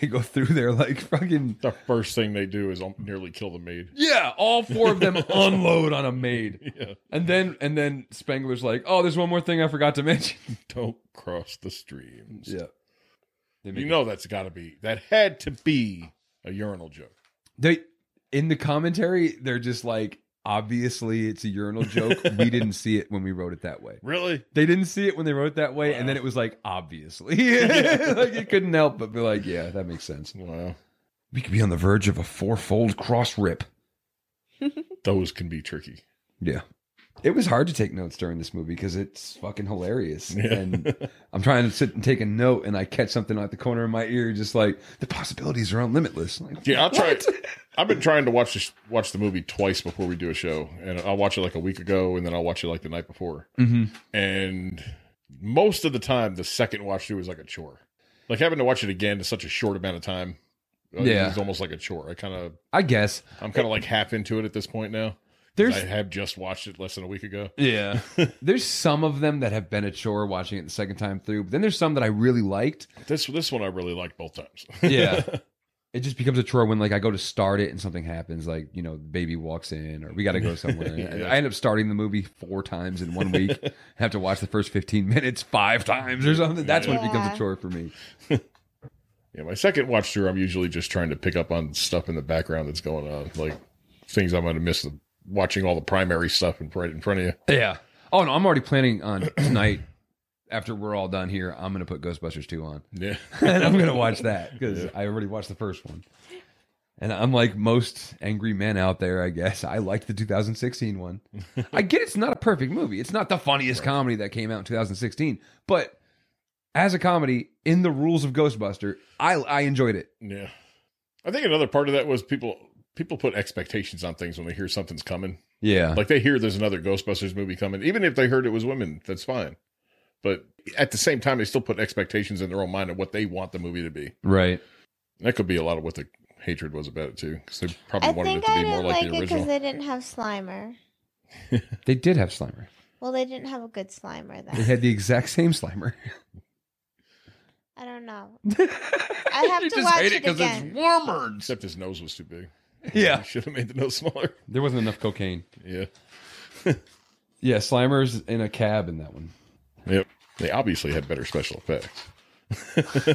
[SPEAKER 1] They go through there like fucking
[SPEAKER 3] The first thing they do is al- nearly kill the maid.
[SPEAKER 1] yeah. All four of them unload on a maid,
[SPEAKER 3] Yeah.
[SPEAKER 1] and then and then Spengler's like, oh, there's one more thing I forgot to mention.
[SPEAKER 3] Don't cross the streams.
[SPEAKER 1] They make
[SPEAKER 3] You know that's got to be that had to be a urinal joke.
[SPEAKER 1] they in the commentary they're just like obviously it's a urinal joke we didn't see it when we wrote it that way
[SPEAKER 3] Really?
[SPEAKER 1] they didn't see it when they wrote it that way and then it was like obviously like you couldn't help but be like yeah that makes sense
[SPEAKER 3] Wow.
[SPEAKER 1] we could be on the verge of a fourfold cross rip
[SPEAKER 3] Those can be tricky.
[SPEAKER 1] yeah it was hard to take notes during this movie because it's fucking hilarious
[SPEAKER 3] Yeah.
[SPEAKER 1] and i'm trying to sit and take a note and i catch something out the corner of my ear just like the possibilities are unlimitless like,
[SPEAKER 3] Yeah, I'll try. I've been trying to watch this, watch the movie twice before we do a show, and I'll watch it like a week ago, and then I'll watch it like the night before.
[SPEAKER 1] Mhm.
[SPEAKER 3] And most of the time, the second watch through is like a chore. Like having to watch it again in such a short amount of time. uh,
[SPEAKER 1] Yeah.
[SPEAKER 3] is almost like a chore. I kind of,
[SPEAKER 1] i guess
[SPEAKER 3] I'm kind of like half into it at this point now. 'cause
[SPEAKER 1] there's
[SPEAKER 3] I have just watched it less than a week ago.
[SPEAKER 1] Yeah. there's some of them that have been a chore watching it the second time through, but then there's some that I really liked.
[SPEAKER 3] This this one I really liked both times.
[SPEAKER 1] Yeah. it just becomes a chore when like I go to start it and something happens, like, you know, the baby walks in or we gotta go somewhere. And I end up starting the movie four times in one week, have to watch the first fifteen minutes five times or something. That's when it becomes
[SPEAKER 2] Yeah.
[SPEAKER 1] a chore for me.
[SPEAKER 3] Yeah, my second watch through, I'm usually just trying to pick up on stuff in the background that's going on, like things I'm going to miss. The, watching all the primary stuff in, right in front of you.
[SPEAKER 1] Yeah. Oh no, I'm already planning on tonight. After we're all done here, I'm gonna put Ghostbusters 2 on.
[SPEAKER 3] Yeah,
[SPEAKER 1] and I'm gonna watch that because I already watched the first one. And I'm like most angry men out there, I guess. I liked the 2016 one. I get it's not a perfect movie. It's not the funniest comedy that came out in 2016, but as a comedy in the rules of Ghostbuster, I I enjoyed it.
[SPEAKER 3] yeah. I think another part of that was people people put expectations on things when they hear something's coming.
[SPEAKER 1] Yeah.
[SPEAKER 3] Like they hear there's another Ghostbusters movie coming, even if they heard it was women, that's fine. But at the same time, they still put expectations in their own mind of what they want the movie to be.
[SPEAKER 1] right.
[SPEAKER 3] And that could be a lot of what the hatred was about it too, because they probably
[SPEAKER 2] I
[SPEAKER 3] wanted it
[SPEAKER 2] think
[SPEAKER 3] to
[SPEAKER 2] I
[SPEAKER 3] be more
[SPEAKER 2] didn't
[SPEAKER 3] like,
[SPEAKER 2] like
[SPEAKER 3] the
[SPEAKER 2] it because
[SPEAKER 3] original.
[SPEAKER 2] they didn't have Slimer.
[SPEAKER 1] They did have Slimer.
[SPEAKER 2] Well, they didn't have a good Slimer
[SPEAKER 1] They
[SPEAKER 2] then.
[SPEAKER 1] had the exact same Slimer.
[SPEAKER 2] I don't know. I have
[SPEAKER 1] You
[SPEAKER 2] to
[SPEAKER 1] just
[SPEAKER 2] watch
[SPEAKER 1] hate
[SPEAKER 2] it,
[SPEAKER 1] it 'cause it's
[SPEAKER 2] again.
[SPEAKER 3] warmer. Except his nose was too big.
[SPEAKER 1] Yeah.
[SPEAKER 3] should have made the nose smaller.
[SPEAKER 1] There wasn't enough cocaine.
[SPEAKER 3] Yeah.
[SPEAKER 1] Yeah, Slimer's in a cab in that one.
[SPEAKER 3] Yep. They obviously had better special effects.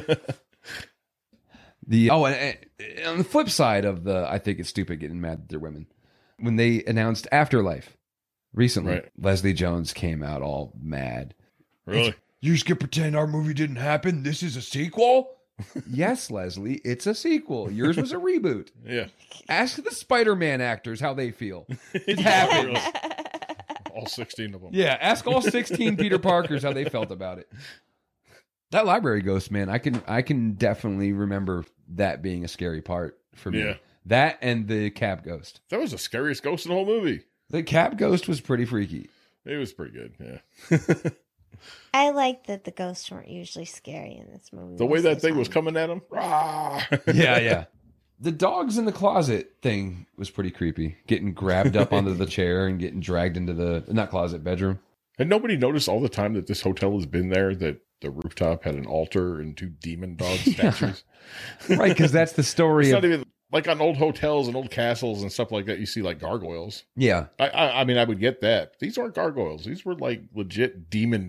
[SPEAKER 1] The oh, and, and on the flip side of the, I think it's stupid getting mad that they're women. When they announced Afterlife recently,
[SPEAKER 3] Right.
[SPEAKER 1] Leslie Jones came out all mad.
[SPEAKER 3] Really?
[SPEAKER 1] You're just gonna pretend our movie didn't happen. This is a sequel. yes, Leslie, it's a sequel. Yours was a reboot.
[SPEAKER 3] Yeah.
[SPEAKER 1] Ask the Spider-Man actors how they feel. It happened.
[SPEAKER 3] All 16 of them.
[SPEAKER 1] Yeah, ask all 16 Peter Parkers how they felt about it. That library ghost, man, I can I can definitely remember that being a scary part for me.
[SPEAKER 3] Yeah.
[SPEAKER 1] That and the cab ghost.
[SPEAKER 3] That was the scariest ghost in the whole movie.
[SPEAKER 1] The cab ghost was pretty freaky.
[SPEAKER 3] It was pretty good. Yeah.
[SPEAKER 2] I like that the ghosts weren't usually scary in this movie.
[SPEAKER 3] The way
[SPEAKER 2] Most
[SPEAKER 3] that
[SPEAKER 2] of the
[SPEAKER 3] thing was
[SPEAKER 2] time.
[SPEAKER 3] coming at him. Rah!
[SPEAKER 1] yeah, yeah. The dogs in the closet thing was pretty creepy. Getting grabbed up onto the chair and getting dragged into the not closet bedroom.
[SPEAKER 3] And nobody noticed all the time that this hotel has been there that the rooftop had an altar and two demon dog
[SPEAKER 1] Yeah.
[SPEAKER 3] statues.
[SPEAKER 1] Right, because that's the
[SPEAKER 3] It's
[SPEAKER 1] story
[SPEAKER 3] not
[SPEAKER 1] of
[SPEAKER 3] even like on old hotels and old castles and stuff like that. You see like gargoyles.
[SPEAKER 1] yeah,
[SPEAKER 3] I, I, I mean, I would get that. These aren't gargoyles. These were like legit demon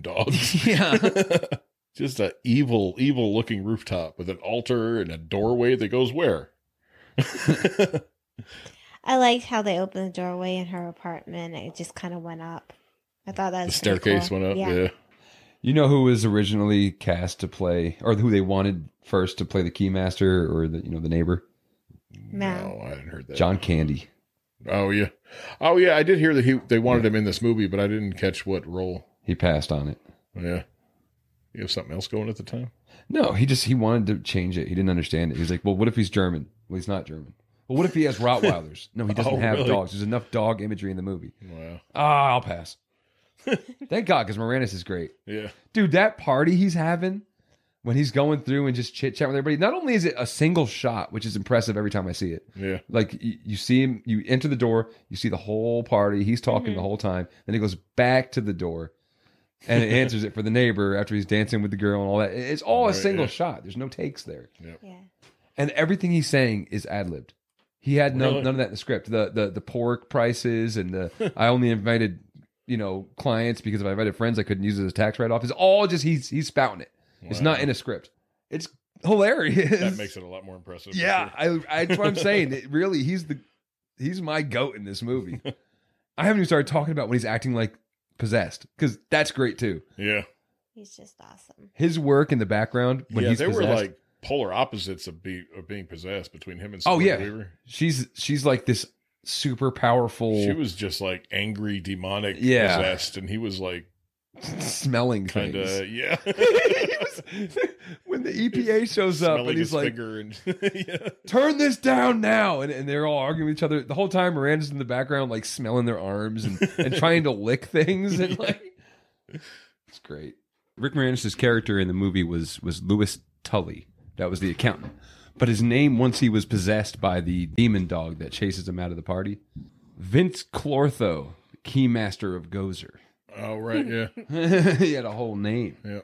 [SPEAKER 3] dogs.
[SPEAKER 1] yeah.
[SPEAKER 3] Just a evil, evil looking rooftop with an altar and a doorway that goes where?
[SPEAKER 2] I liked how they opened the doorway in her apartment. It just kind of went up. I thought that
[SPEAKER 3] The
[SPEAKER 2] was pretty
[SPEAKER 3] staircase
[SPEAKER 2] cool.
[SPEAKER 3] went up.
[SPEAKER 2] Yeah.
[SPEAKER 3] Yeah.
[SPEAKER 1] You know who was originally cast to play, or who they wanted first to play the keymaster, or the you know the neighbor,
[SPEAKER 2] No.
[SPEAKER 3] No, I hadn't heard that.
[SPEAKER 1] John Candy.
[SPEAKER 3] Oh yeah. Oh yeah. I did hear that he they wanted him in this movie, but I didn't catch what role.
[SPEAKER 1] He passed on it.
[SPEAKER 3] Yeah. You have something else going at the time?
[SPEAKER 1] No, he just he wanted to change it. He didn't understand it. He was like, "Well, what if he's German? Well, he's not German. Well, what if he has Rottweilers? No, he doesn't
[SPEAKER 3] Oh,
[SPEAKER 1] have
[SPEAKER 3] really?
[SPEAKER 1] dogs. There's enough dog imagery in the movie.
[SPEAKER 3] Wow.
[SPEAKER 1] Ah, I'll pass. Thank God, because Moranis is great,
[SPEAKER 3] Yeah.
[SPEAKER 1] dude. That party he's having when he's going through and just chit chat with everybody. Not only is it a single shot, which is impressive every time I see it.
[SPEAKER 3] Yeah.
[SPEAKER 1] Like you, you see him, you enter the door, you see the whole party. He's talking
[SPEAKER 3] Mm-hmm.
[SPEAKER 1] the whole time. Then he goes back to the door, and it answers it for the neighbor after he's dancing with the girl and all that. It's all a
[SPEAKER 3] Right,
[SPEAKER 1] single
[SPEAKER 3] yeah.
[SPEAKER 1] shot. There's no takes there,
[SPEAKER 2] Yeah.
[SPEAKER 1] and everything he's saying is ad libbed. He had no,
[SPEAKER 3] Really?
[SPEAKER 1] none of that in the script. The the the pork prices and the I only invited you know clients because if I invited friends I couldn't use it as a tax write off. It's all just he's he's spouting it. It's
[SPEAKER 3] Wow.
[SPEAKER 1] not in a script. It's hilarious.
[SPEAKER 3] That makes it a lot more impressive. for
[SPEAKER 1] Yeah,
[SPEAKER 3] sure.
[SPEAKER 1] I, I, that's what I'm saying. It really, he's the he's my goat in this movie. I haven't even started talking about when he's acting like possessed because that's great too.
[SPEAKER 3] Yeah.
[SPEAKER 2] He's just awesome.
[SPEAKER 1] His work in the background when
[SPEAKER 3] yeah.
[SPEAKER 1] he's
[SPEAKER 3] They
[SPEAKER 1] possessed.
[SPEAKER 3] were like polar opposites of, be, of being possessed between him and
[SPEAKER 1] Oh,
[SPEAKER 3] Sigourney
[SPEAKER 1] yeah.
[SPEAKER 3] Weaver.
[SPEAKER 1] she's she's like this super powerful
[SPEAKER 3] She was just like angry, demonic,
[SPEAKER 1] Oh. Yeah.
[SPEAKER 3] possessed, and he was like
[SPEAKER 1] smelling
[SPEAKER 3] kind
[SPEAKER 1] things.
[SPEAKER 3] of yeah.
[SPEAKER 1] He was- when the EPA shows up and
[SPEAKER 3] Smelling
[SPEAKER 1] he's
[SPEAKER 3] his
[SPEAKER 1] like,
[SPEAKER 3] finger and yeah.
[SPEAKER 1] "Turn this down now," and, and they're all arguing with each other the whole time. Miranda's in the background, like smelling their arms and, and trying to lick things, and like It's great. Rick Moranis' character in the movie was was Louis Tully. That was the accountant. But his name, once he was possessed by the demon dog that chases him out of the party, Vince Clortho, keymaster of Gozer.
[SPEAKER 3] Oh right, yeah.
[SPEAKER 1] he had a whole name.
[SPEAKER 3] Yeah.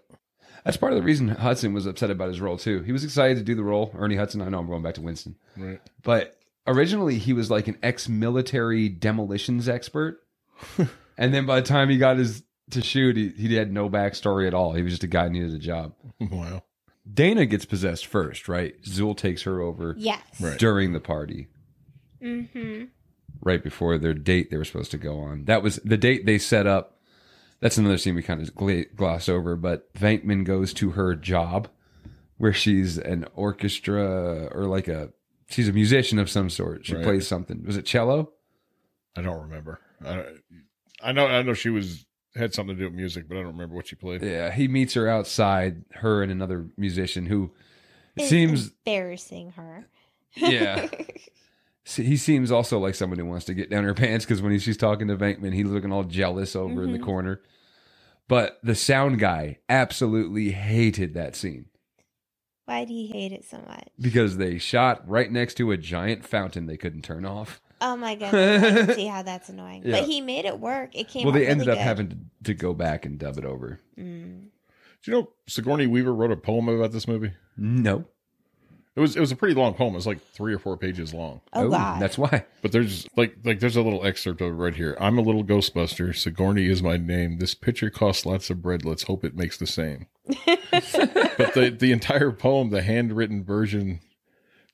[SPEAKER 1] That's part of the reason Hudson was upset about his role too. He was excited to do the role. Ernie Hudson. I know I'm going back to Winston,
[SPEAKER 3] Right.
[SPEAKER 1] but originally he was like an ex-military demolitions expert, and then by the time he got his to shoot, he, he had no backstory at all. He was just a guy who needed a job.
[SPEAKER 3] Wow.
[SPEAKER 1] Dana gets possessed first, right? Zool takes her over
[SPEAKER 2] Yes.
[SPEAKER 3] Right.
[SPEAKER 1] during the party,
[SPEAKER 2] Mm-hmm.
[SPEAKER 1] right before their date they were supposed to go on. That was the date they set up. That's another scene we kind of gla- gloss over, but Venkman goes to her job where she's an orchestra or like a she's a musician of some sort. She
[SPEAKER 3] Right.
[SPEAKER 1] plays something. Was it cello?
[SPEAKER 3] I don't remember. I, I know I know she was had something to do with music, but I don't remember what she played.
[SPEAKER 1] Yeah, he meets her outside, her and another musician who it
[SPEAKER 2] Eh.
[SPEAKER 1] seems
[SPEAKER 2] embarrassing her.
[SPEAKER 1] Yeah. Se- he seems also like someone who wants to get down her pants because when he, she's talking to Venkman, he's looking all jealous over in the
[SPEAKER 2] Mhm.
[SPEAKER 1] corner. But the sound guy absolutely hated that scene
[SPEAKER 2] Why do you hate it so much?
[SPEAKER 1] because they shot right next to a giant fountain they couldn't turn off.
[SPEAKER 2] Oh my goodness. I can see how that's annoying.
[SPEAKER 1] Yeah.
[SPEAKER 2] But he made it work. It came
[SPEAKER 1] well, they
[SPEAKER 2] out
[SPEAKER 1] ended
[SPEAKER 2] really
[SPEAKER 1] up
[SPEAKER 2] good.
[SPEAKER 1] having to, to go back and dub it over.
[SPEAKER 2] Mm.
[SPEAKER 3] Do you know Sigourney Weaver wrote a poem about this movie?
[SPEAKER 1] No.
[SPEAKER 3] It was it was a pretty long poem. It was like three or four pages long.
[SPEAKER 2] Oh, God.
[SPEAKER 1] That's why.
[SPEAKER 3] But there's like like there's a little excerpt of it right here. I'm a little Ghostbuster. Sigourney is my name. This picture costs lots of bread. Let's hope it makes the same. but the the entire poem, the handwritten version,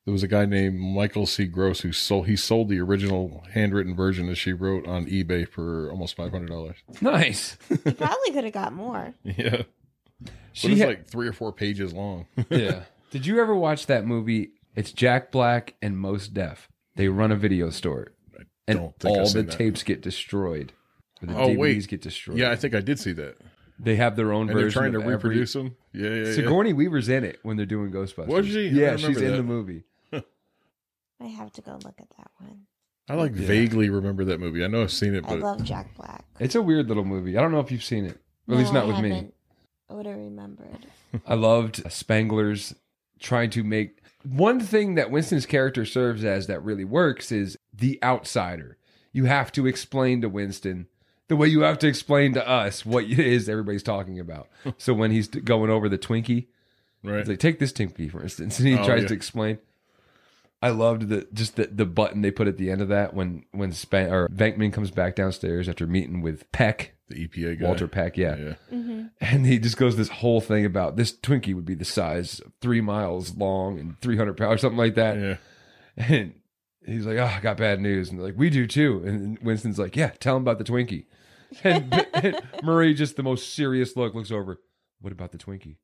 [SPEAKER 3] there was a guy named Michael C. Gross who sold he sold the original handwritten version that she wrote on eBay for almost five hundred dollars.
[SPEAKER 1] Nice.
[SPEAKER 2] You probably could have got more.
[SPEAKER 3] Yeah. But
[SPEAKER 1] She
[SPEAKER 3] it's
[SPEAKER 1] ha-
[SPEAKER 3] like three or four pages long.
[SPEAKER 1] yeah. Did you ever watch that movie? It's Jack Black and Most Deaf. They run a video store, and
[SPEAKER 3] don't think I've
[SPEAKER 1] all the
[SPEAKER 3] seen that.
[SPEAKER 1] tapes get destroyed. Or the
[SPEAKER 3] Oh,
[SPEAKER 1] DVDs
[SPEAKER 3] wait.
[SPEAKER 1] get destroyed.
[SPEAKER 3] yeah, I think I did see that.
[SPEAKER 1] they have their own
[SPEAKER 3] And
[SPEAKER 1] version.
[SPEAKER 3] they're trying to
[SPEAKER 1] of every-
[SPEAKER 3] reproduce them. Yeah, yeah, yeah.
[SPEAKER 1] Sigourney Weaver's in it when they're doing Ghostbusters.
[SPEAKER 3] Was she? I
[SPEAKER 1] Yeah,
[SPEAKER 3] remember
[SPEAKER 1] she's in
[SPEAKER 3] that.
[SPEAKER 1] the movie.
[SPEAKER 2] I have to go look at that one.
[SPEAKER 3] I like
[SPEAKER 1] Yeah.
[SPEAKER 3] vaguely remember that movie. I know I've seen it,
[SPEAKER 2] I
[SPEAKER 3] but
[SPEAKER 2] love Jack Black.
[SPEAKER 1] It's a weird little movie. I don't know if you've seen it. At least
[SPEAKER 2] No,
[SPEAKER 1] not
[SPEAKER 2] I
[SPEAKER 1] with me.
[SPEAKER 2] haven't. I would have remembered.
[SPEAKER 1] I loved Spangler's trying to make one thing that Winston's character serves as that really works is the outsider. You have to explain to Winston the way you have to explain to us what it is everybody's talking about. so when he's going over the Twinkie,
[SPEAKER 3] Right.
[SPEAKER 1] he's like, take this Twinkie, for instance, and he
[SPEAKER 3] Oh,
[SPEAKER 1] tries
[SPEAKER 3] yeah.
[SPEAKER 1] to explain. I loved the just the, the button they put at the end of that when when Span- or Bankman comes back downstairs after meeting with Peck,
[SPEAKER 3] the EPA guy.
[SPEAKER 1] Walter Peck, yeah.
[SPEAKER 3] Yeah.
[SPEAKER 2] Mm-hmm.
[SPEAKER 1] And he just goes this whole thing about this Twinkie would be the size of three miles long and 300 pounds, something like that.
[SPEAKER 3] Yeah.
[SPEAKER 1] And he's like, Oh, I got bad news. And they're like, We do too. And Winston's like, Yeah, tell him about the Twinkie. And, and Murray, just the most serious look, looks over, What about the Twinkie?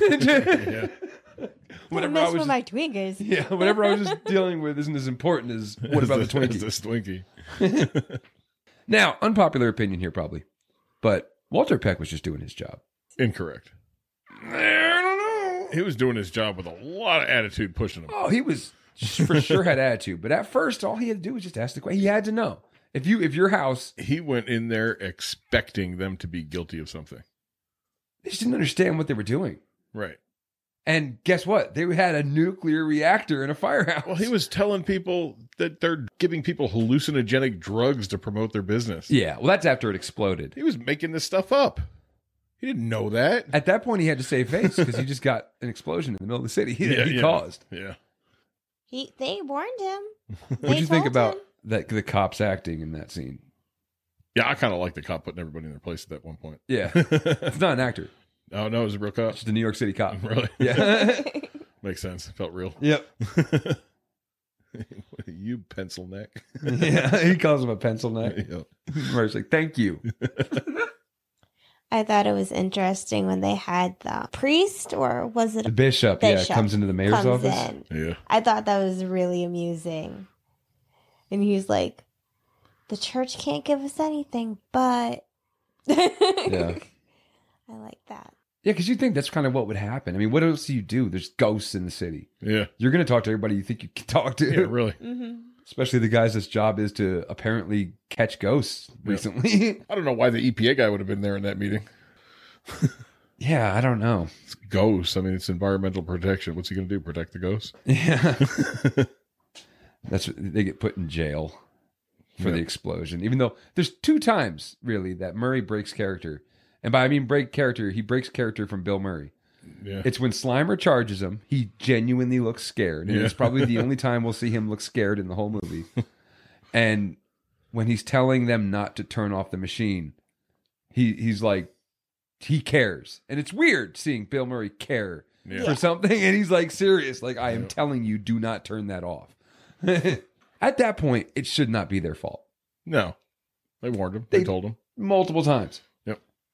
[SPEAKER 3] Yeah.
[SPEAKER 1] whatever, I
[SPEAKER 2] mess
[SPEAKER 1] was
[SPEAKER 2] with
[SPEAKER 1] just,
[SPEAKER 2] my tweakers.
[SPEAKER 1] yeah, whatever I was just dealing with isn't as important as what about the
[SPEAKER 3] It's
[SPEAKER 1] Twinkie?
[SPEAKER 3] it's This Twinkie.
[SPEAKER 1] Now, unpopular opinion here, probably, but Walter Peck was just doing his job.
[SPEAKER 3] Incorrect. He was doing his job with a lot of attitude pushing him.
[SPEAKER 1] Oh, he was for sure had attitude. But at first, all he had to do was just ask the question. He had to know if you if your house.
[SPEAKER 3] He went in there expecting them to be guilty of something.
[SPEAKER 1] They just didn't understand what they were doing.
[SPEAKER 3] Right.
[SPEAKER 1] And guess what? They had a nuclear reactor in a firehouse.
[SPEAKER 3] Well, he was telling people that they're giving people hallucinogenic drugs to promote their business.
[SPEAKER 1] Yeah. Well, that's after it exploded.
[SPEAKER 3] He was making this stuff up. He didn't know that.
[SPEAKER 1] At that point, he had to save face because he just got an explosion in the middle of the city that
[SPEAKER 3] Yeah,
[SPEAKER 1] he
[SPEAKER 3] yeah.
[SPEAKER 1] caused.
[SPEAKER 3] Yeah.
[SPEAKER 2] He, they warned him.
[SPEAKER 1] What do you think
[SPEAKER 2] told
[SPEAKER 1] about
[SPEAKER 2] him.
[SPEAKER 1] that? The cops acting in that scene.
[SPEAKER 3] Yeah, I kind of like the cop putting everybody in their place at that one point.
[SPEAKER 1] Yeah, it's not an actor.
[SPEAKER 3] Oh, no, it was a real cop.
[SPEAKER 1] It's the New York City cop.
[SPEAKER 3] Really?
[SPEAKER 1] Yeah.
[SPEAKER 3] Makes sense. Felt real.
[SPEAKER 1] yep.
[SPEAKER 3] you pencil neck.
[SPEAKER 1] Yeah. He calls him a pencil neck.
[SPEAKER 3] Yeah.
[SPEAKER 1] Murray's like, "Thank you."
[SPEAKER 2] I thought it was interesting when they had the priest, or was it
[SPEAKER 1] The
[SPEAKER 2] a
[SPEAKER 1] bishop, yeah,
[SPEAKER 2] Bishop
[SPEAKER 1] comes into the mayor's
[SPEAKER 2] comes
[SPEAKER 1] office.
[SPEAKER 2] in?
[SPEAKER 3] Yeah.
[SPEAKER 2] I thought that was really amusing. And he was like, the church can't give us anything, but. yeah. I like that.
[SPEAKER 1] Yeah, because you think that's kind of what would happen. I mean, what else do you do? There's ghosts in the city.
[SPEAKER 3] Yeah.
[SPEAKER 1] You're going to talk to everybody you think you can talk to,
[SPEAKER 3] Yeah, really.
[SPEAKER 2] Mm-hmm.
[SPEAKER 1] especially the guys whose job is to apparently catch ghosts recently.
[SPEAKER 3] I don't know why the EPA guy would have been there in that meeting.
[SPEAKER 1] yeah, I don't know.
[SPEAKER 3] It's ghosts. I mean, it's environmental protection. What's he going to do? Protect the ghosts?
[SPEAKER 1] Yeah. that's what- they get put in jail for the
[SPEAKER 3] Yeah.
[SPEAKER 1] explosion, even though there's two times really that Murray breaks character. And by I mean break character, he breaks character from Bill Murray.
[SPEAKER 3] Yeah.
[SPEAKER 1] It's when Slimer charges him. He genuinely looks scared. And
[SPEAKER 3] Yeah.
[SPEAKER 1] it's probably the only time we'll see him look scared in the whole movie. and when he's telling them not to turn off the machine, he he's like he cares. And it's weird seeing Bill Murray care
[SPEAKER 3] Yeah.
[SPEAKER 1] for something and he's like serious like I am
[SPEAKER 3] Yeah.
[SPEAKER 1] telling you do not turn that off. At that point, it should not be their fault.
[SPEAKER 3] No. They warned him. They,
[SPEAKER 1] They-
[SPEAKER 3] told him.
[SPEAKER 1] Multiple times.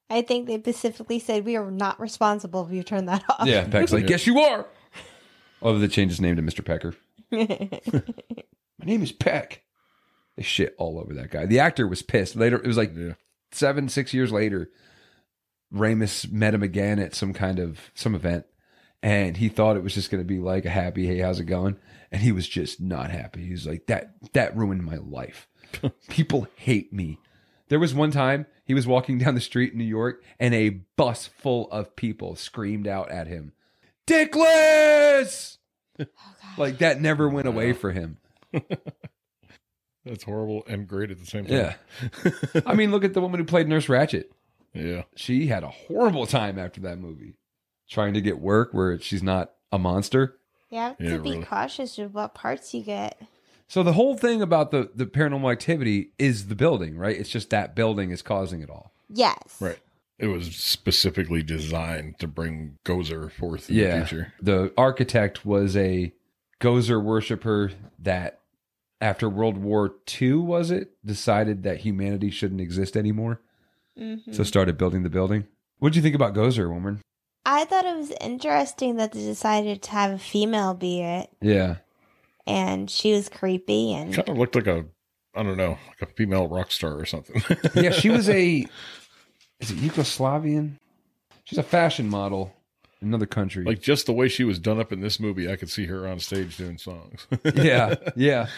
[SPEAKER 2] I think they specifically said we are not responsible if you turn that off.
[SPEAKER 1] Yeah, Peck's like,
[SPEAKER 3] Yeah.
[SPEAKER 1] "Yes you are." Although they changed his name to Mr. Pecker.
[SPEAKER 2] Oh,
[SPEAKER 1] My name is Peck. They shit all over that guy. The actor was pissed. Later, it was like
[SPEAKER 3] Yeah.
[SPEAKER 1] seven, six years later. Ramus met him again at some kind of some event, and he thought it was just going to be like a happy, hey, how's it going? And he was just not happy. He was like that. That ruined my life. People hate me. There was one time he was walking down the street in New York, and a bus full of people screamed out at him, "Dickless!" like that never went away for him.
[SPEAKER 3] That's horrible and great at the same time.
[SPEAKER 1] Yeah. I mean, look at the woman who played Nurse Ratchet.
[SPEAKER 3] Yeah.
[SPEAKER 1] She had a horrible time after that movie, trying to get work where she's not a monster.
[SPEAKER 2] You have
[SPEAKER 3] Yeah,
[SPEAKER 2] to be
[SPEAKER 3] really.
[SPEAKER 2] cautious with what parts you get.
[SPEAKER 1] So the whole thing about the the paranormal activity is the building, right? It's just that building is causing it all.
[SPEAKER 2] Yes.
[SPEAKER 3] Right. It was specifically designed to bring Gozer forth in the future.
[SPEAKER 1] The architect was a Gozer worshiper that after World War II was it decided that humanity shouldn't exist anymore,
[SPEAKER 2] Mhm.
[SPEAKER 1] so started building the building. What do you think about Gozer, woman?
[SPEAKER 2] I thought it was interesting that they decided to have a female be it,
[SPEAKER 1] Yeah.
[SPEAKER 2] and she was creepy and
[SPEAKER 3] Kind of looked like a, I don't know, like a female rock star or something.
[SPEAKER 1] yeah, she was a is it Yugoslavian? She's a fashion model in another country.
[SPEAKER 3] like just the way she was done up in this movie, I could see her on stage doing songs.
[SPEAKER 1] yeah, yeah.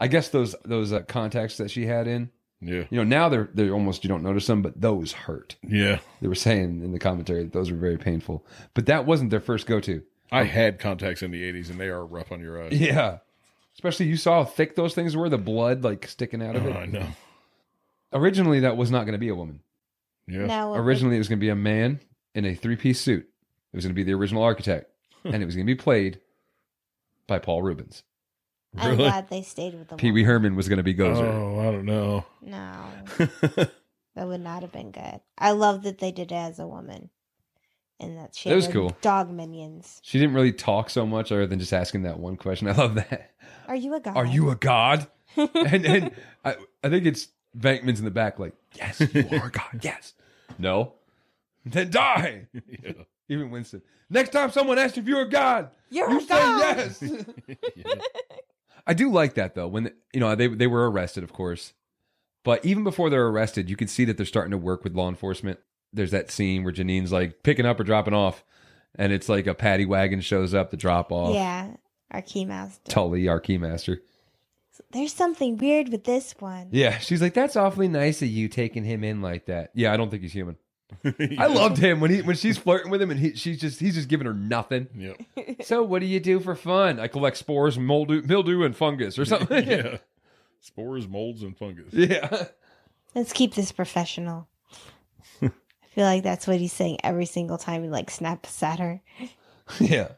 [SPEAKER 1] I guess those those uh, contacts that she had in
[SPEAKER 3] Yeah.
[SPEAKER 1] You know, now they're they're almost you don't notice them, but those hurt.
[SPEAKER 3] Yeah.
[SPEAKER 1] They were saying in the commentary that those were very painful, but that wasn't their first go to.
[SPEAKER 3] I had contacts in the 80s and they are rough on your eyes.
[SPEAKER 1] Yeah, especially you saw how thick those things were, the blood like sticking out of
[SPEAKER 3] Oh,
[SPEAKER 1] it.
[SPEAKER 3] I know.
[SPEAKER 1] Originally, that was not going to be a woman.
[SPEAKER 3] Yeah.
[SPEAKER 2] Now, it was-
[SPEAKER 1] Originally, it was going to be a man in a three piece suit. It was going to be the original architect, and it was going to be played by Paul Rubens.
[SPEAKER 2] I'm glad they stayed with the
[SPEAKER 1] Pee Wee Herman was going to be Gozer.
[SPEAKER 3] Oh, I don't know.
[SPEAKER 2] woman. No, that would not have been good. I love that they did it as a woman, and that she
[SPEAKER 1] That
[SPEAKER 2] had
[SPEAKER 1] was
[SPEAKER 2] her
[SPEAKER 1] cool.
[SPEAKER 2] Dog minions.
[SPEAKER 1] She didn't really talk so much other than just asking that one question. I love that.
[SPEAKER 2] Are you a god?
[SPEAKER 1] Are you a god? and and I, I think it's Bankman's in the back, like, yes, you are a god. Yes. No. Then die.
[SPEAKER 3] yeah.
[SPEAKER 1] Even Winston. Next time someone asks if you're a god,
[SPEAKER 2] You're
[SPEAKER 1] you
[SPEAKER 2] a
[SPEAKER 1] say
[SPEAKER 2] god.
[SPEAKER 1] yes.
[SPEAKER 3] Yeah.
[SPEAKER 1] I do like that though. When you know they they were arrested, of course, but even before they're arrested, you can see that they're starting to work with law enforcement. There's that scene where Janine's like picking up or dropping off, and it's like a paddy wagon shows up to drop off.
[SPEAKER 2] Yeah, our key master.
[SPEAKER 1] Tully, our key master.
[SPEAKER 2] There's something weird with this one.
[SPEAKER 1] Yeah, she's like, "That's awfully nice of you taking him in like that." Yeah, I don't think he's human. I loved him when he when she's flirting with him and he, she's just he's just giving her nothing.
[SPEAKER 3] Yep.
[SPEAKER 1] So what do you do for fun? I collect spores, mildew, mildew, and fungus or something.
[SPEAKER 3] yeah. Spores, molds, and fungus.
[SPEAKER 1] yeah.
[SPEAKER 2] Let's keep this professional. I feel like that's what he's saying every single time he like snaps at her.
[SPEAKER 1] Yeah.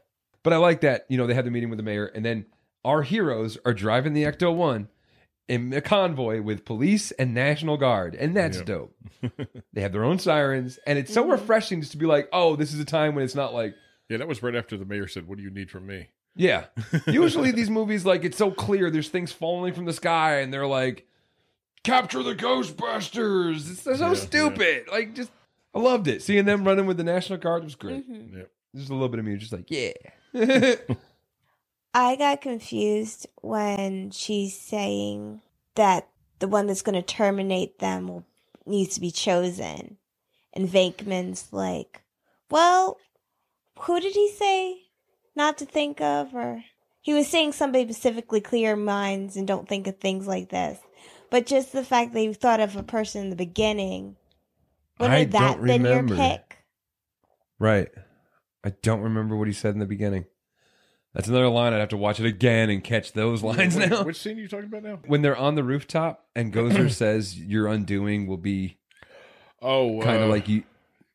[SPEAKER 1] But I like that, you know, they had the meeting with the mayor, and then our heroes are driving the Ecto 1 in a convoy with police and National Guard. And that's
[SPEAKER 3] Yeah.
[SPEAKER 1] dope. they have their own sirens, and it's so refreshing just to be like, oh, this is a time when it's not like,
[SPEAKER 3] Yeah, that was right after the mayor said, What do you need from me?
[SPEAKER 1] yeah. Usually these movies, like, it's so clear there's things falling from the sky, and they're like, capture the Ghostbusters. It's so
[SPEAKER 3] Yeah, yeah.
[SPEAKER 1] stupid. Like, just, I loved it. Seeing them running with the National Guard was great.
[SPEAKER 3] Yep.
[SPEAKER 1] Just a little bit of me just like, yeah.
[SPEAKER 2] I got confused when she's saying that the one that's going to terminate them will, needs to be chosen. And Vankman's like, well, who did he say not to think of? Or he was saying somebody specifically clear minds and don't think of things like this. But just the fact that you thought of a person in the beginning,
[SPEAKER 1] I
[SPEAKER 2] wouldn't that
[SPEAKER 1] don't
[SPEAKER 2] been your
[SPEAKER 1] remember.
[SPEAKER 2] pick?
[SPEAKER 1] Right. I don't remember what he said in the beginning. That's another line. I'd have to watch it again and catch those lines
[SPEAKER 3] Wait,
[SPEAKER 1] now.
[SPEAKER 3] Which scene are you talking about now?
[SPEAKER 1] When they're on the rooftop and Gozer says your undoing will be
[SPEAKER 3] Oh,
[SPEAKER 1] kind
[SPEAKER 3] uh,
[SPEAKER 1] of like you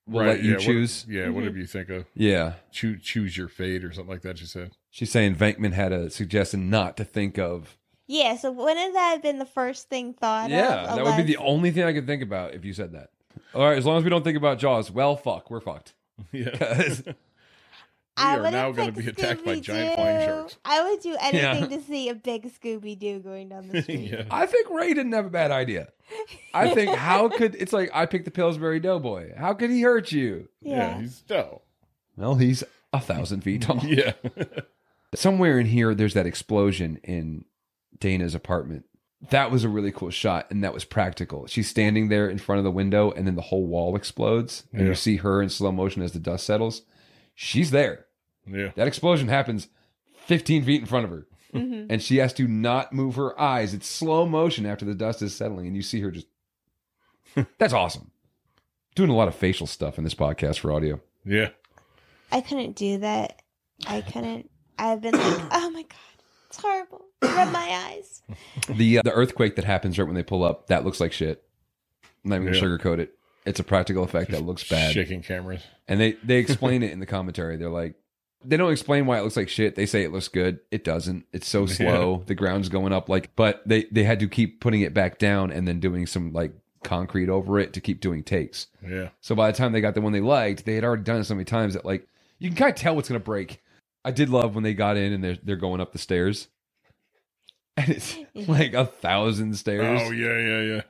[SPEAKER 1] will
[SPEAKER 3] right,
[SPEAKER 1] let you
[SPEAKER 3] yeah, what-
[SPEAKER 1] choose.
[SPEAKER 3] yeah, whatever you think of.
[SPEAKER 1] yeah.
[SPEAKER 3] Choose, choose your fate or something like that, she said.
[SPEAKER 1] She's saying Venkman had a suggestion not to think of.
[SPEAKER 2] Yeah, so wouldn't that have been the first thing thought of?
[SPEAKER 1] yeah, that would be the
[SPEAKER 2] unless-
[SPEAKER 1] only thing I could think about if you said that. All right, as long as we don't think about Jaws, well, fuck, we're fucked.
[SPEAKER 3] yeah.
[SPEAKER 1] 'Cause-
[SPEAKER 3] We
[SPEAKER 2] I
[SPEAKER 3] are
[SPEAKER 2] wouldn't
[SPEAKER 3] now gonna
[SPEAKER 2] pick
[SPEAKER 3] be attacked by giant
[SPEAKER 2] Scooby-Doo.
[SPEAKER 3] flying sharks.
[SPEAKER 2] I would do anything
[SPEAKER 1] Yeah.
[SPEAKER 2] to see a big Scooby Doo going down the street.
[SPEAKER 3] yeah.
[SPEAKER 1] I think Ray didn't have a bad idea. I think how could it's like I picked the Pillsbury Doughboy. How could he hurt you?
[SPEAKER 3] Yeah, he's no.
[SPEAKER 1] Well, he's a thousand feet tall.
[SPEAKER 3] Yeah.
[SPEAKER 1] Somewhere in here, there's that explosion in Dana's apartment. That was a really cool shot, and that was practical. She's standing there in front of the window, and then the whole wall explodes, and
[SPEAKER 3] Yeah.
[SPEAKER 1] you see her in slow motion as the dust settles. She's there.
[SPEAKER 3] yeah.
[SPEAKER 1] That explosion happens 15 feet in front of her,
[SPEAKER 2] Mhm.
[SPEAKER 1] and she has to not move her eyes. It's slow motion after the dust is settling, and you see her just. That's awesome. Doing a lot of facial stuff in this podcast for audio.
[SPEAKER 3] Yeah.
[SPEAKER 2] I couldn't do that. I couldn't. I've been like, oh my god, it's horrible. Rub my eyes.
[SPEAKER 1] the uh, the earthquake that happens right when they pull up that looks like shit. I'm not even
[SPEAKER 3] Yeah.
[SPEAKER 1] gonna sugarcoat it. It's a practical effect that looks bad,
[SPEAKER 3] Shaking cameras.
[SPEAKER 1] and they they explain it in the commentary. They're like, they don't explain why it looks like shit. They say it looks good. It doesn't. It's so
[SPEAKER 3] Yeah.
[SPEAKER 1] slow. The ground's going up like, but they they had to keep putting it back down and then doing some like concrete over it to keep doing takes.
[SPEAKER 3] Yeah.
[SPEAKER 1] So by the time they got the one they liked, they had already done it so many times that like you can kind of tell what's gonna break. I did love when they got in and they're they're going up the stairs, and it's like a thousand stairs.
[SPEAKER 3] Oh yeah, yeah, yeah.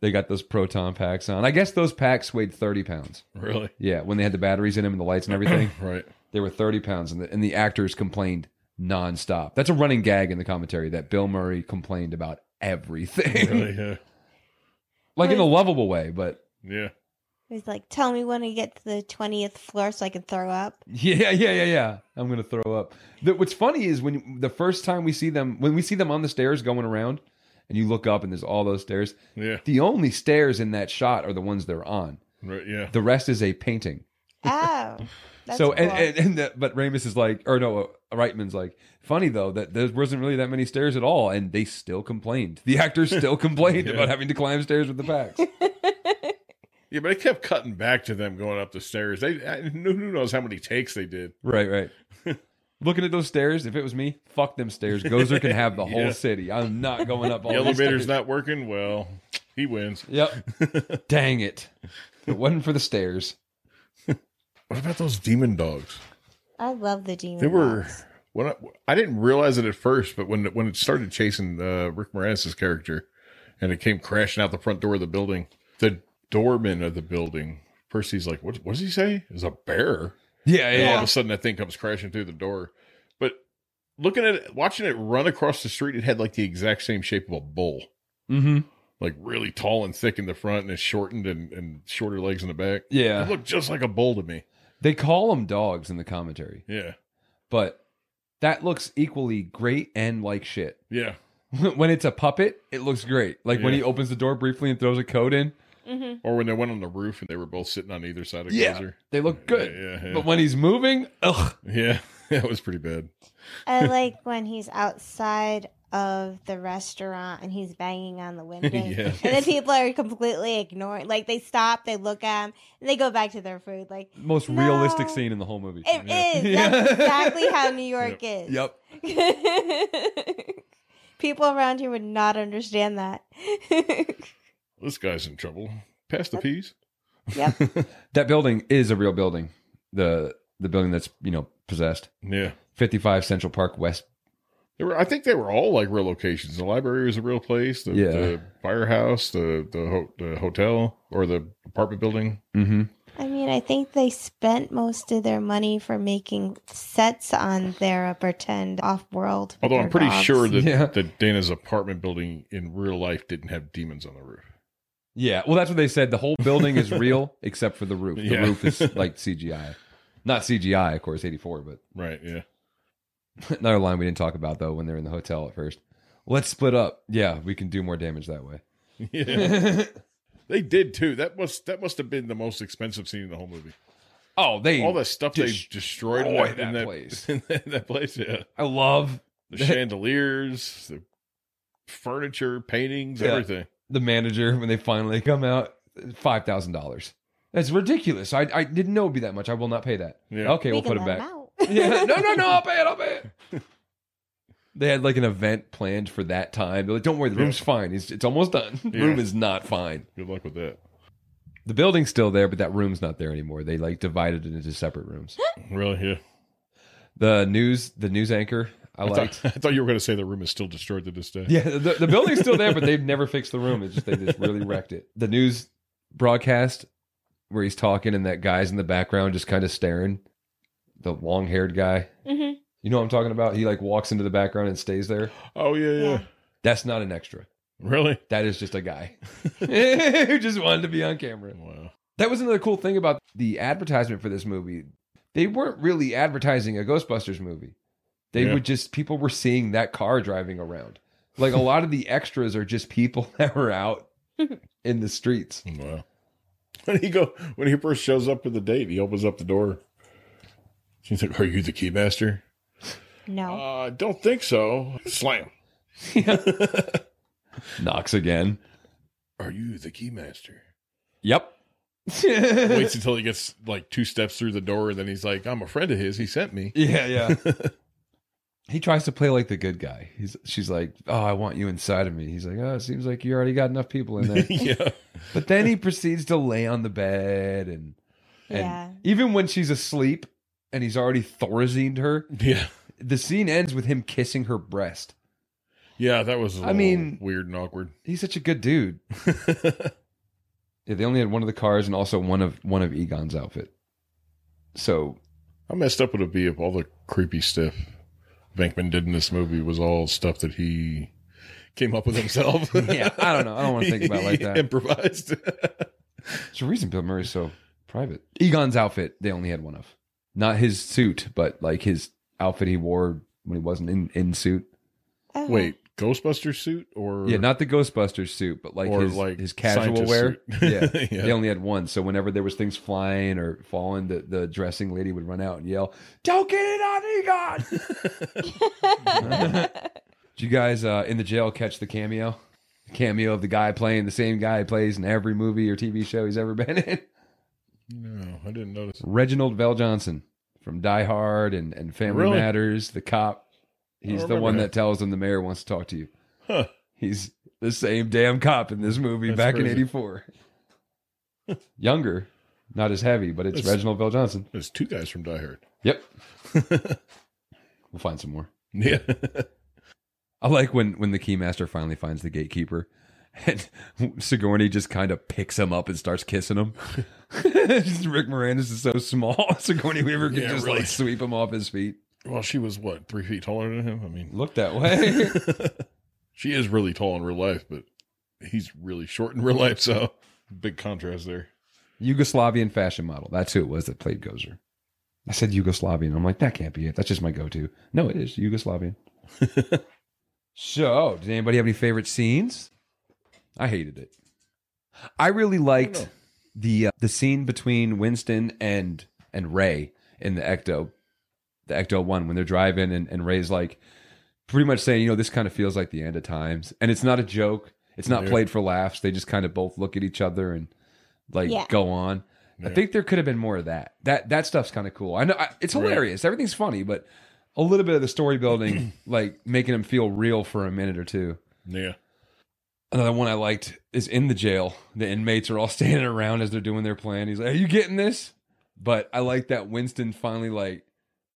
[SPEAKER 1] They got those proton packs on. I guess those packs weighed thirty pounds.
[SPEAKER 3] Really?
[SPEAKER 1] Yeah, when they had the batteries in them and the lights and everything,
[SPEAKER 3] Right.
[SPEAKER 1] they were thirty pounds, and the, and the actors complained nonstop. That's a running gag in the commentary that Bill Murray complained about everything,
[SPEAKER 3] Really? Yeah.
[SPEAKER 1] like in a lovable way, but.
[SPEAKER 3] Yeah.
[SPEAKER 2] He's like, tell me when we get to the twentieth floor so I can throw up.
[SPEAKER 1] Yeah, yeah, yeah, yeah. I'm gonna throw up. The, what's funny is when the first time we see them, when we see them on the stairs going around, and you look up and there's all those stairs.
[SPEAKER 3] Yeah.
[SPEAKER 1] The only stairs in that shot are the ones they're on.
[SPEAKER 3] Right, yeah.
[SPEAKER 1] The rest is a painting.
[SPEAKER 2] Oh. That's
[SPEAKER 1] so and,
[SPEAKER 2] cool.
[SPEAKER 1] and, and the, but Ramus is like, or no, uh, Reitman's like, funny though that there wasn't really that many stairs at all, and they still complained. The actors still complained about having to climb stairs with the packs.
[SPEAKER 3] yeah, but it kept cutting back to them going up the stairs. They I, who who knows how many takes they did.
[SPEAKER 1] right, right. Looking at those stairs, if it was me, fuck them stairs. Gozer can have the whole
[SPEAKER 3] Yeah.
[SPEAKER 1] city. I'm not going up all
[SPEAKER 3] The
[SPEAKER 1] these
[SPEAKER 3] elevator's
[SPEAKER 1] stairs.
[SPEAKER 3] not working. Well, he wins.
[SPEAKER 1] Yep. Dang it! It wasn't for the stairs.
[SPEAKER 3] What about those demon dogs?
[SPEAKER 2] I love the demon.
[SPEAKER 3] They were.
[SPEAKER 2] dogs.
[SPEAKER 3] When I, I didn't realize it at first, but when it- when it started chasing uh, Rick Moranis' character, and it came crashing out the front door of the building, the doorman of the building, Percy's like, "What? What does he say? Is a bear?"
[SPEAKER 1] Yeah, yeah.
[SPEAKER 3] And all
[SPEAKER 1] yeah.
[SPEAKER 3] of a sudden, that thing comes crashing through the door. But looking at it, watching it run across the street, it had like the exact same shape of a bull,
[SPEAKER 1] Mm-hmm.
[SPEAKER 3] like really tall and thick in the front, and it's shortened and, and shorter legs in the back. It
[SPEAKER 1] Yeah.
[SPEAKER 3] looked just like a bull to me.
[SPEAKER 1] They call them dogs in the commentary,
[SPEAKER 3] Yeah,
[SPEAKER 1] but that looks equally great and like shit.
[SPEAKER 3] yeah.
[SPEAKER 1] when it's a puppet, it looks great. Like when
[SPEAKER 3] Yeah.
[SPEAKER 1] he opens the door briefly and throws a code in,
[SPEAKER 2] Mm-hmm.
[SPEAKER 3] Or when they went on the roof and they were both sitting on either side of
[SPEAKER 1] yeah,
[SPEAKER 3] Gozer.
[SPEAKER 1] they look good.
[SPEAKER 3] Yeah, yeah, yeah.
[SPEAKER 1] But when he's moving, ugh,
[SPEAKER 3] Yeah, that was pretty bad.
[SPEAKER 2] I like when he's outside of the restaurant and he's banging on the window.
[SPEAKER 3] Yeah.
[SPEAKER 2] And the people are completely ignoring. Like they stop, they look at him, and they go back to their food. Like
[SPEAKER 1] most
[SPEAKER 2] No.
[SPEAKER 1] realistic scene in the whole movie.
[SPEAKER 2] it is.
[SPEAKER 1] Yeah.
[SPEAKER 2] That's exactly how New York is.
[SPEAKER 1] Yep.
[SPEAKER 2] people around here would not understand that.
[SPEAKER 3] This guy's in trouble. Pass the peas.
[SPEAKER 2] yep.
[SPEAKER 1] That building is a real building. The the building that's, you know, possessed.
[SPEAKER 3] Yeah.
[SPEAKER 1] 55 Central Park West.
[SPEAKER 3] They were, I think they were all like real locations. The library was a real place. The,
[SPEAKER 1] Yeah.
[SPEAKER 3] the firehouse, the the, ho- the hotel, or the apartment building.
[SPEAKER 1] Mhm.
[SPEAKER 2] I mean, I think they spent most of their money for making sets on their uh, pretend off-world.
[SPEAKER 3] Although I'm pretty sure that,
[SPEAKER 1] Yeah.
[SPEAKER 3] that Dana's apartment building in real life didn't have demons on the roof.
[SPEAKER 1] Yeah. Well, that's what they said. The whole building is real except for the roof. The
[SPEAKER 3] Yeah.
[SPEAKER 1] roof is like CGI. Not CGI, of course, 84, but
[SPEAKER 3] Right. Yeah.
[SPEAKER 1] Another line we didn't talk about though when they're in the hotel at first. Let's split up. Yeah, we can do more damage that way.
[SPEAKER 3] Yeah. they did too. That must that must have been the most expensive scene in the whole movie.
[SPEAKER 1] Oh, they
[SPEAKER 3] All that stuff they destroyed in that,
[SPEAKER 1] destroy
[SPEAKER 3] in
[SPEAKER 1] that
[SPEAKER 3] that
[SPEAKER 1] place.
[SPEAKER 3] in that, that place. Yeah.
[SPEAKER 1] I love
[SPEAKER 3] the chandeliers, the furniture, paintings,
[SPEAKER 1] Yeah.
[SPEAKER 3] everything.
[SPEAKER 1] the manager when they finally come out. Five thousand dollars. That's ridiculous. I, I didn't know it'd be that much. I will not pay that.
[SPEAKER 3] Yeah.
[SPEAKER 1] Okay, we'll put it back.
[SPEAKER 2] back.
[SPEAKER 1] yeah. No, no, no. I'll pay it. I'll pay it. They had like an event planned for that time. They're like, "Don't worry, the
[SPEAKER 3] Yeah.
[SPEAKER 1] room's fine. It's, it's almost done. The
[SPEAKER 3] Yeah.
[SPEAKER 1] Room is not fine.
[SPEAKER 3] Good luck with that.
[SPEAKER 1] The building's still there, but that room's not there anymore. They like divided it into separate rooms.
[SPEAKER 3] Really? Yeah.
[SPEAKER 1] The news, the news anchor, I
[SPEAKER 3] I
[SPEAKER 1] liked.
[SPEAKER 3] thought, I thought you were going to say the room is still destroyed to this day.
[SPEAKER 1] Yeah, the, the building's still there, but they've never fixed the room. It's just they just really wrecked it. The news broadcast where he's talking and that guy's in the background just kind of staring. The long haired guy.
[SPEAKER 2] hmm
[SPEAKER 1] You know what I'm talking about? He like walks into the background and stays there.
[SPEAKER 3] Oh yeah, yeah.
[SPEAKER 2] Yeah.
[SPEAKER 1] That's not an extra.
[SPEAKER 3] Really?
[SPEAKER 1] That is just a guy who just wanted to be on camera.
[SPEAKER 3] Wow.
[SPEAKER 1] That was another cool thing about the advertisement for this movie. They weren't really advertising a Ghostbusters movie. They
[SPEAKER 3] Yeah.
[SPEAKER 1] would just people were seeing that car driving around. Like a lot of the extras are just people that were out in the streets.
[SPEAKER 3] Wow. When he go when he first shows up with the date, he opens up the door. She's like, "Are you the keymaster?"
[SPEAKER 2] No.
[SPEAKER 3] Uh, I don't think so. Slam.
[SPEAKER 1] Knox again.
[SPEAKER 3] Are you the keymaster?
[SPEAKER 1] Yep.
[SPEAKER 3] Waits until he gets like two steps through the door, and then he's like, "I'm a friend of his. He sent me."
[SPEAKER 1] Yeah, yeah. he tries to play like the good guy. He's she's like, "Oh, I want you inside of me." He's like, "Oh, it seems like you already got enough people in there."
[SPEAKER 3] yeah.
[SPEAKER 1] But then he proceeds to lay on the bed and and
[SPEAKER 2] Yeah.
[SPEAKER 1] even when she's asleep and he's already thorazined her,
[SPEAKER 3] Yeah.
[SPEAKER 1] the scene ends with him kissing her breast.
[SPEAKER 3] Yeah, that was. I
[SPEAKER 1] I mean-
[SPEAKER 3] mean, weird and awkward.
[SPEAKER 1] He's such a good dude. Yeah, they only had one of the cars and also one of one of Egon's outfit. So
[SPEAKER 3] How messed up would it be if all the creepy stuff Bankman did in this movie was all stuff that he came up with himself?
[SPEAKER 1] yeah, I don't know. I don't want to think about it like that.
[SPEAKER 3] Improvised.
[SPEAKER 1] It's a reason Bill Murray's so private. Egon's outfit they only had one of, not his suit, but like his outfit he wore when he wasn't in in suit.
[SPEAKER 2] Okay.
[SPEAKER 3] Wait, Ghostbuster suit or
[SPEAKER 1] yeah, not the Ghostbusters suit, but like
[SPEAKER 3] or
[SPEAKER 1] his
[SPEAKER 3] like
[SPEAKER 1] his casual
[SPEAKER 3] scientist
[SPEAKER 1] wear.
[SPEAKER 3] suit.
[SPEAKER 1] Yeah.
[SPEAKER 3] Yeah.
[SPEAKER 1] they only had one, so whenever there was things flying or falling, the, the dressing lady would run out and yell, "Don't get it on Egon!" Did you guys uh, in the jail catch the cameo? The cameo of the guy playing the same guy he plays in every movie or TV show he's ever been in.
[SPEAKER 3] No, I didn't notice.
[SPEAKER 1] Reginald Vell Johnson from Die Hard and, and Family
[SPEAKER 3] Really?
[SPEAKER 1] Matters, the cop. He's the
[SPEAKER 3] remember
[SPEAKER 1] one
[SPEAKER 3] him.
[SPEAKER 1] that tells him the mayor wants to talk to you.
[SPEAKER 3] Huh.
[SPEAKER 1] He's the same damn cop in this movie
[SPEAKER 3] That's
[SPEAKER 1] back in
[SPEAKER 3] crazy.
[SPEAKER 1] '84. Younger, not as heavy, but it's
[SPEAKER 3] That's-
[SPEAKER 1] Reginald Vell Johnson.
[SPEAKER 3] There's two guys from Die Hard.
[SPEAKER 1] Yep. we'll find some more.
[SPEAKER 3] Yeah.
[SPEAKER 1] I like when when the keymaster finally finds the gatekeeper, and Sigourney just kind of picks him up and starts kissing him. Just Rick Moranis is so small, Sigourney Weaver can
[SPEAKER 3] Yeah,
[SPEAKER 1] just
[SPEAKER 3] really.
[SPEAKER 1] like sweep him off his feet.
[SPEAKER 3] well, she was what three feet taller than him. I mean,
[SPEAKER 1] Look that way.
[SPEAKER 3] she is really tall in real life, but he's really short in real life. So big contrast there.
[SPEAKER 1] Yugoslavian fashion model. That's who it was that played Gozer. I said Yugoslavian. I'm like, that can't be it. That's just my go-to. No, it is Yugoslavian. so, did anybody have any favorite scenes? I hated it. I really liked
[SPEAKER 3] know.
[SPEAKER 1] the uh, the scene between Winston and and Ray in the Ecto, the Ecto One when they're driving and, and Ray's like pretty much saying, you know, this kind of feels like the end of times, and it's not a joke. It's not
[SPEAKER 3] Yeah.
[SPEAKER 1] played for laughs. They just kind of both look at each other and like
[SPEAKER 2] Yeah.
[SPEAKER 1] go on. I
[SPEAKER 3] Yeah.
[SPEAKER 1] think there could have been more of that. That that stuff's kind of cool. I know I, it's
[SPEAKER 3] Right.
[SPEAKER 1] hilarious. Everything's funny, but a little bit of the story building, like making him feel real for a minute or two.
[SPEAKER 3] Yeah.
[SPEAKER 1] Another one I liked is in the jail. The inmates are all standing around as they're doing their plan. He's like, "Are you getting this?" But I like that Winston finally like,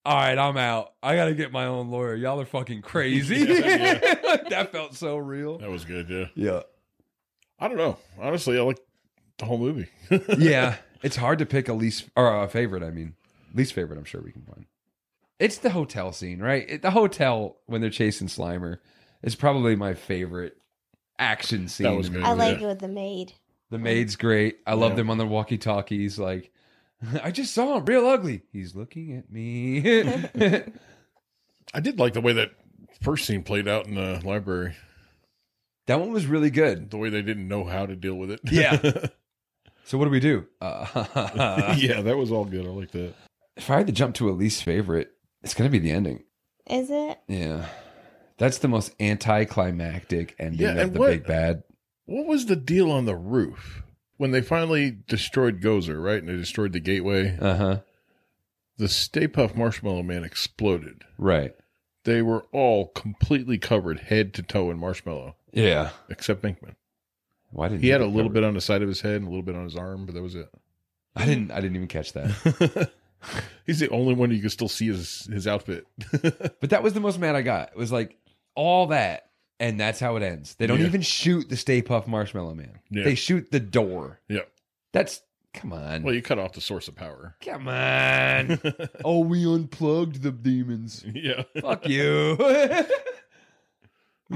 [SPEAKER 1] "All right, I'm out. I gotta get my own lawyer. Y'all are fucking crazy."
[SPEAKER 3] Yeah,
[SPEAKER 1] that felt so real.
[SPEAKER 3] That was good. Yeah.
[SPEAKER 1] Yeah.
[SPEAKER 3] I don't know. Honestly, I like the whole movie.
[SPEAKER 1] yeah, it's hard to pick a least or a favorite. I mean, least favorite. I'm sure we can find. It's the hotel scene, right? It- the hotel when they're chasing Slimer is probably my favorite action scene.
[SPEAKER 3] was good.
[SPEAKER 2] I like
[SPEAKER 3] Yeah.
[SPEAKER 2] it with the maid.
[SPEAKER 1] The maid's great. I love
[SPEAKER 3] Yeah.
[SPEAKER 1] them on the walkie talkies. Like, I just saw him real ugly. He's looking at me.
[SPEAKER 3] I did like the way that first scene played out in the library.
[SPEAKER 1] that one was really good.
[SPEAKER 3] The way they didn't know how to deal with it.
[SPEAKER 1] Yeah. So what do we do? Uh,
[SPEAKER 3] yeah, that was all good. I like that.
[SPEAKER 1] if I had to jump to a least favorite, it's gonna be the ending.
[SPEAKER 2] Is it?
[SPEAKER 1] Yeah. That's the most anticlimactic ending
[SPEAKER 3] Yeah,
[SPEAKER 1] of
[SPEAKER 3] and
[SPEAKER 1] the
[SPEAKER 3] what-
[SPEAKER 1] big bad.
[SPEAKER 3] What was the deal on the roof when they finally destroyed Gozer, right? And they destroyed the gateway.
[SPEAKER 1] Uh huh.
[SPEAKER 3] The Stay Puff Marshmallow Man exploded.
[SPEAKER 1] Right.
[SPEAKER 3] They were all completely covered head to toe in marshmallow,
[SPEAKER 1] Yeah.
[SPEAKER 3] except Pinkman.
[SPEAKER 1] Why didn't
[SPEAKER 3] He had a
[SPEAKER 1] get
[SPEAKER 3] little
[SPEAKER 1] covered?
[SPEAKER 3] bit on the side of his head and a little bit on his arm, but that was
[SPEAKER 1] I didn't. I didn't even catch that.
[SPEAKER 3] it. He's the only one you can still see his his outfit.
[SPEAKER 1] But that was the most mad I got. It was like all that, and that's how it ends. They don't
[SPEAKER 3] Yeah.
[SPEAKER 1] even shoot the Stay Puff Marshmallow Man.
[SPEAKER 3] Yeah.
[SPEAKER 1] They shoot the door.
[SPEAKER 3] yeah.
[SPEAKER 1] That's come on,
[SPEAKER 3] Well, you cut off the source of power.
[SPEAKER 1] come on. oh, we unplugged the demons.
[SPEAKER 3] Yeah.
[SPEAKER 1] Fuck you. we
[SPEAKER 2] I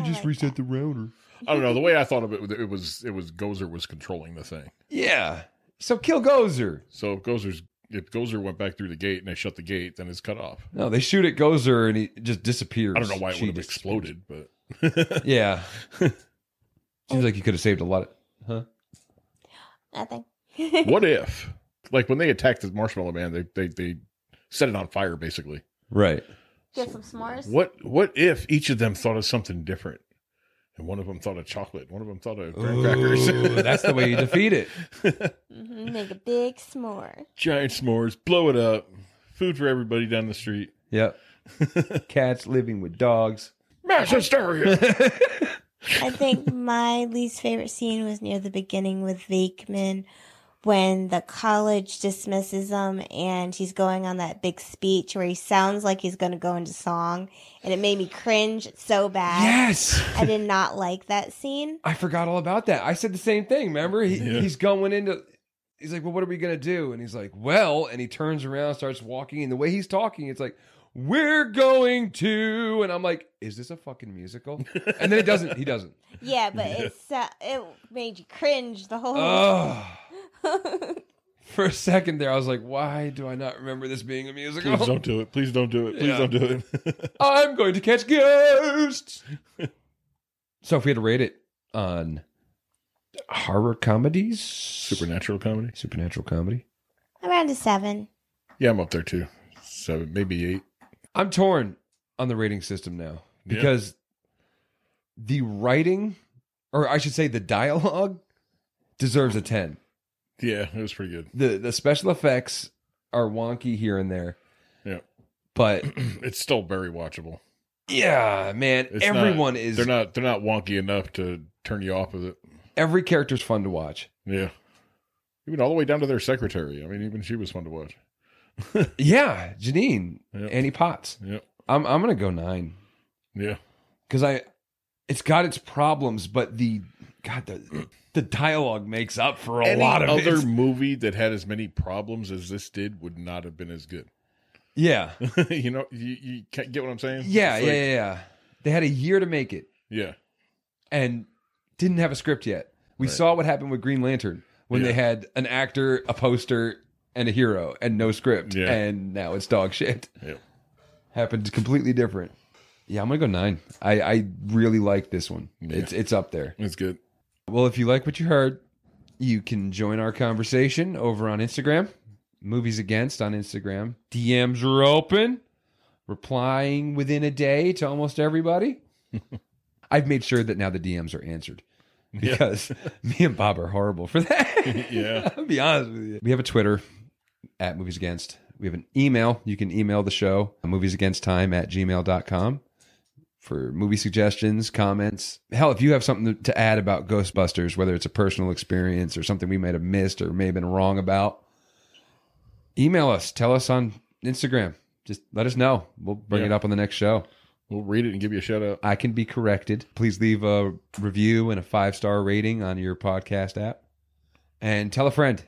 [SPEAKER 1] just
[SPEAKER 2] like
[SPEAKER 1] reset the router.
[SPEAKER 3] I don't know. The way I thought of it, it was it was Gozer was controlling the thing.
[SPEAKER 1] Yeah. So kill Gozer.
[SPEAKER 3] So if Gozer's if Gozer went back through the gate and they shut the gate, then it's cut off.
[SPEAKER 1] No, they shoot at Gozer and he just disappears.
[SPEAKER 3] I don't know why it
[SPEAKER 1] She
[SPEAKER 3] would have
[SPEAKER 1] just-
[SPEAKER 3] exploded, but
[SPEAKER 1] Yeah. Seems like you could have saved a lot of. Huh?
[SPEAKER 2] Nothing.
[SPEAKER 3] what if like when they attacked the marshmallow man, they they they set it on fire basically.
[SPEAKER 1] Right.
[SPEAKER 2] Get some s'mores.
[SPEAKER 3] What what if each of them thought of something different? And one of them thought of chocolate, one of them thought of graham crackers.
[SPEAKER 1] that's the way you defeat it.
[SPEAKER 2] Mhm, Make a big s'more.
[SPEAKER 3] Giant s'mores, blow it up. Food for everybody down the street.
[SPEAKER 1] Yep. Cats living with dogs.
[SPEAKER 3] Mass hysteria.
[SPEAKER 2] I think my least favorite scene was near the beginning with Vakeman when the college dismisses him and he's going on that big speech where he sounds like he's going to go into song and it made me cringe so bad.
[SPEAKER 1] Yes.
[SPEAKER 2] I did not like that scene.
[SPEAKER 1] I forgot all about that. I said the same thing. Remember? He,
[SPEAKER 3] Yeah.
[SPEAKER 1] He's going into. He's like, well, what are we going to do? And he's like, well, and he turns around, starts walking. And the way he's talking, it's like, we're going to. And I'm like, is this a fucking musical? And then it doesn't. He doesn't.
[SPEAKER 2] Yeah, but it's uh, it made you cringe the whole
[SPEAKER 1] Ugh. For a second there, I was like, why do I not remember this being a musical?
[SPEAKER 3] Please don't do it. Please don't do it. Please
[SPEAKER 1] Yeah.
[SPEAKER 3] don't do it.
[SPEAKER 1] I'm going to catch ghosts. So if we had to rate it on horror comedies, supernatural,
[SPEAKER 3] Supernatural comedy.
[SPEAKER 1] supernatural comedy,
[SPEAKER 2] Around a seven.
[SPEAKER 3] Yeah, I'm up there too. Seven, maybe eight.
[SPEAKER 1] I'm torn on the rating system now because the writing, or I should say, the dialogue, deserves a ten.
[SPEAKER 3] Yeah, it was pretty good.
[SPEAKER 1] the The special effects are wonky here and there.
[SPEAKER 3] Yeah.
[SPEAKER 1] but
[SPEAKER 3] it's still very watchable.
[SPEAKER 1] yeah, man,
[SPEAKER 3] It's not-
[SPEAKER 1] everyone is.
[SPEAKER 3] They're not they're not wonky enough to turn you off of it.
[SPEAKER 1] every character's fun to watch.
[SPEAKER 3] Yeah. Even all the way down to their secretary. I mean, even she was fun to watch.
[SPEAKER 1] Yeah, Janine,
[SPEAKER 3] Yep.
[SPEAKER 1] Annie Potts.
[SPEAKER 3] Yep.
[SPEAKER 1] I'm I'm gonna go nine
[SPEAKER 3] Yeah.
[SPEAKER 1] because I, it's got its problems, but the God the the dialogue makes up for a
[SPEAKER 3] Any
[SPEAKER 1] lot of
[SPEAKER 3] other
[SPEAKER 1] it.
[SPEAKER 3] movie that had as many problems as this did would not have been as good.
[SPEAKER 1] Yeah,
[SPEAKER 3] you know, you, you ca- get what I'm saying?
[SPEAKER 1] yeah,
[SPEAKER 3] It's
[SPEAKER 1] yeah,
[SPEAKER 3] like-
[SPEAKER 1] yeah, yeah. They had a year to make it
[SPEAKER 3] yeah,
[SPEAKER 1] and didn't have a script yet. We
[SPEAKER 3] Right.
[SPEAKER 1] saw what happened with Green Lantern when they
[SPEAKER 3] Yeah.
[SPEAKER 1] had an actor, a poster, and a hero, and no script,
[SPEAKER 3] Yeah.
[SPEAKER 1] and now it's dog shit.
[SPEAKER 3] yeah.
[SPEAKER 1] happened completely different. Yeah, I'm gonna go nine. I, I really like this one.
[SPEAKER 3] Yeah.
[SPEAKER 1] It's it's up there.
[SPEAKER 3] It's good.
[SPEAKER 1] Well, if you like what you heard, you can join our conversation over on Instagram. Movies Against on Instagram. DMs are open. Replying within a day to almost everybody. I've made sure that now the DMs are answered because me and Bob are horrible for that.
[SPEAKER 3] Yeah.
[SPEAKER 1] I'll be honest with you. We have a Twitter at Movies Against. We have an email. You can email the show, moviesagainsttime at gmail.com for movie suggestions, comments. Hell, if you have something to add about Ghostbusters, whether it's a personal experience or something we might have missed or may have been wrong about, email us. Tell us on Instagram. Just let us know. We'll bring
[SPEAKER 3] Yeah.
[SPEAKER 1] it up on the next show.
[SPEAKER 3] We'll read it and give you a shout out.
[SPEAKER 1] I can be corrected. Please leave a review and a five star rating on your podcast app, and tell a friend.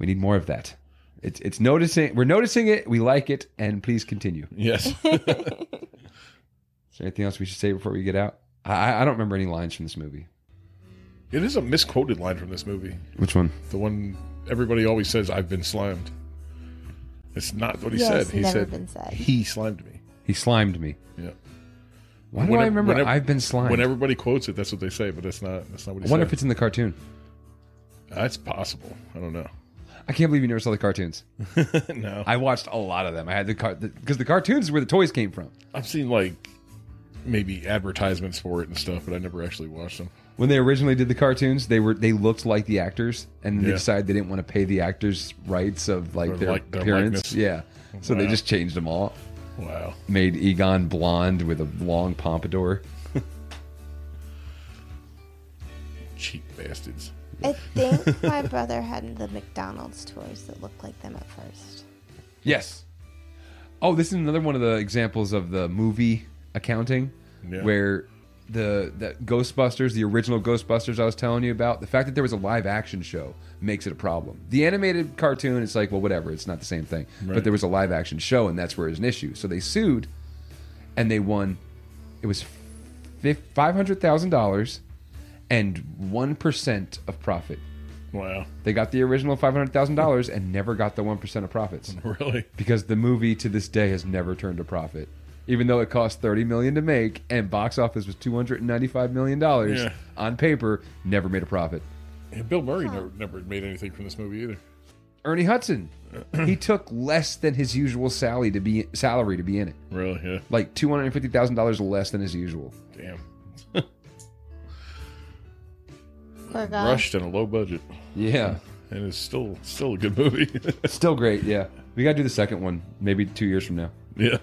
[SPEAKER 1] We need more of that. It's it's noticing. We're noticing it. We like it, and please continue.
[SPEAKER 3] Yes.
[SPEAKER 1] Is there anything else we should say before we get out? I I- I don't remember any lines from this movie.
[SPEAKER 3] it is a misquoted line from this movie.
[SPEAKER 1] Which one?
[SPEAKER 3] The one everybody always says, I've been slimed. It's not what he
[SPEAKER 2] Yeah,
[SPEAKER 3] said.
[SPEAKER 2] it's
[SPEAKER 3] he
[SPEAKER 2] never
[SPEAKER 3] said,
[SPEAKER 2] been said.
[SPEAKER 3] he slimed me.
[SPEAKER 1] He slimed me.
[SPEAKER 3] Yeah.
[SPEAKER 1] Why do I
[SPEAKER 3] Whenever-
[SPEAKER 1] remember?
[SPEAKER 3] whenever-
[SPEAKER 1] I've been slimed.
[SPEAKER 3] When everybody quotes it, that's what they say, but that's not that's not what
[SPEAKER 1] I
[SPEAKER 3] he
[SPEAKER 1] wonder
[SPEAKER 3] said.
[SPEAKER 1] if it's in the cartoon.
[SPEAKER 3] that's possible. I don't know.
[SPEAKER 1] I can't believe you never saw the cartoons.
[SPEAKER 3] no.
[SPEAKER 1] I watched a lot of them. I had the car because the cartoons is where the toys came from.
[SPEAKER 3] I've seen like maybe advertisements for it and stuff, but I never actually watched them.
[SPEAKER 1] when they originally did the cartoons, they were they looked like the actors, and they
[SPEAKER 3] Yeah.
[SPEAKER 1] decided they didn't want to pay the actors rights of like
[SPEAKER 3] Or
[SPEAKER 1] their,
[SPEAKER 3] like their
[SPEAKER 1] appearance. Yeah,
[SPEAKER 3] likeness.
[SPEAKER 1] so they
[SPEAKER 3] Wow.
[SPEAKER 1] just changed them all.
[SPEAKER 3] Wow.
[SPEAKER 1] Made Egon blonde with a long pompadour.
[SPEAKER 3] Cheap bastards.
[SPEAKER 2] I think my brother had the McDonald's toys that looked like them at first.
[SPEAKER 1] Yes. Oh, this is another one of the examples of the movie accounting,
[SPEAKER 3] Yeah.
[SPEAKER 1] where the the Ghostbusters, the original Ghostbusters I was telling you about, the fact that there was a live action show makes it a problem. The animated cartoon, it's like, well, whatever, it's not the same thing. But
[SPEAKER 3] Right.
[SPEAKER 1] there was a live action show, and that's where it's an issue. So they sued, and they won. It was five hundred thousand dollars, and one percent of profit.
[SPEAKER 3] Wow.
[SPEAKER 1] They got the original five hundred thousand dollars and never got the one percent of profits
[SPEAKER 3] Really?
[SPEAKER 1] because the movie to this day has never turned a profit even though it cost 30 million to make and box office was 295 million dollars
[SPEAKER 3] Yeah.
[SPEAKER 1] on paper never made a profit
[SPEAKER 3] Yeah, Bill Murray never, never made anything from this movie either.
[SPEAKER 1] ernie hudson he took less than his usual salary to be salary to be in it
[SPEAKER 3] Really? Yeah.
[SPEAKER 1] like $250000 less than his usual
[SPEAKER 3] Damn.
[SPEAKER 2] Poor guy.
[SPEAKER 3] Rushed and a low budget,
[SPEAKER 1] yeah
[SPEAKER 3] and it's still still a good movie.
[SPEAKER 1] still great yeah we gotta do the second one maybe two years from now
[SPEAKER 3] yeah.